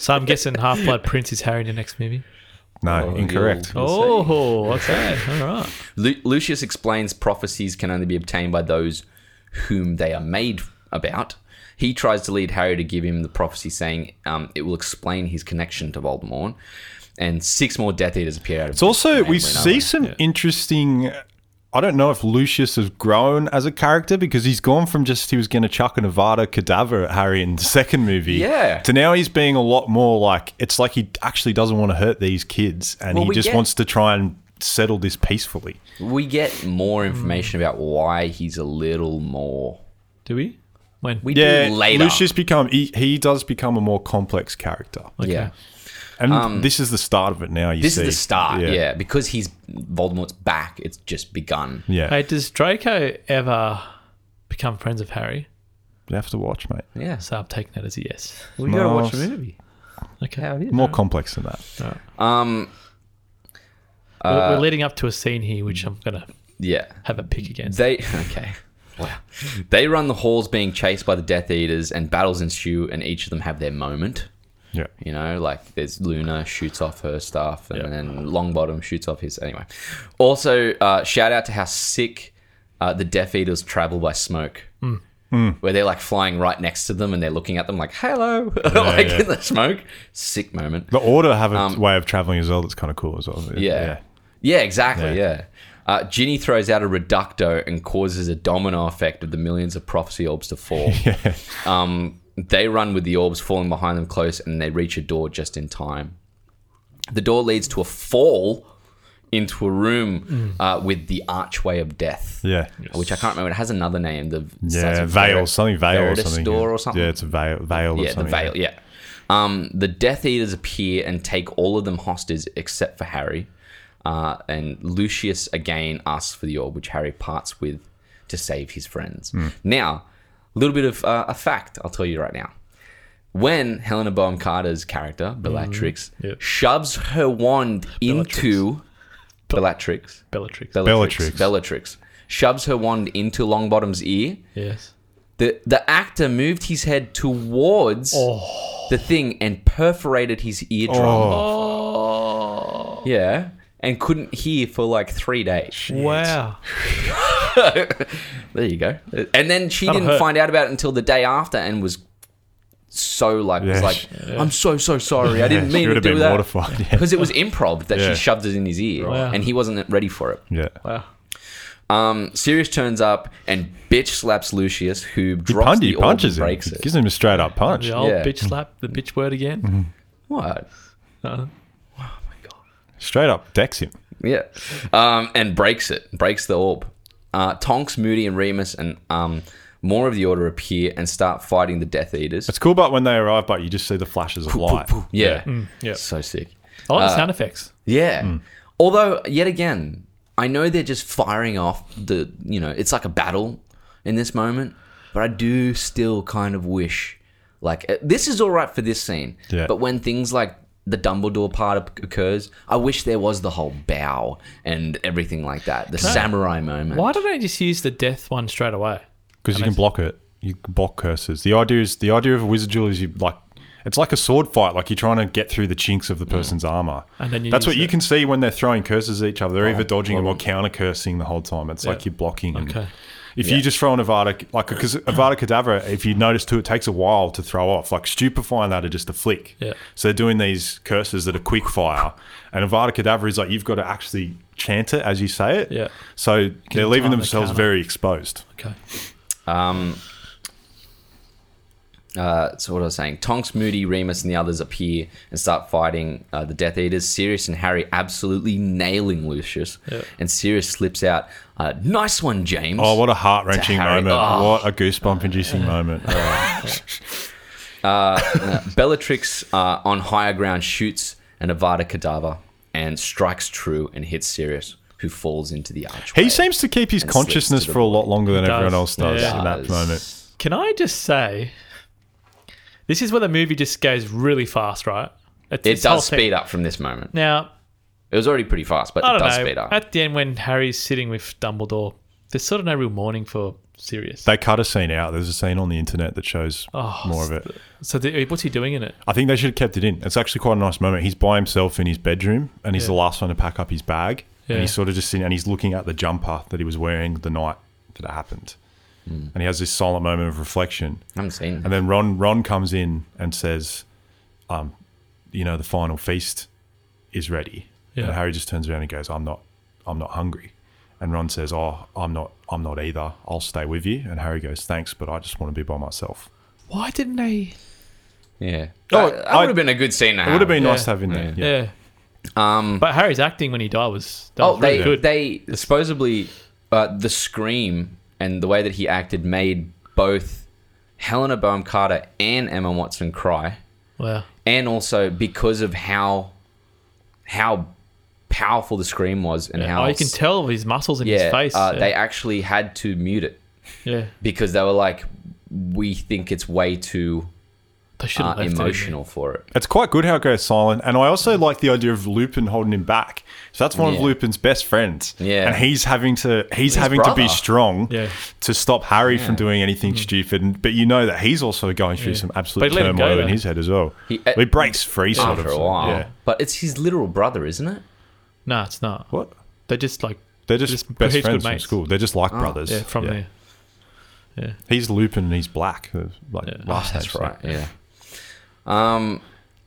[SPEAKER 2] So I'm guessing Half Blood Prince is Harry in the next movie.
[SPEAKER 3] No,
[SPEAKER 1] Oh,
[SPEAKER 3] incorrect.
[SPEAKER 1] you'll-
[SPEAKER 2] Oh, okay. All right.
[SPEAKER 1] Lu- Lucius explains prophecies can only be obtained by those whom they are made about. He tries to lead Harry to give him the prophecy, saying um, it will explain his connection to Voldemort. And six more Death Eaters appear out of
[SPEAKER 3] It's also
[SPEAKER 1] randomly,
[SPEAKER 3] we
[SPEAKER 1] don't
[SPEAKER 3] see some interesting. I don't know if Lucius has grown as a character because he's gone from just he was going to chuck a Nevada cadaver at Harry in the second movie,
[SPEAKER 1] Yeah.
[SPEAKER 3] to now he's being a lot more like it's like he actually doesn't want to hurt these kids and
[SPEAKER 1] Well,
[SPEAKER 3] he
[SPEAKER 1] we
[SPEAKER 3] just
[SPEAKER 1] get-
[SPEAKER 3] wants to try and settle this peacefully.
[SPEAKER 1] We get more information about why he's a little more.
[SPEAKER 2] Do we? When?
[SPEAKER 1] We
[SPEAKER 3] Yeah,
[SPEAKER 1] do later.
[SPEAKER 3] Lucius become he, he does become a more complex character,
[SPEAKER 1] Yeah.
[SPEAKER 3] and this is the start of it now. You
[SPEAKER 1] Um, This
[SPEAKER 3] see.
[SPEAKER 1] is the start. Yeah. Because he's Voldemort's back, it's just begun.
[SPEAKER 3] yeah.
[SPEAKER 2] Hey, does Draco ever become friends of Harry?
[SPEAKER 3] You have to watch, mate.
[SPEAKER 1] Yeah.
[SPEAKER 2] So I'm taking that as a yes.
[SPEAKER 1] We got to watch the
[SPEAKER 3] Nice.
[SPEAKER 1] movie.
[SPEAKER 2] Okay.
[SPEAKER 1] How it is.
[SPEAKER 3] More complex than that.
[SPEAKER 1] Um,
[SPEAKER 2] We're-
[SPEAKER 1] Uh,
[SPEAKER 2] We're leading up to a scene here, which I'm gonna
[SPEAKER 1] yeah.
[SPEAKER 2] have a pick against.
[SPEAKER 1] They okay. Wow. They run the halls being chased by the Death Eaters and battles ensue and each of them have their moment.
[SPEAKER 3] Yeah.
[SPEAKER 1] You know, like there's Luna shoots off her stuff and
[SPEAKER 2] Yeah.
[SPEAKER 1] then Longbottom shoots off his anyway. Also, uh, shout out to how sick uh, the Death Eaters travel by smoke.
[SPEAKER 3] Hmm.
[SPEAKER 1] Where they're like flying right next to them and they're looking at them like, hello, like
[SPEAKER 3] yeah.
[SPEAKER 1] in the smoke. Sick moment.
[SPEAKER 3] The Order have a way of traveling as well that's kind of cool as well.
[SPEAKER 1] Um, Yeah. Yeah, exactly. Yeah. Uh, Ginny throws out a reducto and causes a domino effect of the millions of prophecy orbs to fall. Um, they run with the orbs falling behind them close and they reach a door just in time. The door leads to a fall into a room
[SPEAKER 3] Mm.
[SPEAKER 1] uh, with the Archway of Death.
[SPEAKER 3] Yeah.
[SPEAKER 1] Which I can't remember. It has another name. The
[SPEAKER 3] Yeah, veil, something veil or
[SPEAKER 1] Veritas
[SPEAKER 3] something.
[SPEAKER 1] door
[SPEAKER 3] yeah.
[SPEAKER 1] or something.
[SPEAKER 3] Yeah, it's a veil, veil or
[SPEAKER 1] Yeah, the
[SPEAKER 3] something.
[SPEAKER 1] veil. Yeah. Um, the Death Eaters appear and take all of them hostage except for Harry. Uh, and Lucius again asks for the orb, which Harry parts with to save his friends. Now, a little bit of uh, a fact I'll tell you right now. When Helena Bonham Carter's character, Bellatrix,
[SPEAKER 2] yeah.
[SPEAKER 1] shoves her wand into Bellatrix. Bellatrix.
[SPEAKER 2] Bellatrix.
[SPEAKER 3] Bellatrix.
[SPEAKER 1] Bellatrix. Shoves her wand into Longbottom's ear.
[SPEAKER 2] yes.
[SPEAKER 1] The the actor moved his head towards
[SPEAKER 3] Oh.
[SPEAKER 1] the thing and perforated his eardrum. Yeah. And couldn't hear for like three days.
[SPEAKER 2] Wow.
[SPEAKER 1] There you go. And then she
[SPEAKER 2] That'll
[SPEAKER 1] didn't
[SPEAKER 2] hurt.
[SPEAKER 1] find out about it until the day after and was so like, was
[SPEAKER 3] Yeah.
[SPEAKER 1] like, I'm so, so sorry. I didn't
[SPEAKER 3] Yeah, she
[SPEAKER 1] mean
[SPEAKER 3] would
[SPEAKER 1] to
[SPEAKER 3] have
[SPEAKER 1] do
[SPEAKER 3] been
[SPEAKER 1] that.
[SPEAKER 3] mortified. Yeah.
[SPEAKER 1] Because it was improv that she
[SPEAKER 3] Yeah.
[SPEAKER 1] shoved it in his ear
[SPEAKER 2] Wow.
[SPEAKER 1] and he wasn't ready for it.
[SPEAKER 3] yeah.
[SPEAKER 2] Wow.
[SPEAKER 1] Um, Sirius turns up and bitch slaps Lucius, who
[SPEAKER 3] He,
[SPEAKER 1] drops
[SPEAKER 3] punch,
[SPEAKER 1] the
[SPEAKER 3] he
[SPEAKER 1] orb
[SPEAKER 3] punches
[SPEAKER 1] and
[SPEAKER 3] him.
[SPEAKER 1] breaks it.
[SPEAKER 3] Gives him a straight up punch.
[SPEAKER 2] The old
[SPEAKER 1] Yeah. Mm-hmm.
[SPEAKER 2] bitch slap. The bitch word again.
[SPEAKER 1] What? Oh
[SPEAKER 2] Uh,
[SPEAKER 3] Straight up decks him.
[SPEAKER 1] Yeah. Um, and breaks it, breaks the orb. Uh, Tonks, Moody, and Remus and um, more of the Order appear and start fighting the Death Eaters.
[SPEAKER 3] It's cool, but when they arrive, but you just see the flashes of light.
[SPEAKER 1] Yeah.
[SPEAKER 2] yeah.
[SPEAKER 1] So sick.
[SPEAKER 2] mm. I
[SPEAKER 1] Uh,
[SPEAKER 2] like the sound effects.
[SPEAKER 1] Yeah. Although, yet again, I know they're just firing off the, you know, it's like a battle in this moment, but I do still kind of wish, like, uh, this is all right for this scene.
[SPEAKER 3] Yeah.
[SPEAKER 1] But when things like the Dumbledore part oc- occurs, I wish there was the whole bow and everything like that, the samurai moment.
[SPEAKER 2] Why don't I just use the death one straight away?
[SPEAKER 3] because you can block it. You can block curses. The idea is the idea of a wizard duel is you like it's like a sword fight. Like you're trying to get through the chinks of the person's armor.
[SPEAKER 2] Mm. And then you
[SPEAKER 3] that's what
[SPEAKER 2] use
[SPEAKER 3] you
[SPEAKER 2] it. Oh,
[SPEAKER 3] can see when they're throwing curses at each other. They're either dodging them or counter cursing the whole time. It's like you're blocking. And
[SPEAKER 2] Okay.
[SPEAKER 3] If
[SPEAKER 1] Yeah.
[SPEAKER 3] you just throw an Avada, like, because Avada Kedavra, if you notice too, it takes a while to throw off. Like, stupefying that are just a flick.
[SPEAKER 2] Yeah.
[SPEAKER 3] So they're doing these curses that are quick fire. And Avada Kedavra is like, you've got to actually chant it as you say it.
[SPEAKER 2] Yeah.
[SPEAKER 3] So they're leaving
[SPEAKER 2] time the
[SPEAKER 3] themselves
[SPEAKER 2] counter.
[SPEAKER 3] very exposed.
[SPEAKER 2] Okay.
[SPEAKER 1] Um, uh, so what I was saying, Tonks, Moody, Remus, and the others appear and start fighting uh, the Death Eaters. Sirius and Harry absolutely nailing Lucius,
[SPEAKER 2] Yeah.
[SPEAKER 1] and Sirius slips out. Uh, nice one, James.
[SPEAKER 3] Oh, what a heart wrenching
[SPEAKER 1] To Harry.
[SPEAKER 3] moment.
[SPEAKER 1] Oh.
[SPEAKER 3] What a goosebump inducing moment.
[SPEAKER 1] Bellatrix uh, on higher ground shoots an Avada Kedavra and strikes true and hits Sirius, who falls into the archway.
[SPEAKER 3] He seems to keep his
[SPEAKER 1] And slips
[SPEAKER 3] consciousness
[SPEAKER 1] to the
[SPEAKER 3] for a lot longer than
[SPEAKER 2] does.
[SPEAKER 3] everyone else does
[SPEAKER 2] Yeah.
[SPEAKER 3] in that
[SPEAKER 1] Does.
[SPEAKER 3] moment.
[SPEAKER 2] Can I just say, this is where the movie just goes really fast, right? It's,
[SPEAKER 1] It
[SPEAKER 2] this whole
[SPEAKER 1] does
[SPEAKER 2] thing.
[SPEAKER 1] speed up from this moment.
[SPEAKER 2] Now,
[SPEAKER 1] It was already pretty fast, but
[SPEAKER 2] I
[SPEAKER 1] it
[SPEAKER 2] don't
[SPEAKER 1] does
[SPEAKER 2] know.
[SPEAKER 1] speed up.
[SPEAKER 2] At the end, when Harry's sitting with Dumbledore, there's sort of no real mourning for Sirius.
[SPEAKER 3] They cut a scene out. There's a scene on the internet that shows
[SPEAKER 2] Oh,
[SPEAKER 3] more of it.
[SPEAKER 2] so, the, what's he doing in it?
[SPEAKER 3] I think they should have kept it in. It's actually quite a nice moment. He's by himself in his bedroom and he's
[SPEAKER 2] Yeah.
[SPEAKER 3] the last one to pack up his bag.
[SPEAKER 2] Yeah.
[SPEAKER 3] And he's sort of just sitting and he's looking at the jumper that he was wearing the night that it happened.
[SPEAKER 1] Hmm.
[SPEAKER 3] And he has this silent moment of reflection.
[SPEAKER 1] I haven't seen
[SPEAKER 3] And then Ron Ron comes in and says, um, you know, the final feast is ready.
[SPEAKER 2] Yeah.
[SPEAKER 3] And Harry just turns around and goes, I'm not I'm not hungry. And Ron says, Oh, I'm not I'm not either. I'll stay with you. And Harry goes, Thanks, but I just want to be by myself.
[SPEAKER 2] Why didn't they?
[SPEAKER 1] Yeah.
[SPEAKER 3] Oh,
[SPEAKER 1] that that
[SPEAKER 3] I-
[SPEAKER 1] would have been a good scene to
[SPEAKER 3] It would have been nice
[SPEAKER 2] Yeah.
[SPEAKER 3] to have in there.
[SPEAKER 2] Yeah.
[SPEAKER 3] Yeah.
[SPEAKER 1] Um,
[SPEAKER 2] But Harry's acting when he died was that
[SPEAKER 1] oh,
[SPEAKER 2] was really
[SPEAKER 1] they,
[SPEAKER 2] good.
[SPEAKER 1] they supposedly, uh, the scream and the way that he acted made both Helena Bonham Carter and Emma Watson cry.
[SPEAKER 2] wow.
[SPEAKER 1] And also because of how how powerful the scream was and how.
[SPEAKER 2] Oh, you can
[SPEAKER 1] s-
[SPEAKER 2] tell his muscles in
[SPEAKER 1] Yeah,
[SPEAKER 2] his face.
[SPEAKER 1] Uh,
[SPEAKER 2] yeah.
[SPEAKER 1] They actually had to mute it
[SPEAKER 2] yeah.
[SPEAKER 1] because they were like, we think it's way too
[SPEAKER 2] They should
[SPEAKER 1] uh,
[SPEAKER 2] have left it in there.
[SPEAKER 1] emotional for it.
[SPEAKER 3] It's quite good how it goes silent. And I also like the idea of Lupin holding him back. So that's one
[SPEAKER 1] Yeah.
[SPEAKER 3] of Lupin's best friends.
[SPEAKER 1] Yeah.
[SPEAKER 3] And he's having to he's having to
[SPEAKER 1] brother.
[SPEAKER 3] be strong
[SPEAKER 2] Yeah. Mm.
[SPEAKER 3] to stop Harry from doing anything stupid. And, but you know that he's also going through some absolute
[SPEAKER 2] But let him go,
[SPEAKER 3] turmoil in
[SPEAKER 2] though.
[SPEAKER 3] his head as well.
[SPEAKER 1] He- uh,
[SPEAKER 3] He, breaks free sort
[SPEAKER 1] After
[SPEAKER 3] of.
[SPEAKER 1] a while.
[SPEAKER 3] Yeah.
[SPEAKER 1] But it's his literal brother, isn't it?
[SPEAKER 2] No, it's not.
[SPEAKER 3] What?
[SPEAKER 2] They're just like
[SPEAKER 3] They're just,
[SPEAKER 2] Just he's
[SPEAKER 3] best
[SPEAKER 2] good
[SPEAKER 3] friends from
[SPEAKER 2] mates.
[SPEAKER 3] school. They're just
[SPEAKER 1] Ah.
[SPEAKER 3] like brothers.
[SPEAKER 2] yeah, from
[SPEAKER 3] Yeah.
[SPEAKER 2] there.
[SPEAKER 3] He's Lupin and he's black. uh, Like
[SPEAKER 2] Yeah.
[SPEAKER 1] Ah,
[SPEAKER 3] last name's
[SPEAKER 1] That's right. Yeah. Um,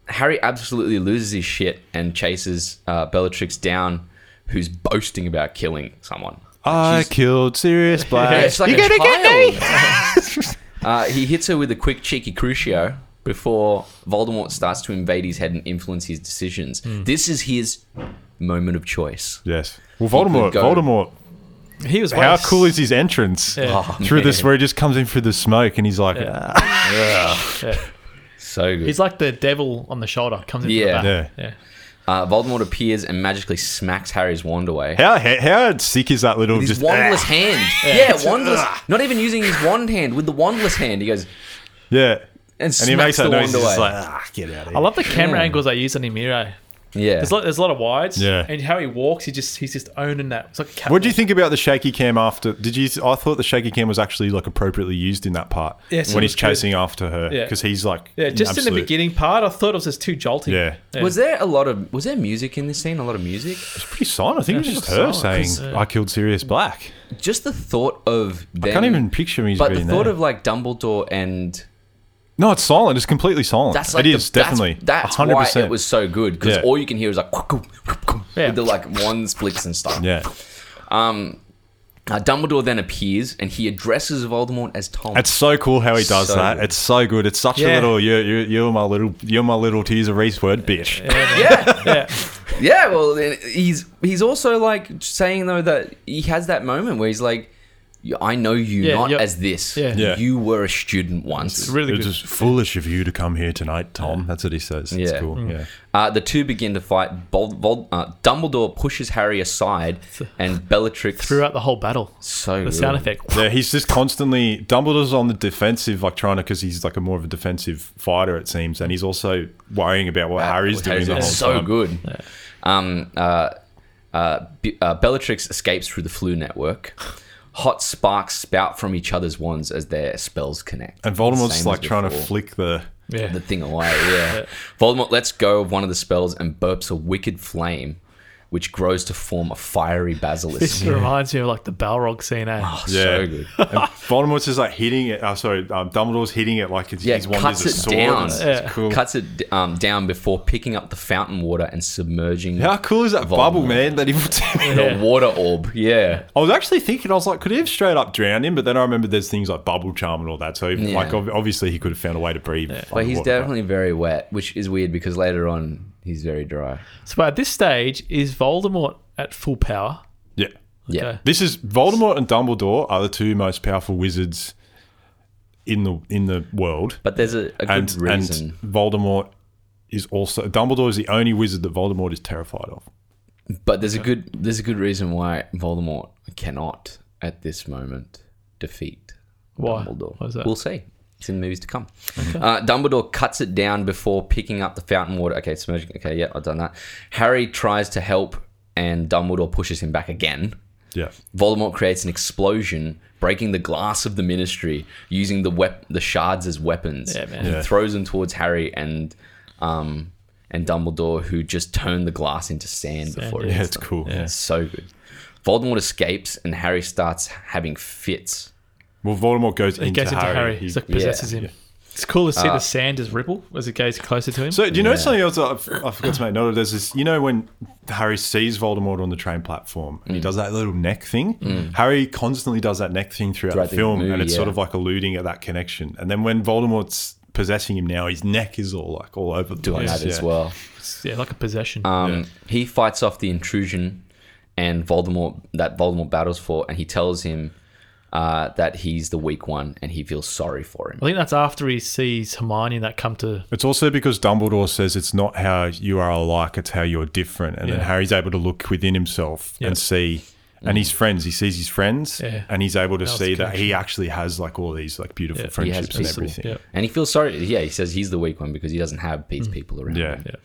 [SPEAKER 1] Harry absolutely loses his shit and chases uh, Bellatrix down, who's boasting about killing someone.
[SPEAKER 3] I killed Sirius Black.
[SPEAKER 1] Yeah, it's like
[SPEAKER 3] you
[SPEAKER 1] a
[SPEAKER 3] gotta get me.
[SPEAKER 1] child. uh, he hits her with a quick cheeky crucio before Voldemort starts to invade his head and influence his decisions. This is his moment of choice.
[SPEAKER 3] Yes. Well, Voldemort.
[SPEAKER 1] go-
[SPEAKER 3] Voldemort
[SPEAKER 2] He was
[SPEAKER 3] How
[SPEAKER 2] waste.
[SPEAKER 3] cool is his entrance
[SPEAKER 2] Yeah.
[SPEAKER 1] Oh,
[SPEAKER 3] through this,
[SPEAKER 1] man.
[SPEAKER 3] where he just comes in through the smoke and he's like, "Ah."
[SPEAKER 2] Yeah.
[SPEAKER 1] So good.
[SPEAKER 2] He's like the devil on the shoulder comes in
[SPEAKER 1] Yeah.
[SPEAKER 2] from the back. Yeah.
[SPEAKER 1] Uh, Voldemort appears and magically smacks Harry's wand away.
[SPEAKER 3] how, how how sick is that little
[SPEAKER 1] With his
[SPEAKER 3] just
[SPEAKER 1] wandless
[SPEAKER 3] "Ah."
[SPEAKER 1] hand. Yeah, wandless. Not even using his wand hand. With the wandless hand, he goes
[SPEAKER 3] yeah,
[SPEAKER 1] and
[SPEAKER 3] and he
[SPEAKER 1] smacks
[SPEAKER 3] makes that
[SPEAKER 1] the
[SPEAKER 3] noise.
[SPEAKER 1] wand
[SPEAKER 3] He's
[SPEAKER 1] away.
[SPEAKER 3] just like, ah, get out of
[SPEAKER 2] I
[SPEAKER 3] here.
[SPEAKER 2] love the camera
[SPEAKER 1] Yeah.
[SPEAKER 2] angles they use on him, Miro.
[SPEAKER 1] yeah.
[SPEAKER 2] There's a lot, there's a lot of wides.
[SPEAKER 3] Yeah.
[SPEAKER 2] And how he walks, he just he's just owning that. It's like a cat
[SPEAKER 3] What do you
[SPEAKER 2] walk.
[SPEAKER 3] think about the shaky cam after? Did you? I thought the shaky cam was actually like appropriately used in that part
[SPEAKER 2] Yes, it
[SPEAKER 3] when
[SPEAKER 2] was
[SPEAKER 3] he's chasing after her
[SPEAKER 2] Yeah.
[SPEAKER 3] because he's like
[SPEAKER 2] Yeah, just in the
[SPEAKER 3] absolute-
[SPEAKER 2] beginning part, I thought it was just too jolty.
[SPEAKER 3] Yeah.
[SPEAKER 2] Yeah.
[SPEAKER 1] Was there a lot of was there music in this scene? A lot of music.
[SPEAKER 3] It's pretty silent. I think it
[SPEAKER 2] Yeah,
[SPEAKER 3] was just
[SPEAKER 2] it's
[SPEAKER 3] her
[SPEAKER 2] silent.
[SPEAKER 3] saying,
[SPEAKER 2] Yeah.
[SPEAKER 3] "I killed Sirius Black."
[SPEAKER 1] Just the thought of them,
[SPEAKER 3] I can't even picture me.
[SPEAKER 1] But the
[SPEAKER 3] being
[SPEAKER 1] thought
[SPEAKER 3] there.
[SPEAKER 1] of like Dumbledore and
[SPEAKER 3] no, it's silent. It's completely silent.
[SPEAKER 1] that's like
[SPEAKER 3] it
[SPEAKER 1] the-
[SPEAKER 3] is definitely
[SPEAKER 1] that's, that's
[SPEAKER 3] 100%.
[SPEAKER 1] why it was so good because
[SPEAKER 3] Yeah.
[SPEAKER 1] all you can hear is like "Quack-quack, quack-quack,"
[SPEAKER 2] Yeah.
[SPEAKER 1] with the like wands flicks and stuff.
[SPEAKER 3] yeah.
[SPEAKER 1] Uh, Dumbledore then appears and he addresses Voldemort as Tom.
[SPEAKER 3] It's so cool how he does
[SPEAKER 1] So
[SPEAKER 3] that.
[SPEAKER 1] good.
[SPEAKER 3] It's so good. It's such a
[SPEAKER 2] Yeah.
[SPEAKER 3] little you're, you're you're my little you're my little to use a Reese word bitch.
[SPEAKER 1] yeah,
[SPEAKER 2] Yeah.
[SPEAKER 1] yeah. Well, then he's he's also like saying though that he has that moment where he's like, "I know you
[SPEAKER 2] Yeah,
[SPEAKER 1] not
[SPEAKER 2] yeah.
[SPEAKER 1] as this.
[SPEAKER 2] Yeah. Yeah.
[SPEAKER 1] You were a student once.
[SPEAKER 2] Really
[SPEAKER 3] It's
[SPEAKER 2] good.
[SPEAKER 3] just foolish of you to come here tonight, Tom. That's what he says. It's
[SPEAKER 1] Yeah.
[SPEAKER 3] cool.
[SPEAKER 2] Mm.
[SPEAKER 3] Yeah.
[SPEAKER 1] Uh, the two begin to fight. Vol- Vol- uh, Dumbledore pushes Harry aside, and Bellatrix.
[SPEAKER 2] Throughout the whole battle.
[SPEAKER 1] So
[SPEAKER 2] the
[SPEAKER 1] good.
[SPEAKER 2] sound effect.
[SPEAKER 3] Yeah, he's just constantly Dumbledore's on the defensive, like trying to because he's like a more of a defensive fighter, it seems, and he's also worrying about what Harry's
[SPEAKER 1] Ah, What
[SPEAKER 3] doing the whole
[SPEAKER 1] It's so
[SPEAKER 3] time.
[SPEAKER 1] good. Um, uh, uh, B- uh, Bellatrix escapes through the flu network. Hot sparks spout from each other's wands as their spells connect.
[SPEAKER 3] And Voldemort's
[SPEAKER 1] Same
[SPEAKER 3] like
[SPEAKER 1] as
[SPEAKER 3] trying to
[SPEAKER 1] before.
[SPEAKER 3] flick the
[SPEAKER 2] Yeah.
[SPEAKER 1] the thing away. Yeah. Voldemort lets go of one of the spells and burps a wicked flame. which grows to form a fiery
[SPEAKER 2] This
[SPEAKER 1] basilisk.
[SPEAKER 2] reminds me of like the Balrog scene, eh?
[SPEAKER 1] yeah. So good.
[SPEAKER 3] and Voldemort's is like hitting it. Oh, sorry, um, Dumbledore's hitting it like it's,
[SPEAKER 1] Yeah,
[SPEAKER 3] he's one
[SPEAKER 1] cuts
[SPEAKER 3] is a
[SPEAKER 1] it
[SPEAKER 3] sword.
[SPEAKER 1] down.
[SPEAKER 3] It's,
[SPEAKER 2] Yeah.
[SPEAKER 3] it's cool.
[SPEAKER 1] Cuts it d- um, down before picking up the fountain water and submerging
[SPEAKER 3] How cool is that bubble,
[SPEAKER 1] Voldemort.
[SPEAKER 3] man? That evil
[SPEAKER 1] the
[SPEAKER 2] Yeah.
[SPEAKER 1] water orb. Yeah.
[SPEAKER 3] I was actually thinking, I was like, could he have straight up drowned him? But then I remember there's things like bubble charm and all that. So,
[SPEAKER 1] Yeah.
[SPEAKER 3] like, ob- obviously, he could have found a way to breathe.
[SPEAKER 1] But he's
[SPEAKER 3] underwater.
[SPEAKER 1] definitely very wet, which is weird because later on he's very dry.
[SPEAKER 2] So but at this stage, is Voldemort at full power?
[SPEAKER 3] Yeah.
[SPEAKER 1] Yeah.
[SPEAKER 2] Okay.
[SPEAKER 3] This is Voldemort and Dumbledore are the two most powerful wizards in the in the world.
[SPEAKER 1] But there's a, a good
[SPEAKER 3] And, and
[SPEAKER 1] reason.
[SPEAKER 3] Voldemort is also. Dumbledore is the only wizard that Voldemort is terrified of.
[SPEAKER 1] But there's a good there's a good reason why Voldemort cannot at this moment defeat
[SPEAKER 2] Why?
[SPEAKER 1] Dumbledore.
[SPEAKER 2] Why is that?
[SPEAKER 1] We'll see. It's in movies to come. Uh, Dumbledore cuts it down before picking up the fountain water. Okay, submerging. Okay, yeah, I've done that. Harry tries to help, and Dumbledore pushes him back again.
[SPEAKER 3] Yeah.
[SPEAKER 1] Voldemort creates an explosion, breaking the glass of the Ministry, using the wep- the shards as weapons.
[SPEAKER 2] Yeah, man.
[SPEAKER 1] He
[SPEAKER 3] Yeah.
[SPEAKER 1] throws them towards Harry and um, and Dumbledore, who just turned the glass into sand, before. it
[SPEAKER 3] yeah,
[SPEAKER 1] hits
[SPEAKER 3] it's
[SPEAKER 1] them.
[SPEAKER 3] cool. Yeah.
[SPEAKER 1] It's so good. Voldemort escapes, and Harry starts having fits.
[SPEAKER 3] Well, Voldemort goes
[SPEAKER 2] He
[SPEAKER 3] into,
[SPEAKER 2] goes into
[SPEAKER 3] Harry.
[SPEAKER 2] Harry.
[SPEAKER 3] He-
[SPEAKER 2] He's like possesses him. It's cool to see
[SPEAKER 1] Uh,
[SPEAKER 2] the sand just ripple as it goes closer to him.
[SPEAKER 3] so, do you know
[SPEAKER 1] Yeah.
[SPEAKER 3] something else? I, f- I forgot to make note of. There's this. You know when Harry sees Voldemort on the train platform
[SPEAKER 1] Mm.
[SPEAKER 3] and he does that little neck thing. Harry constantly does that neck thing throughout,
[SPEAKER 1] Throughout
[SPEAKER 3] the
[SPEAKER 1] the
[SPEAKER 3] film,
[SPEAKER 1] movie,
[SPEAKER 3] and it's sort
[SPEAKER 1] yeah.
[SPEAKER 3] of like alluding at that connection. And then when Voldemort's possessing him now, his neck is all like all over the
[SPEAKER 1] Doing
[SPEAKER 3] place.
[SPEAKER 1] that as
[SPEAKER 3] yeah.
[SPEAKER 1] well.
[SPEAKER 2] It's, yeah, like a possession.
[SPEAKER 1] Um, He fights off the intrusion, and Voldemort that Voldemort battles for, and he tells him uh, that he's the weak one, and he feels sorry for him.
[SPEAKER 2] I think that's after he sees Hermione and that come to.
[SPEAKER 3] It's also because Dumbledore says it's not how you are alike, it's how you're different. And then
[SPEAKER 2] Yeah.
[SPEAKER 3] Harry's able to look within himself
[SPEAKER 2] Yeah.
[SPEAKER 3] and see, and
[SPEAKER 1] Mm.
[SPEAKER 3] his friends, he sees his friends,
[SPEAKER 2] Yeah.
[SPEAKER 3] and he's able to
[SPEAKER 2] was
[SPEAKER 3] see
[SPEAKER 2] the
[SPEAKER 3] that he actually has like all these like
[SPEAKER 2] Yeah.
[SPEAKER 3] beautiful
[SPEAKER 2] He
[SPEAKER 1] has
[SPEAKER 3] friendships and
[SPEAKER 1] peace.
[SPEAKER 3] everything.
[SPEAKER 2] Yeah.
[SPEAKER 1] And he feels sorry. Yeah, he says he's the weak one because he doesn't have these people around.
[SPEAKER 3] Yeah.
[SPEAKER 1] him.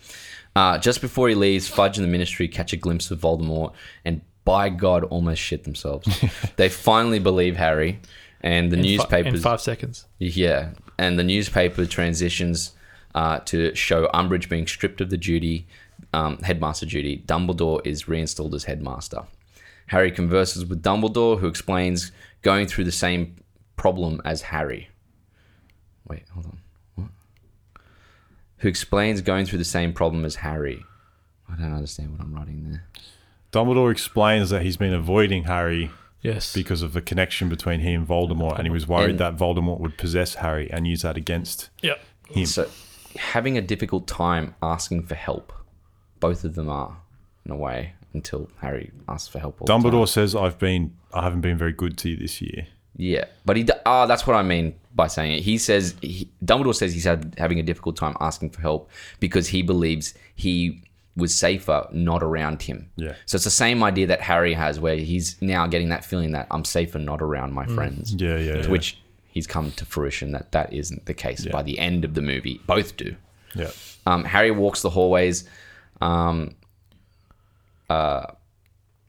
[SPEAKER 1] Uh, just before he leaves, Fudge and the Ministry catch a glimpse of Voldemort, and by God, almost shit themselves. they finally believe Harry, and the
[SPEAKER 2] in fi- in
[SPEAKER 1] newspapers.
[SPEAKER 2] five seconds.
[SPEAKER 1] yeah, and the newspaper transitions uh, to show Umbridge being stripped of the duty, um, headmaster duty. Dumbledore is reinstalled as headmaster. Harry converses with Dumbledore, who explains going through the same problem as Harry. Wait, hold on. What? Who explains going through the same problem as Harry? I don't understand what I'm writing there.
[SPEAKER 3] Dumbledore explains that he's been avoiding Harry
[SPEAKER 2] Yes.
[SPEAKER 3] because of the connection between he and Voldemort, and he was worried
[SPEAKER 1] And-
[SPEAKER 3] that Voldemort would possess Harry and use that against.
[SPEAKER 2] yep.
[SPEAKER 3] him.
[SPEAKER 1] So, having a difficult time asking for help. Both of them are, in a way, until Harry asks for help. All the time.
[SPEAKER 3] Dumbledore says, "I've been, I haven't been very good to you this year."
[SPEAKER 1] Yeah, but he. d- Ah, that's what I mean by saying it. He says he, Dumbledore says he's had, having a difficult time asking for help because he believes he was safer not around him.
[SPEAKER 3] Yeah.
[SPEAKER 1] So it's the same idea that Harry has, where he's now getting that feeling that I'm safer not around my friends.
[SPEAKER 3] Yeah, yeah,
[SPEAKER 1] To
[SPEAKER 3] yeah.
[SPEAKER 1] Which he's come to fruition that that isn't the case by the end of the movie. Both do.
[SPEAKER 3] Yeah.
[SPEAKER 1] Um, Harry walks the hallways. Um, uh,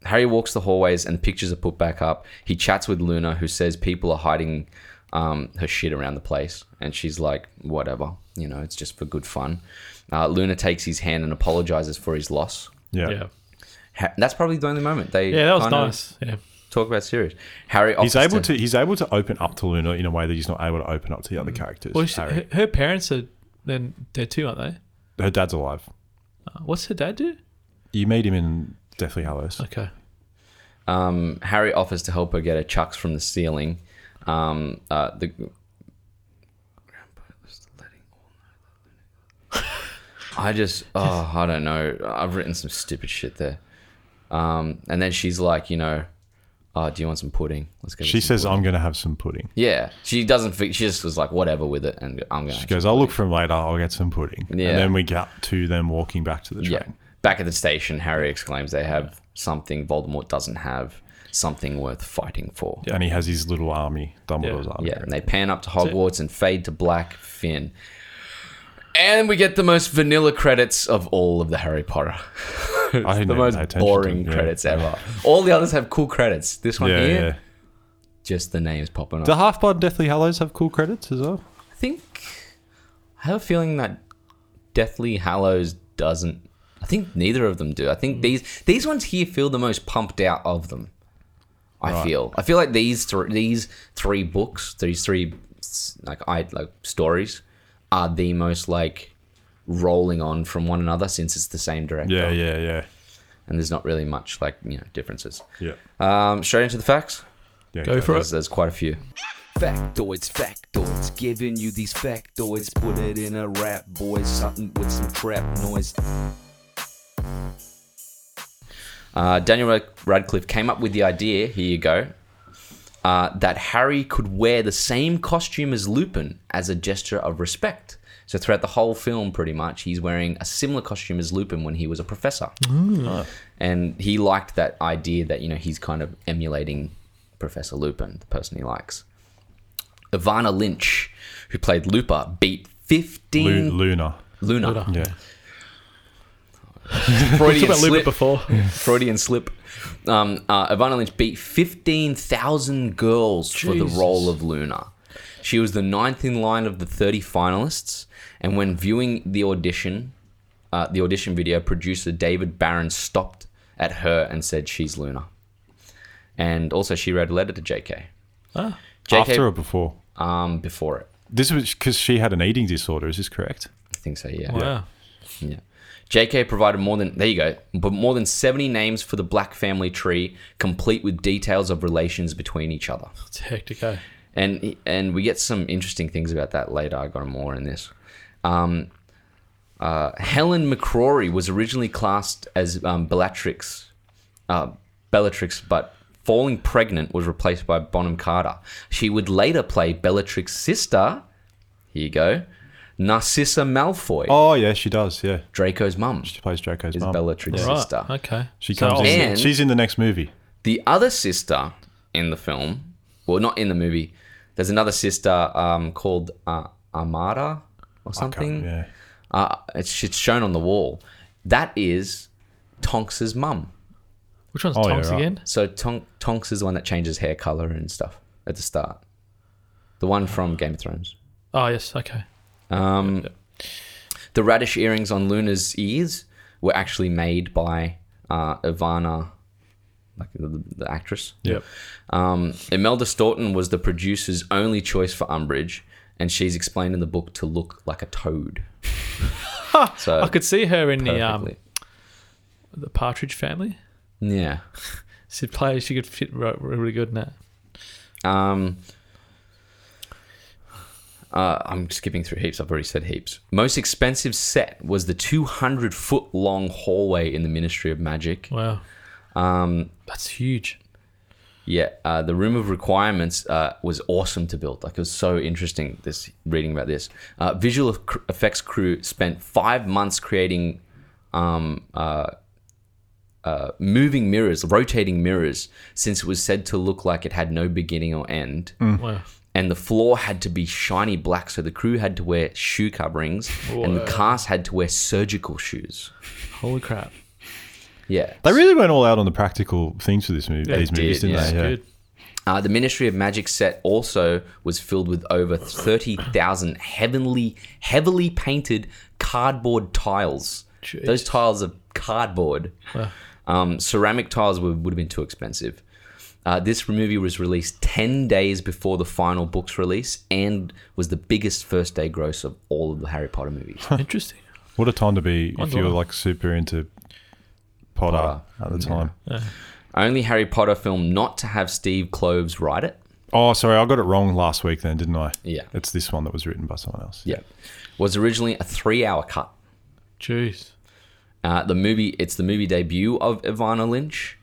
[SPEAKER 1] Harry walks the hallways and pictures are put back up. He chats with Luna, who says people are hiding um, her shit around the place. And she's like, whatever, you know, it's just for good fun. Uh, Luna takes his hand and apologizes for his loss.
[SPEAKER 3] Yeah.
[SPEAKER 2] Yeah.
[SPEAKER 1] Ha- That's probably the only moment they
[SPEAKER 2] Yeah, that was
[SPEAKER 1] kind of
[SPEAKER 2] nice. Yeah.
[SPEAKER 1] talk about serious. Harry
[SPEAKER 3] He's
[SPEAKER 1] offers
[SPEAKER 3] able to he's able to open up to Luna in a way that he's not able to open up to the other characters.
[SPEAKER 2] Mm. Well, she,
[SPEAKER 3] Harry.
[SPEAKER 2] her, her parents are then dead too, aren't they?
[SPEAKER 3] Her dad's alive.
[SPEAKER 2] Uh, what's her dad do?
[SPEAKER 3] You meet him in Deathly Hallows.
[SPEAKER 2] Okay.
[SPEAKER 1] Um, Harry offers to help her get her chucks from the ceiling. Um, uh, the I just, oh, I don't know. I've written some stupid shit there. Um, and then she's like, you know, oh, do you want some pudding? Let's go. get
[SPEAKER 3] She
[SPEAKER 1] some
[SPEAKER 3] says,
[SPEAKER 1] pudding."
[SPEAKER 3] "I'm going to have some pudding."
[SPEAKER 1] yeah. She doesn't. Fi- she just was like, whatever with it, and I'm gonna.
[SPEAKER 3] She goes, "I'll look for him later. I'll get some pudding."
[SPEAKER 1] Yeah.
[SPEAKER 3] And then we get to them walking back to the
[SPEAKER 1] Yeah.
[SPEAKER 3] train.
[SPEAKER 1] Back at the station, Harry exclaims, "They have something Voldemort doesn't have. Something worth fighting for."
[SPEAKER 3] And he has his little army, Dumbledore's
[SPEAKER 2] Yeah.
[SPEAKER 3] army.
[SPEAKER 1] Yeah, and they pan up to Hogwarts and fade to black Finn. And we get the most vanilla credits of all of the Harry Potter.
[SPEAKER 3] I
[SPEAKER 1] the
[SPEAKER 3] didn't even pay
[SPEAKER 1] most
[SPEAKER 3] attention to
[SPEAKER 1] boring
[SPEAKER 3] them, yeah.
[SPEAKER 1] credits ever. All the others have cool credits. This one
[SPEAKER 3] Yeah,
[SPEAKER 1] here,
[SPEAKER 3] yeah.
[SPEAKER 1] just the names popping up.
[SPEAKER 3] The Half Blood Deathly Hallows have cool credits as well.
[SPEAKER 1] I think I have a feeling that Deathly Hallows doesn't I think neither of them do. I think these these ones here feel the most pumped out of them. I feel. I feel like these three these three books, these three s- like I like stories, are the most like rolling on from one another since it's the same director.
[SPEAKER 3] Yeah, yeah, yeah,
[SPEAKER 1] And there's not really much like you know differences.
[SPEAKER 3] yeah.
[SPEAKER 1] Um, straight into the facts.
[SPEAKER 3] yeah
[SPEAKER 2] Go for
[SPEAKER 1] There's,
[SPEAKER 2] it.
[SPEAKER 1] there's quite a few.
[SPEAKER 4] Factoids, factoids, giving you these factoids. Put it in a rap, boys, something with some trap noise.
[SPEAKER 1] Uh, Daniel Rad- Radcliffe came up with the idea, here you go, uh, that Harry could wear the same costume as Lupin as a gesture of respect. So throughout the whole film, pretty much, he's wearing a similar costume as Lupin when he was a professor. And he liked that idea that, you know, he's kind of emulating Professor Lupin, the person he likes. Ivana Lynch, who played Lupa, beat 15...
[SPEAKER 3] Lu- Luna.
[SPEAKER 1] Luna.
[SPEAKER 2] Luna.
[SPEAKER 3] Yeah.
[SPEAKER 2] We
[SPEAKER 1] Freudian
[SPEAKER 2] talked about Lupin
[SPEAKER 1] slip.
[SPEAKER 2] before.
[SPEAKER 1] Freudian slip. Um, uh, Ivana Lynch beat 15,000 girls for the
[SPEAKER 2] Jesus.
[SPEAKER 1] role of Luna. She was the ninth in line of the 30 finalists. And when viewing the audition, uh, the audition video, producer David Barron stopped at her and said, She's Luna. And also, she wrote a letter to JK.
[SPEAKER 2] Ah.
[SPEAKER 3] After or
[SPEAKER 1] JK,
[SPEAKER 3] before?
[SPEAKER 1] um, before it.
[SPEAKER 3] This was because she had an eating disorder. Is this correct?
[SPEAKER 1] I think so, yeah.
[SPEAKER 2] Wow.
[SPEAKER 1] Yeah. JK provided more than there you go, but more than 70 names for the black family tree, complete with details of relations between each other.
[SPEAKER 2] It's hectic, eh?
[SPEAKER 1] And and we get some interesting things about that later. I got more in this. Um, uh, Helen McCrory was originally classed as um, Bellatrix, uh, Bellatrix, but falling pregnant was replaced by Bonham Carter. She would later play Bellatrix's sister. Here you go, Narcissa Malfoy,
[SPEAKER 3] Oh yeah, she does. Yeah,
[SPEAKER 1] Draco's mum.
[SPEAKER 3] she plays Draco's
[SPEAKER 1] Is
[SPEAKER 3] mum.
[SPEAKER 1] Bellatrix's
[SPEAKER 2] Right.
[SPEAKER 1] sister.
[SPEAKER 2] Okay.
[SPEAKER 3] She
[SPEAKER 2] So
[SPEAKER 3] comes in.
[SPEAKER 1] And-
[SPEAKER 3] She's in the next movie.
[SPEAKER 1] The other sister in the film, well, not in the movie, there's another sister um, called uh, Amara or something.
[SPEAKER 3] Yeah.
[SPEAKER 1] uh, it's, it's shown on the wall. That is Tonks's mum.
[SPEAKER 2] Which one's
[SPEAKER 3] Oh, yeah,
[SPEAKER 2] Tonks
[SPEAKER 3] right.
[SPEAKER 2] again?
[SPEAKER 1] So Tonk, Tonks is the one that changes hair color and stuff at the start. The one from Game of Thrones.
[SPEAKER 2] Oh, yes. Okay.
[SPEAKER 1] Um, The radish earrings on Luna's ears were actually made by uh, Ivana, like the, the actress.
[SPEAKER 3] Yep.
[SPEAKER 1] Um, Imelda Staunton was the producer's only choice for Umbridge, and she's explained in the book to look like a toad. so
[SPEAKER 2] I could see her in the um,
[SPEAKER 1] perfectly.
[SPEAKER 2] the Partridge Family.
[SPEAKER 1] yeah.
[SPEAKER 2] She'd play. She could fit ro- really good in that.
[SPEAKER 1] Um, uh, I'm skipping through heaps. I've already said heaps. Most expensive set was the 200 foot long hallway in the Ministry of Magic.
[SPEAKER 2] Wow.
[SPEAKER 1] Um,
[SPEAKER 2] That's huge.
[SPEAKER 1] Yeah, uh, the room of requirements uh, was awesome to build. Like it was so interesting. This reading about this uh, visual ec- effects crew spent five months creating um, uh, uh, moving mirrors, rotating mirrors, since it was said to look like it had no beginning or end.
[SPEAKER 3] Mm.
[SPEAKER 2] Wow.
[SPEAKER 1] And the floor had to be shiny black, so the crew had to wear shoe coverings, and the cast had to wear surgical shoes.
[SPEAKER 2] Holy crap.
[SPEAKER 1] Yeah,
[SPEAKER 3] They really went all out on the practical things for this movie.
[SPEAKER 2] Yeah,
[SPEAKER 3] these
[SPEAKER 1] they
[SPEAKER 3] movies,
[SPEAKER 1] did,
[SPEAKER 3] didn't
[SPEAKER 1] yeah.
[SPEAKER 3] they? Yeah.
[SPEAKER 2] Good.
[SPEAKER 1] Uh, the Ministry of Magic set also was filled with over 30,000 heavenly, heavily painted cardboard tiles.
[SPEAKER 2] Jeez.
[SPEAKER 1] Those tiles are cardboard.
[SPEAKER 2] Wow.
[SPEAKER 1] Um, ceramic tiles would, would have been too expensive. Uh, this movie was released 10 days before the final book's release and was the biggest first day gross of all of the Harry Potter movies.
[SPEAKER 2] Interesting.
[SPEAKER 3] What a time to be if
[SPEAKER 2] Wonder
[SPEAKER 3] you were
[SPEAKER 2] why.
[SPEAKER 3] like super into Potter,
[SPEAKER 1] Potter.
[SPEAKER 3] at the time.
[SPEAKER 1] Only Harry Potter film not to have Steve Cloves write it.
[SPEAKER 3] Oh, sorry, I got it wrong last week. Then didn't I?
[SPEAKER 1] Yeah.
[SPEAKER 3] It's this one that was written by someone else.
[SPEAKER 1] Yeah. Was originally a three hour cut.
[SPEAKER 2] Jeez.
[SPEAKER 1] Uh, the movie, it's the movie debut of Ivana Lynch,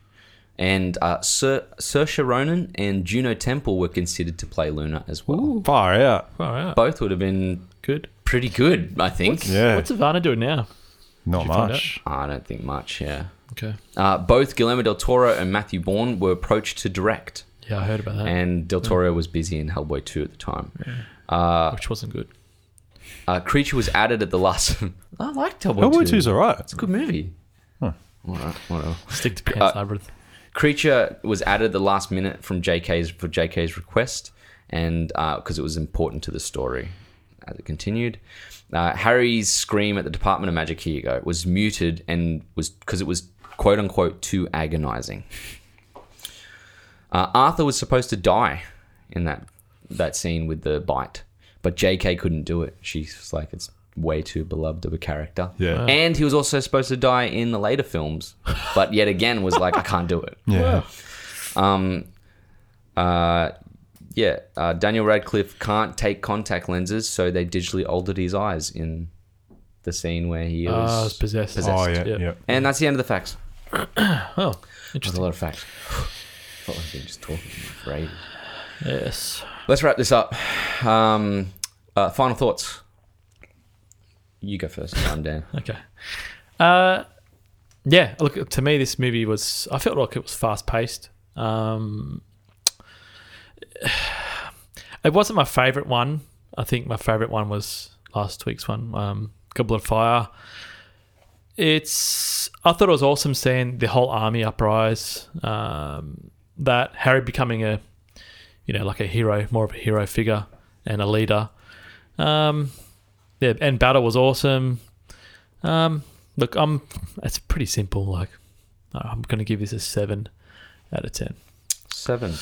[SPEAKER 1] and uh, Sir Saoirse Ronan and Juno Temple were considered to play Luna as well.
[SPEAKER 3] Far out.
[SPEAKER 2] All right.
[SPEAKER 1] Both would have been
[SPEAKER 2] Good.
[SPEAKER 1] pretty good, I think.
[SPEAKER 3] Yeah.
[SPEAKER 2] What's Ivana doing now?
[SPEAKER 3] Not
[SPEAKER 2] you find
[SPEAKER 3] much.
[SPEAKER 1] I don't think much. Yeah.
[SPEAKER 2] Okay.
[SPEAKER 1] Uh, both Guillermo del Toro and Matthew Bourne were approached to direct,
[SPEAKER 2] Yeah, I heard about
[SPEAKER 3] Oh.
[SPEAKER 2] that,
[SPEAKER 1] and del Toro was busy in Hellboy 2 at the time.
[SPEAKER 2] which wasn't good.
[SPEAKER 1] Uh, Creature was added at the last. I liked Hellboy, 2.
[SPEAKER 3] Hellboy two's all right.
[SPEAKER 1] It's a good movie.
[SPEAKER 3] Huh.
[SPEAKER 1] All right, whatever.
[SPEAKER 2] Stick to pants labyrinth.
[SPEAKER 1] Creature was added at the last uh, minute from JK's for JK's request, and because it was important to the story, as it continued. Uh, Harry's scream at the Department of Magic, here you go, was muted and was because it was quote unquote too agonizing. Uh, Arthur was supposed to die in that that scene with the bite, but J.K. couldn't do it. She's like, it's way too beloved of a character.
[SPEAKER 3] Yeah.
[SPEAKER 2] Uh.
[SPEAKER 3] Wow.
[SPEAKER 1] And he was also supposed to die in the later films, but yet again was like, I can't do it.
[SPEAKER 3] Yeah.
[SPEAKER 1] Um, uh, yeah, uh, Daniel Radcliffe can't take contact lenses, so they digitally altered his eyes in the scene where he
[SPEAKER 2] Ah,
[SPEAKER 1] was.
[SPEAKER 2] it's possessed.
[SPEAKER 3] Oh yeah,
[SPEAKER 2] Yep.
[SPEAKER 3] yeah.
[SPEAKER 1] and that's the end of the facts.
[SPEAKER 2] Oh,
[SPEAKER 1] There's a
[SPEAKER 2] interesting.
[SPEAKER 1] lot of facts. Thought I've been just talking for ages.
[SPEAKER 2] Yes.
[SPEAKER 1] Let's wrap this up. Um, uh, final thoughts. You go first. I'm Dan.
[SPEAKER 2] Okay. Uh, yeah. Look, to me, this movie was. I felt like it was fast paced. Um, it wasn't my favorite one. I think my favorite one was last week's one, um, Goblet of Fire. It's. I thought it was awesome seeing the whole army uprise. Um, that Harry becoming a, you know, like a hero, more of a hero figure and a leader. Um, yeah, and battle was awesome. Um, look, I'm. It's pretty simple. Like, uh, I'm going to give this a seven out of ten.
[SPEAKER 1] Seven.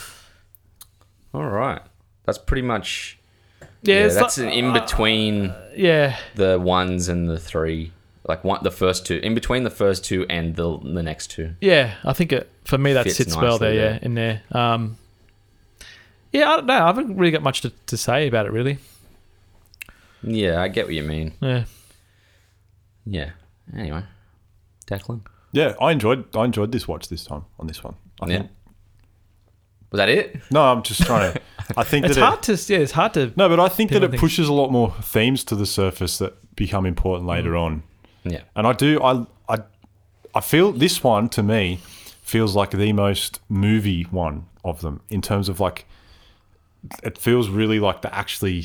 [SPEAKER 1] All right. That's pretty much.
[SPEAKER 2] Yeah,
[SPEAKER 1] Yeah, uh,
[SPEAKER 2] it's
[SPEAKER 1] that's
[SPEAKER 2] like-
[SPEAKER 1] an in between
[SPEAKER 2] yeah,
[SPEAKER 1] the ones and the three. Like one, the first two, in between the first two and the the next two.
[SPEAKER 2] yeah. I think it for me that
[SPEAKER 1] Fits
[SPEAKER 2] sits well there.
[SPEAKER 1] nicely
[SPEAKER 2] Yeah,
[SPEAKER 1] there.
[SPEAKER 2] in there. Um, yeah, I don't know. I haven't really got much to, to say about it. Really.
[SPEAKER 1] Yeah, I get what you mean.
[SPEAKER 2] Yeah.
[SPEAKER 1] Yeah. Anyway, Declan,
[SPEAKER 3] Yeah, I enjoyed I enjoyed this watch this time on this one. I
[SPEAKER 1] Yeah.
[SPEAKER 3] think.
[SPEAKER 1] was that it?
[SPEAKER 3] No, I'm just trying to. I think
[SPEAKER 2] It's
[SPEAKER 3] that
[SPEAKER 2] hard
[SPEAKER 3] it,
[SPEAKER 2] to. Yeah, it's hard to.
[SPEAKER 3] no, but I think
[SPEAKER 2] People
[SPEAKER 3] that it
[SPEAKER 2] think-
[SPEAKER 3] pushes a lot more themes to the surface that become important later
[SPEAKER 2] Mm.
[SPEAKER 3] on.
[SPEAKER 1] Yeah.
[SPEAKER 3] And I do I I I feel this one to me feels like the most movie one of them in terms of like it feels really like they actually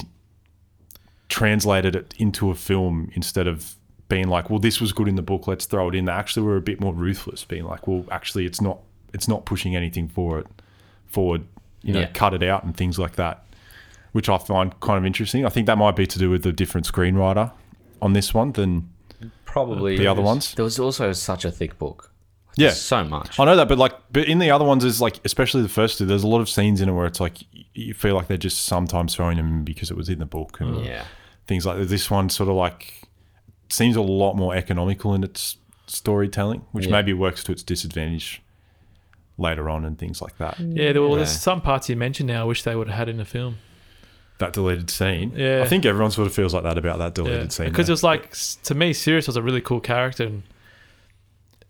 [SPEAKER 3] translated it into a film instead of being like, well, this was good in the book, let's throw it in. They actually were a bit more ruthless, being like, well, actually, it's not it's not pushing anything forward forward, you know,
[SPEAKER 1] Yeah.
[SPEAKER 3] cut it out and things like that, which I find kind of interesting. I think that might be to do with the different screenwriter on this one than
[SPEAKER 1] Probably
[SPEAKER 3] the other ones.
[SPEAKER 1] There was also such a thick book.
[SPEAKER 3] Yeah.
[SPEAKER 1] So much.
[SPEAKER 3] I know that, but like, but in the other ones is like, especially the first two. There's a lot of scenes in it where it's like y- you feel like they're just sometimes throwing them in because it was in the book
[SPEAKER 2] Mm.
[SPEAKER 3] and
[SPEAKER 1] Yeah.
[SPEAKER 3] things like that. This one sort of like seems a lot more economical in its storytelling, which
[SPEAKER 1] Yeah.
[SPEAKER 3] maybe works to its disadvantage later on and things like that.
[SPEAKER 2] Yeah, there, well, there's
[SPEAKER 1] Yeah.
[SPEAKER 2] some parts you mentioned now. I wish they would have had in the film.
[SPEAKER 3] That deleted scene.
[SPEAKER 2] Yeah.
[SPEAKER 3] I think everyone sort of feels like that about that
[SPEAKER 2] Yeah,
[SPEAKER 3] deleted scene.
[SPEAKER 2] because it
[SPEAKER 3] though.
[SPEAKER 2] was like s- to me, Sirius was a really cool character, and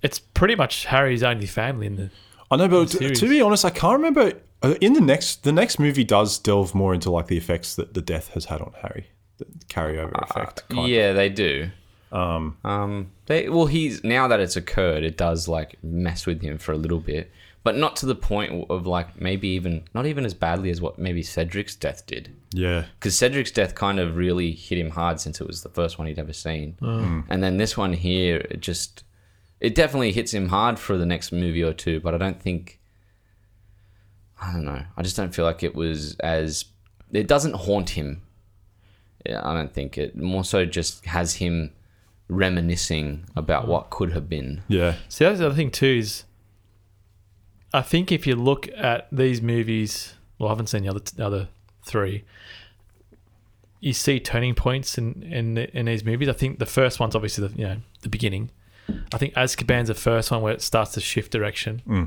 [SPEAKER 2] it's pretty much Harry's only family in the
[SPEAKER 3] I know, but
[SPEAKER 2] the
[SPEAKER 3] to,
[SPEAKER 2] series.
[SPEAKER 3] to be honest, I can't remember. uh, In the next, the next movie does delve more into like the effects that the death has had on Harry, the carryover effect. kind of.
[SPEAKER 1] Yeah, they do. Um, they well, he's now that it's occurred, it does like mess with him for a little bit, but not to the point of like maybe even not even as badly as what maybe Cedric's death did,
[SPEAKER 3] Yeah.
[SPEAKER 1] because Cedric's death kind of really hit him hard since it was the first one he'd ever seen,
[SPEAKER 3] Hmm.
[SPEAKER 1] and then this one here, it just it definitely hits him hard for the next movie or two, but I don't think I don't know, I just don't feel like it was as it doesn't haunt him yeah, I don't think it. More so, just has him reminiscing about what could have been.
[SPEAKER 3] Yeah.
[SPEAKER 2] See, that's the other thing too is, I think if you look at these movies, well, I haven't seen the other the other three. You see turning points in in in these movies. I think the first one's obviously the you know the beginning. I think Azkaban's the first one where it starts to shift direction.
[SPEAKER 3] Hmm.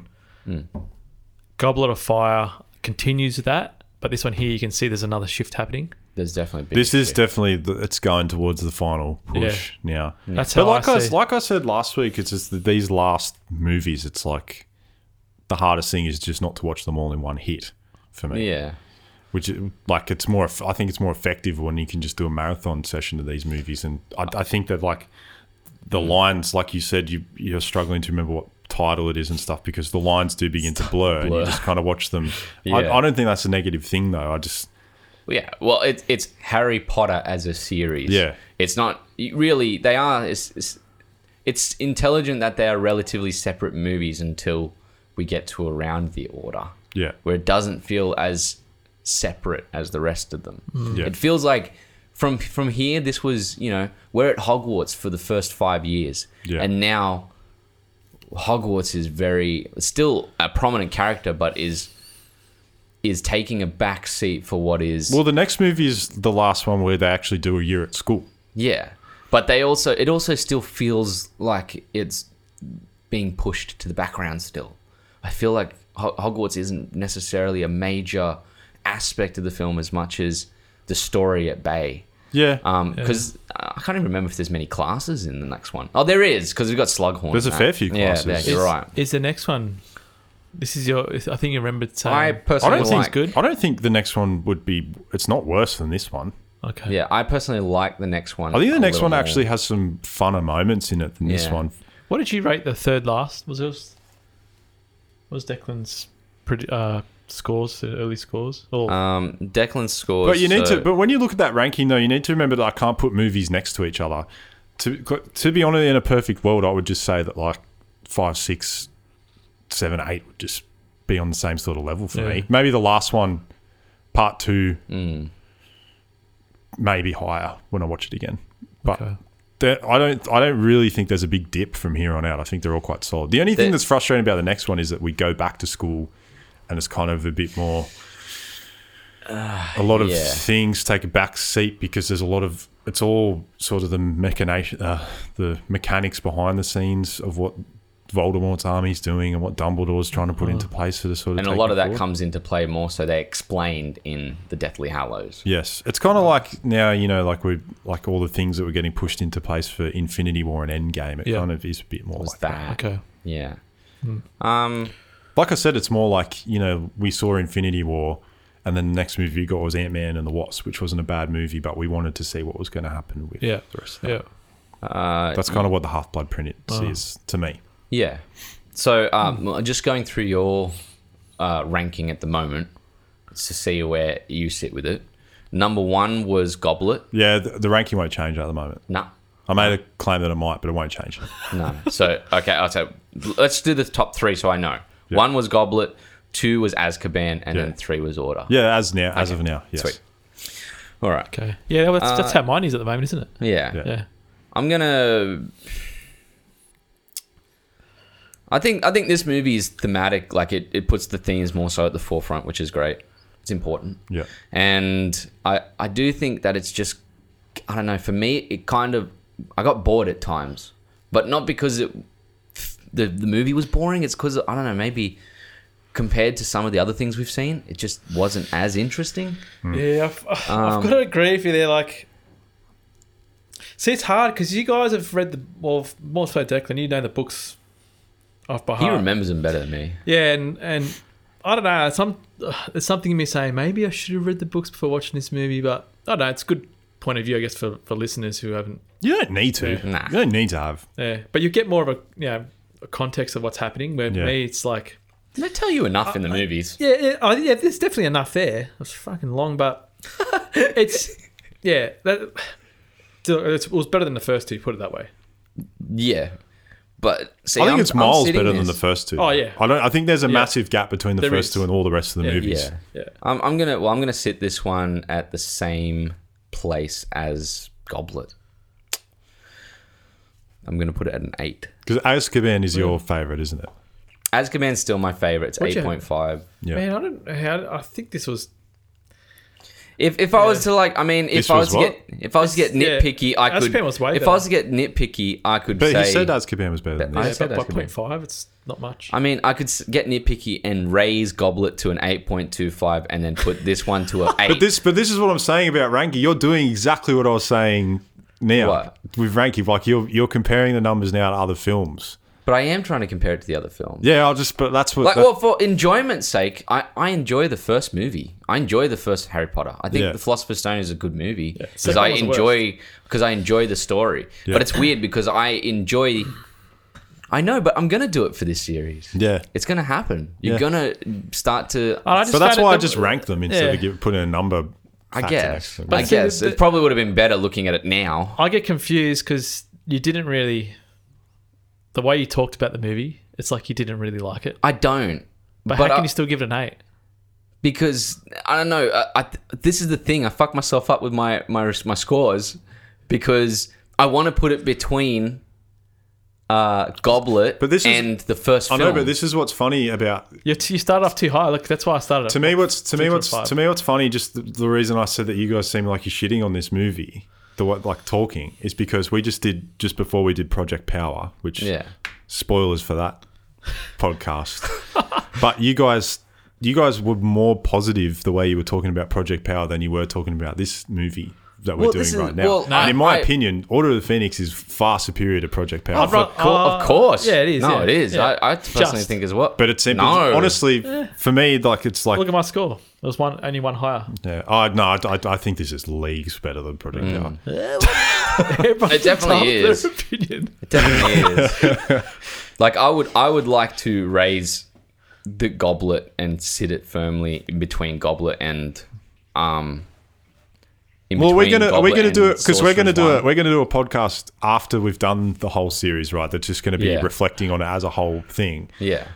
[SPEAKER 2] Goblet of Fire continues with that, but this one here you can see there's another shift happening.
[SPEAKER 1] There's definitely a big
[SPEAKER 3] This is
[SPEAKER 1] shift.
[SPEAKER 3] definitely the, it's going towards the final push now.
[SPEAKER 1] Hmm.
[SPEAKER 2] That's
[SPEAKER 3] But
[SPEAKER 2] how
[SPEAKER 3] like I,
[SPEAKER 2] I
[SPEAKER 3] s-
[SPEAKER 2] see.
[SPEAKER 3] like I said last week, it's just that these last movies, it's like the hardest thing is just not to watch them all in one hit for me.
[SPEAKER 1] yeah,
[SPEAKER 3] Which is- like it's more, eff- I think it's more effective when you can just do a marathon session of these movies, and I, I think that like the lines, like you said, you you're struggling to remember what title it is and stuff because the lines do begin to blur, and
[SPEAKER 1] Blur.
[SPEAKER 3] you just kind of watch them.
[SPEAKER 1] Yeah.
[SPEAKER 3] I, I don't think that's a negative thing though. I just
[SPEAKER 1] yeah. Well, it's it's Harry Potter as a series.
[SPEAKER 3] Yeah.
[SPEAKER 1] it's not really. They are. It's, it's it's intelligent that they are relatively separate movies until we get to around the order,
[SPEAKER 3] yeah
[SPEAKER 1] where it doesn't feel as separate as the rest of them.
[SPEAKER 3] yeah
[SPEAKER 1] It feels like from from here, this was you know we're at Hogwarts for the first five years,
[SPEAKER 3] Yeah.
[SPEAKER 1] and now Hogwarts is very still a prominent character, but is is taking a back seat for what is
[SPEAKER 3] Well, the next movie is the last one where they actually do a year at school.
[SPEAKER 1] yeah. But they also it also still feels like it's being pushed to the background still. I feel like Ho- Hogwarts isn't necessarily a major aspect of the film as much as the story at bay.
[SPEAKER 3] Yeah.
[SPEAKER 1] Uh, because I can't even remember if there's many classes in the next one. Oh, there is because we've got Slughorn.
[SPEAKER 3] There's a
[SPEAKER 1] now.
[SPEAKER 3] fair few
[SPEAKER 1] Yeah,
[SPEAKER 3] classes.
[SPEAKER 1] Yeah,
[SPEAKER 3] It's-
[SPEAKER 1] you're right.
[SPEAKER 2] Is the next one? This is your. I think you remembered saying.
[SPEAKER 1] I
[SPEAKER 3] I
[SPEAKER 1] personally
[SPEAKER 3] don't think
[SPEAKER 1] like.
[SPEAKER 2] it's good.
[SPEAKER 3] I don't think the next one would be. It's not worse than this one.
[SPEAKER 2] okay.
[SPEAKER 1] Yeah, I personally like the next one.
[SPEAKER 3] I think
[SPEAKER 1] a
[SPEAKER 3] the next
[SPEAKER 1] little
[SPEAKER 3] one
[SPEAKER 1] more.
[SPEAKER 3] actually has some funner moments in it than this
[SPEAKER 1] Yeah.
[SPEAKER 3] one.
[SPEAKER 2] What did you rate the third last? Was it was, was Declan's produ- uh, scores, uh, early scores? Or
[SPEAKER 3] Uh,
[SPEAKER 1] Um, Declan scores.
[SPEAKER 3] But you need
[SPEAKER 1] so-
[SPEAKER 3] to. But when you look at that ranking, though, you need to remember that I can't put movies next to each other. To to be honest, in a perfect world, I would just say that like five, six, seven, eight would just be on the same sort of level for
[SPEAKER 2] Yeah. Mm.
[SPEAKER 3] me. Maybe the last one, part two, maybe higher when I watch it again. But
[SPEAKER 2] Okay.
[SPEAKER 3] there, I don't. I don't really think there's a big dip from here on out. I think they're all quite solid. The only thing
[SPEAKER 1] The-
[SPEAKER 3] that's frustrating about the next one is that we go back to school, and it's kind of a bit more. a lot of
[SPEAKER 1] yeah.
[SPEAKER 3] things take a back seat because there's a lot of. It's all sort of the mechanation, uh, the mechanics behind the scenes of what Voldemort's army's doing and what Dumbledore's trying to put into place for the sort of.
[SPEAKER 1] Mm. and a
[SPEAKER 3] take
[SPEAKER 1] lot
[SPEAKER 3] it
[SPEAKER 1] of that
[SPEAKER 3] forward.
[SPEAKER 1] comes into play more so they explained in the Deathly Hallows.
[SPEAKER 3] Yes, it's kind of like now you know, like we are like all the things that were getting pushed into place for Infinity War and Endgame. It
[SPEAKER 2] Yeah.
[SPEAKER 3] kind of is a bit more
[SPEAKER 1] Was
[SPEAKER 3] like that. Hmm.
[SPEAKER 1] that?
[SPEAKER 2] okay.
[SPEAKER 1] Yeah. Um.
[SPEAKER 3] Like I said, it's more like you know we saw Infinity War, and then the next movie we got was Ant Man and the Wasp, which wasn't a bad movie, but we wanted to see what was going to happen with
[SPEAKER 2] Yeah.
[SPEAKER 3] the rest. Of
[SPEAKER 2] Yeah.
[SPEAKER 1] Uh,
[SPEAKER 3] That's kind of what the Half Blood Prince
[SPEAKER 2] Oh.
[SPEAKER 3] is to me.
[SPEAKER 1] Yeah. So
[SPEAKER 3] Hmm.
[SPEAKER 1] um, just going through your uh, ranking at the moment to see where you sit with it. Number one was Goblet.
[SPEAKER 3] Yeah, the, the ranking won't change at the moment.
[SPEAKER 1] Nah.
[SPEAKER 3] I made a claim that it might, but it won't change.
[SPEAKER 1] No. So okay, I'll say let's do the top three so I know. One was Goblet, two was Azkaban, and
[SPEAKER 3] Yeah.
[SPEAKER 1] then three was Order.
[SPEAKER 3] Yeah, as now, as of now, yes.
[SPEAKER 1] Sweet. All right.
[SPEAKER 2] Okay. Yeah, well, that's, that's how mine is at the moment, isn't it?
[SPEAKER 1] Yeah.
[SPEAKER 3] Uh, Yeah.
[SPEAKER 2] Yeah.
[SPEAKER 1] I'm gonna. I think I think this movie is thematic. Like it, it puts the themes more so at the forefront, which is great. It's important.
[SPEAKER 3] Yeah.
[SPEAKER 1] And I I do think that it's just I don't know. For me, it kind of I got bored at times, but not because it the the movie was boring. It's because I don't know. Maybe compared to some of the other things we've seen, it just wasn't as interesting.
[SPEAKER 2] Yeah, I've,
[SPEAKER 3] Um,
[SPEAKER 2] I've got to agree with you there. Like, see, it's hard because you guys have read the well, more so Declan. You know the books off by
[SPEAKER 1] He
[SPEAKER 2] heart.
[SPEAKER 1] remembers them better than me.
[SPEAKER 2] Yeah, and and I don't know. Some there's something in me saying maybe I should have read the books before watching this movie, but I don't know. It's a good point of view, I guess, for, for listeners who haven't.
[SPEAKER 3] You don't need to.
[SPEAKER 1] Nah.
[SPEAKER 3] You don't need to have.
[SPEAKER 2] Yeah, but you get more of a you know a context of what's happening. Where
[SPEAKER 3] Yeah.
[SPEAKER 2] me, it's like
[SPEAKER 1] They tell you enough in the movies.
[SPEAKER 2] Yeah, yeah, oh, yeah, there's definitely enough there. It's fucking long, but it's yeah, that still, it's, it was better than the first two. Put it that way.
[SPEAKER 1] Yeah. But see,
[SPEAKER 3] I think
[SPEAKER 1] I'm-
[SPEAKER 3] it's
[SPEAKER 1] I'm
[SPEAKER 3] miles
[SPEAKER 1] sitting
[SPEAKER 3] better than
[SPEAKER 1] this-
[SPEAKER 3] the first two.
[SPEAKER 2] Oh, yeah.
[SPEAKER 3] I don't. I think there's a
[SPEAKER 2] Yeah.
[SPEAKER 3] massive gap between the
[SPEAKER 2] There
[SPEAKER 3] first
[SPEAKER 2] is.
[SPEAKER 3] two and all the rest of the
[SPEAKER 2] Yeah.
[SPEAKER 3] movies.
[SPEAKER 1] Yeah.
[SPEAKER 2] Yeah,
[SPEAKER 1] I'm, I'm gonna well, I'm gonna sit this one at the same place as Goblet. I'm gonna put it at an eight.
[SPEAKER 3] Because Azkaban is your favorite, isn't it?
[SPEAKER 1] Azkaban's still my favorite. It's
[SPEAKER 2] What'd you-
[SPEAKER 1] eight point five.
[SPEAKER 3] Yeah.
[SPEAKER 2] man, I don't. I, I think this was.
[SPEAKER 1] If if I was to like, I mean, if
[SPEAKER 3] This
[SPEAKER 1] I
[SPEAKER 3] was
[SPEAKER 1] was, to
[SPEAKER 3] what?
[SPEAKER 1] get if I was to get
[SPEAKER 2] Yeah.
[SPEAKER 1] nitpicky, I could.
[SPEAKER 2] Azkaban was way
[SPEAKER 1] if
[SPEAKER 2] better.
[SPEAKER 1] I was to get nitpicky, I could
[SPEAKER 3] But
[SPEAKER 1] say.
[SPEAKER 3] he said Azkaban was better than
[SPEAKER 1] I
[SPEAKER 3] this.
[SPEAKER 2] Yeah,
[SPEAKER 1] said
[SPEAKER 2] but by
[SPEAKER 1] that's good.
[SPEAKER 2] point five, it's not much.
[SPEAKER 1] I mean, I could s- get nitpicky and raise Goblet to an eight point two five, and then put this one to an eight.
[SPEAKER 3] But this, but this is what I'm saying about Ranky. You're doing exactly what I was saying now
[SPEAKER 1] What?
[SPEAKER 3] with Ranky. Like you're you're comparing the numbers now to other films.
[SPEAKER 1] but I am trying to compare it to the other film.
[SPEAKER 3] Yeah, I'll just. But that's what.
[SPEAKER 1] Like,
[SPEAKER 3] that-
[SPEAKER 1] well, for enjoyment's sake, I, I enjoy the first movie. I enjoy the first Harry Potter. I think
[SPEAKER 3] Yeah.
[SPEAKER 1] The Philosopher's Stone is a good movie because
[SPEAKER 2] Second
[SPEAKER 1] I
[SPEAKER 2] one was the
[SPEAKER 1] enjoy because I enjoy the story.
[SPEAKER 3] Yeah.
[SPEAKER 1] But it's weird because I enjoy. I know, but I'm gonna do it for this series.
[SPEAKER 3] yeah.
[SPEAKER 1] It's gonna happen. You're
[SPEAKER 3] Yeah.
[SPEAKER 1] gonna start to.
[SPEAKER 2] I just
[SPEAKER 3] But that's
[SPEAKER 2] found it-
[SPEAKER 3] why I
[SPEAKER 2] the-
[SPEAKER 3] just rank them instead
[SPEAKER 2] yeah.
[SPEAKER 3] of give, putting a number.
[SPEAKER 1] I
[SPEAKER 3] factor
[SPEAKER 1] guess.
[SPEAKER 3] next to them.
[SPEAKER 1] I
[SPEAKER 2] But see,
[SPEAKER 1] guess
[SPEAKER 2] the-
[SPEAKER 1] it probably would have been better looking at it now.
[SPEAKER 2] I get confused because you didn't really. The way you talked about the movie, it's like you didn't really like it.
[SPEAKER 1] I don't.
[SPEAKER 2] But,
[SPEAKER 1] But I-
[SPEAKER 2] how can you still give it an eight?
[SPEAKER 1] because I don't know. I, I, this is the thing. I fuck myself up with my my my scores because I want to put it between uh, Goblet
[SPEAKER 3] But this is-
[SPEAKER 1] and the first
[SPEAKER 3] I
[SPEAKER 1] film.
[SPEAKER 3] know, but this is what's funny about
[SPEAKER 2] You, you started off too high. Look, that's why I started.
[SPEAKER 3] to me. What's to me.
[SPEAKER 2] Six or
[SPEAKER 3] What's
[SPEAKER 2] five.
[SPEAKER 3] to me. What's funny? Just the, the reason I said that you guys seem like you're shitting on this movie, the what like talking is because we just did just before we did Project Power, which
[SPEAKER 1] Yeah.
[SPEAKER 3] spoilers for that podcast. but you guys, you guys were more positive the way you were talking about Project Power than you were talking about this movie. That we're
[SPEAKER 1] Well,
[SPEAKER 3] doing
[SPEAKER 1] this is-
[SPEAKER 3] right now,
[SPEAKER 1] well,
[SPEAKER 3] and
[SPEAKER 1] I-
[SPEAKER 3] in
[SPEAKER 1] I-
[SPEAKER 3] my opinion, Order of the Phoenix is far superior to Project Power.
[SPEAKER 2] I'd rather-
[SPEAKER 1] of, cour- of
[SPEAKER 2] Uh,
[SPEAKER 1] course,
[SPEAKER 2] yeah, it is,
[SPEAKER 1] No,
[SPEAKER 2] yeah,
[SPEAKER 1] it is.
[SPEAKER 2] yeah.
[SPEAKER 1] I, I personally
[SPEAKER 2] Just.
[SPEAKER 1] think as well.
[SPEAKER 3] But it's simple.
[SPEAKER 1] No.
[SPEAKER 3] honestly for me, like it's like
[SPEAKER 2] Eh. Look at my score. There was one, only one higher.
[SPEAKER 3] Yeah, I no, I, I, I think this is leagues better than Project
[SPEAKER 1] Mm.
[SPEAKER 3] Power.
[SPEAKER 1] It definitely is.
[SPEAKER 2] Their opinion.
[SPEAKER 1] It definitely is. like I would, I would like to raise the goblet and sit it firmly in between goblet and um. in
[SPEAKER 3] Well, we're
[SPEAKER 1] between
[SPEAKER 3] gonna are we
[SPEAKER 1] Goblet
[SPEAKER 3] gonna do
[SPEAKER 1] and
[SPEAKER 3] it because we're gonna
[SPEAKER 1] Sorcerer's
[SPEAKER 3] do
[SPEAKER 1] Wine.
[SPEAKER 3] it. We're gonna do a podcast after we've done the whole series, right? That's just gonna be
[SPEAKER 1] Yeah.
[SPEAKER 3] reflecting on it as a whole thing.
[SPEAKER 1] Yeah.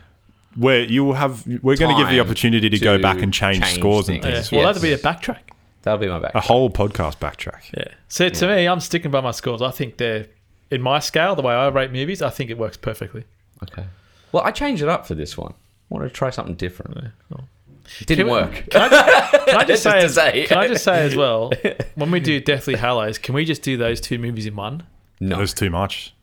[SPEAKER 3] Where you will have, we're gonna give the
[SPEAKER 1] Time
[SPEAKER 3] opportunity to, go
[SPEAKER 1] to
[SPEAKER 3] back and change,
[SPEAKER 1] change
[SPEAKER 3] scores and
[SPEAKER 1] things.
[SPEAKER 3] things.
[SPEAKER 2] Yeah.
[SPEAKER 1] Yes.
[SPEAKER 2] Well, that'd be a backtrack.
[SPEAKER 1] That'll be my back.
[SPEAKER 2] Ah.
[SPEAKER 3] A whole podcast backtrack.
[SPEAKER 2] Yeah. So to me, I'm sticking by my scores. I think they're in my scale, the way I rate movies. I think it works perfectly.
[SPEAKER 1] Okay. Well, I changed it up for this one. I wanted to try something different. It didn't
[SPEAKER 2] Can we-
[SPEAKER 1] work.
[SPEAKER 2] Can I just,
[SPEAKER 1] Just
[SPEAKER 2] say,
[SPEAKER 1] to
[SPEAKER 2] as,
[SPEAKER 1] say.
[SPEAKER 2] Can I just say as well, when we do Deathly Hallows, can we just do those two movies in one?
[SPEAKER 1] No.
[SPEAKER 3] There's too much.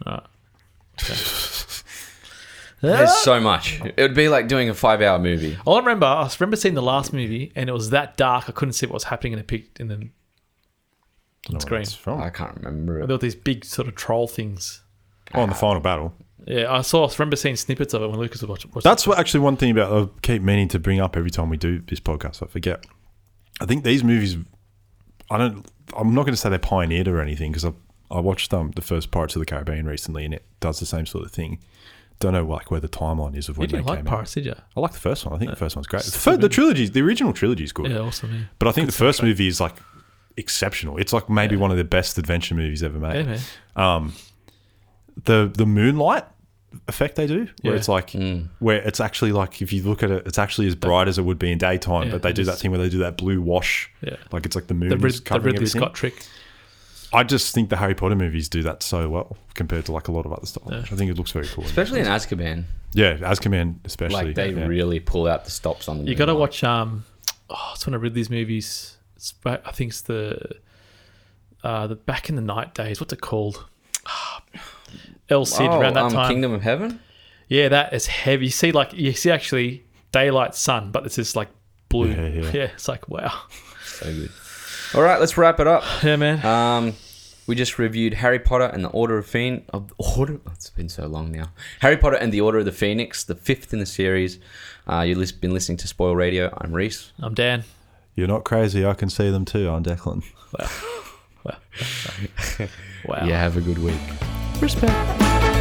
[SPEAKER 1] There's so much. It would be like doing a five-hour movie.
[SPEAKER 2] All I remember, I remember seeing the last movie, and it was that dark. I couldn't see what was happening in the pic in the
[SPEAKER 3] I don't know what
[SPEAKER 2] green.
[SPEAKER 3] it's from.
[SPEAKER 1] I can't remember
[SPEAKER 2] there
[SPEAKER 1] it.
[SPEAKER 2] were these big sort of troll things.
[SPEAKER 3] Oh, in the final battle.
[SPEAKER 2] Yeah, I saw. I remember seeing snippets of it when Lucas was watching. watching
[SPEAKER 3] That's what actually one thing about I keep meaning to bring up every time we do this podcast. I forget. I think these movies, I don't. I'm not going to say they pioneered or anything because I I watched um, the first Pirates of the Caribbean recently and it does the same sort of thing. Don't know like where the timeline is of
[SPEAKER 2] you
[SPEAKER 3] when they
[SPEAKER 2] didn't like
[SPEAKER 3] came out.
[SPEAKER 2] Pirates, did you?
[SPEAKER 3] I like the first one. I think the first one's great. The, fir- the trilogy, the original trilogy is good,
[SPEAKER 2] Yeah, awesome. Yeah.
[SPEAKER 3] but I think the first movie is like exceptional. It's like maybe one of the best adventure movies ever made
[SPEAKER 2] Yeah, man.
[SPEAKER 3] the the moonlight effect they do
[SPEAKER 2] Yeah.
[SPEAKER 3] where
[SPEAKER 2] Mm.
[SPEAKER 3] it's like where it's actually like if you look at it it's actually as bright as it would be in daytime
[SPEAKER 2] Yeah,
[SPEAKER 3] but they do that
[SPEAKER 2] it's-
[SPEAKER 3] thing where they do that blue wash
[SPEAKER 2] Yeah.
[SPEAKER 3] like it's like the moon
[SPEAKER 2] The, Rid-
[SPEAKER 3] is
[SPEAKER 2] the
[SPEAKER 3] covering
[SPEAKER 2] Ridley
[SPEAKER 3] everything.
[SPEAKER 2] Scott trick.
[SPEAKER 3] i just think the harry potter movies do that so well compared to like a lot of other stuff i think it looks very cool
[SPEAKER 1] Especially in Azkaban.
[SPEAKER 3] yeah azkaban especially
[SPEAKER 1] Like, they
[SPEAKER 3] yeah.
[SPEAKER 1] really pull out the stops on the
[SPEAKER 2] You got to
[SPEAKER 1] moonlight.
[SPEAKER 2] watch. Um, oh, it's one of Ridley's movies. It's ba- I think it's the, uh, the back in the night days. What's it called? El Cid
[SPEAKER 1] Oh,
[SPEAKER 2] around that
[SPEAKER 1] um,
[SPEAKER 2] time.
[SPEAKER 1] Kingdom of Heaven?
[SPEAKER 2] Yeah, that is heavy. You see, like you see, actually daylight sun, but it's just like blue.
[SPEAKER 3] Yeah,
[SPEAKER 2] Yeah,
[SPEAKER 3] yeah.
[SPEAKER 2] it's like wow.
[SPEAKER 1] So good. All right, let's wrap it up.
[SPEAKER 2] Yeah, man.
[SPEAKER 1] Um, we just reviewed Harry Potter and the Order of Phoenix. Of the Order, oh, it's been so long now. Harry Potter and the Order of the Phoenix, the fifth in the series. Uh, you've lis- been listening to Spoil Radio. I'm Reese.
[SPEAKER 2] I'm Dan.
[SPEAKER 3] you're not crazy i can see them too on declan
[SPEAKER 2] Wow.
[SPEAKER 1] have a good week.
[SPEAKER 2] Respect.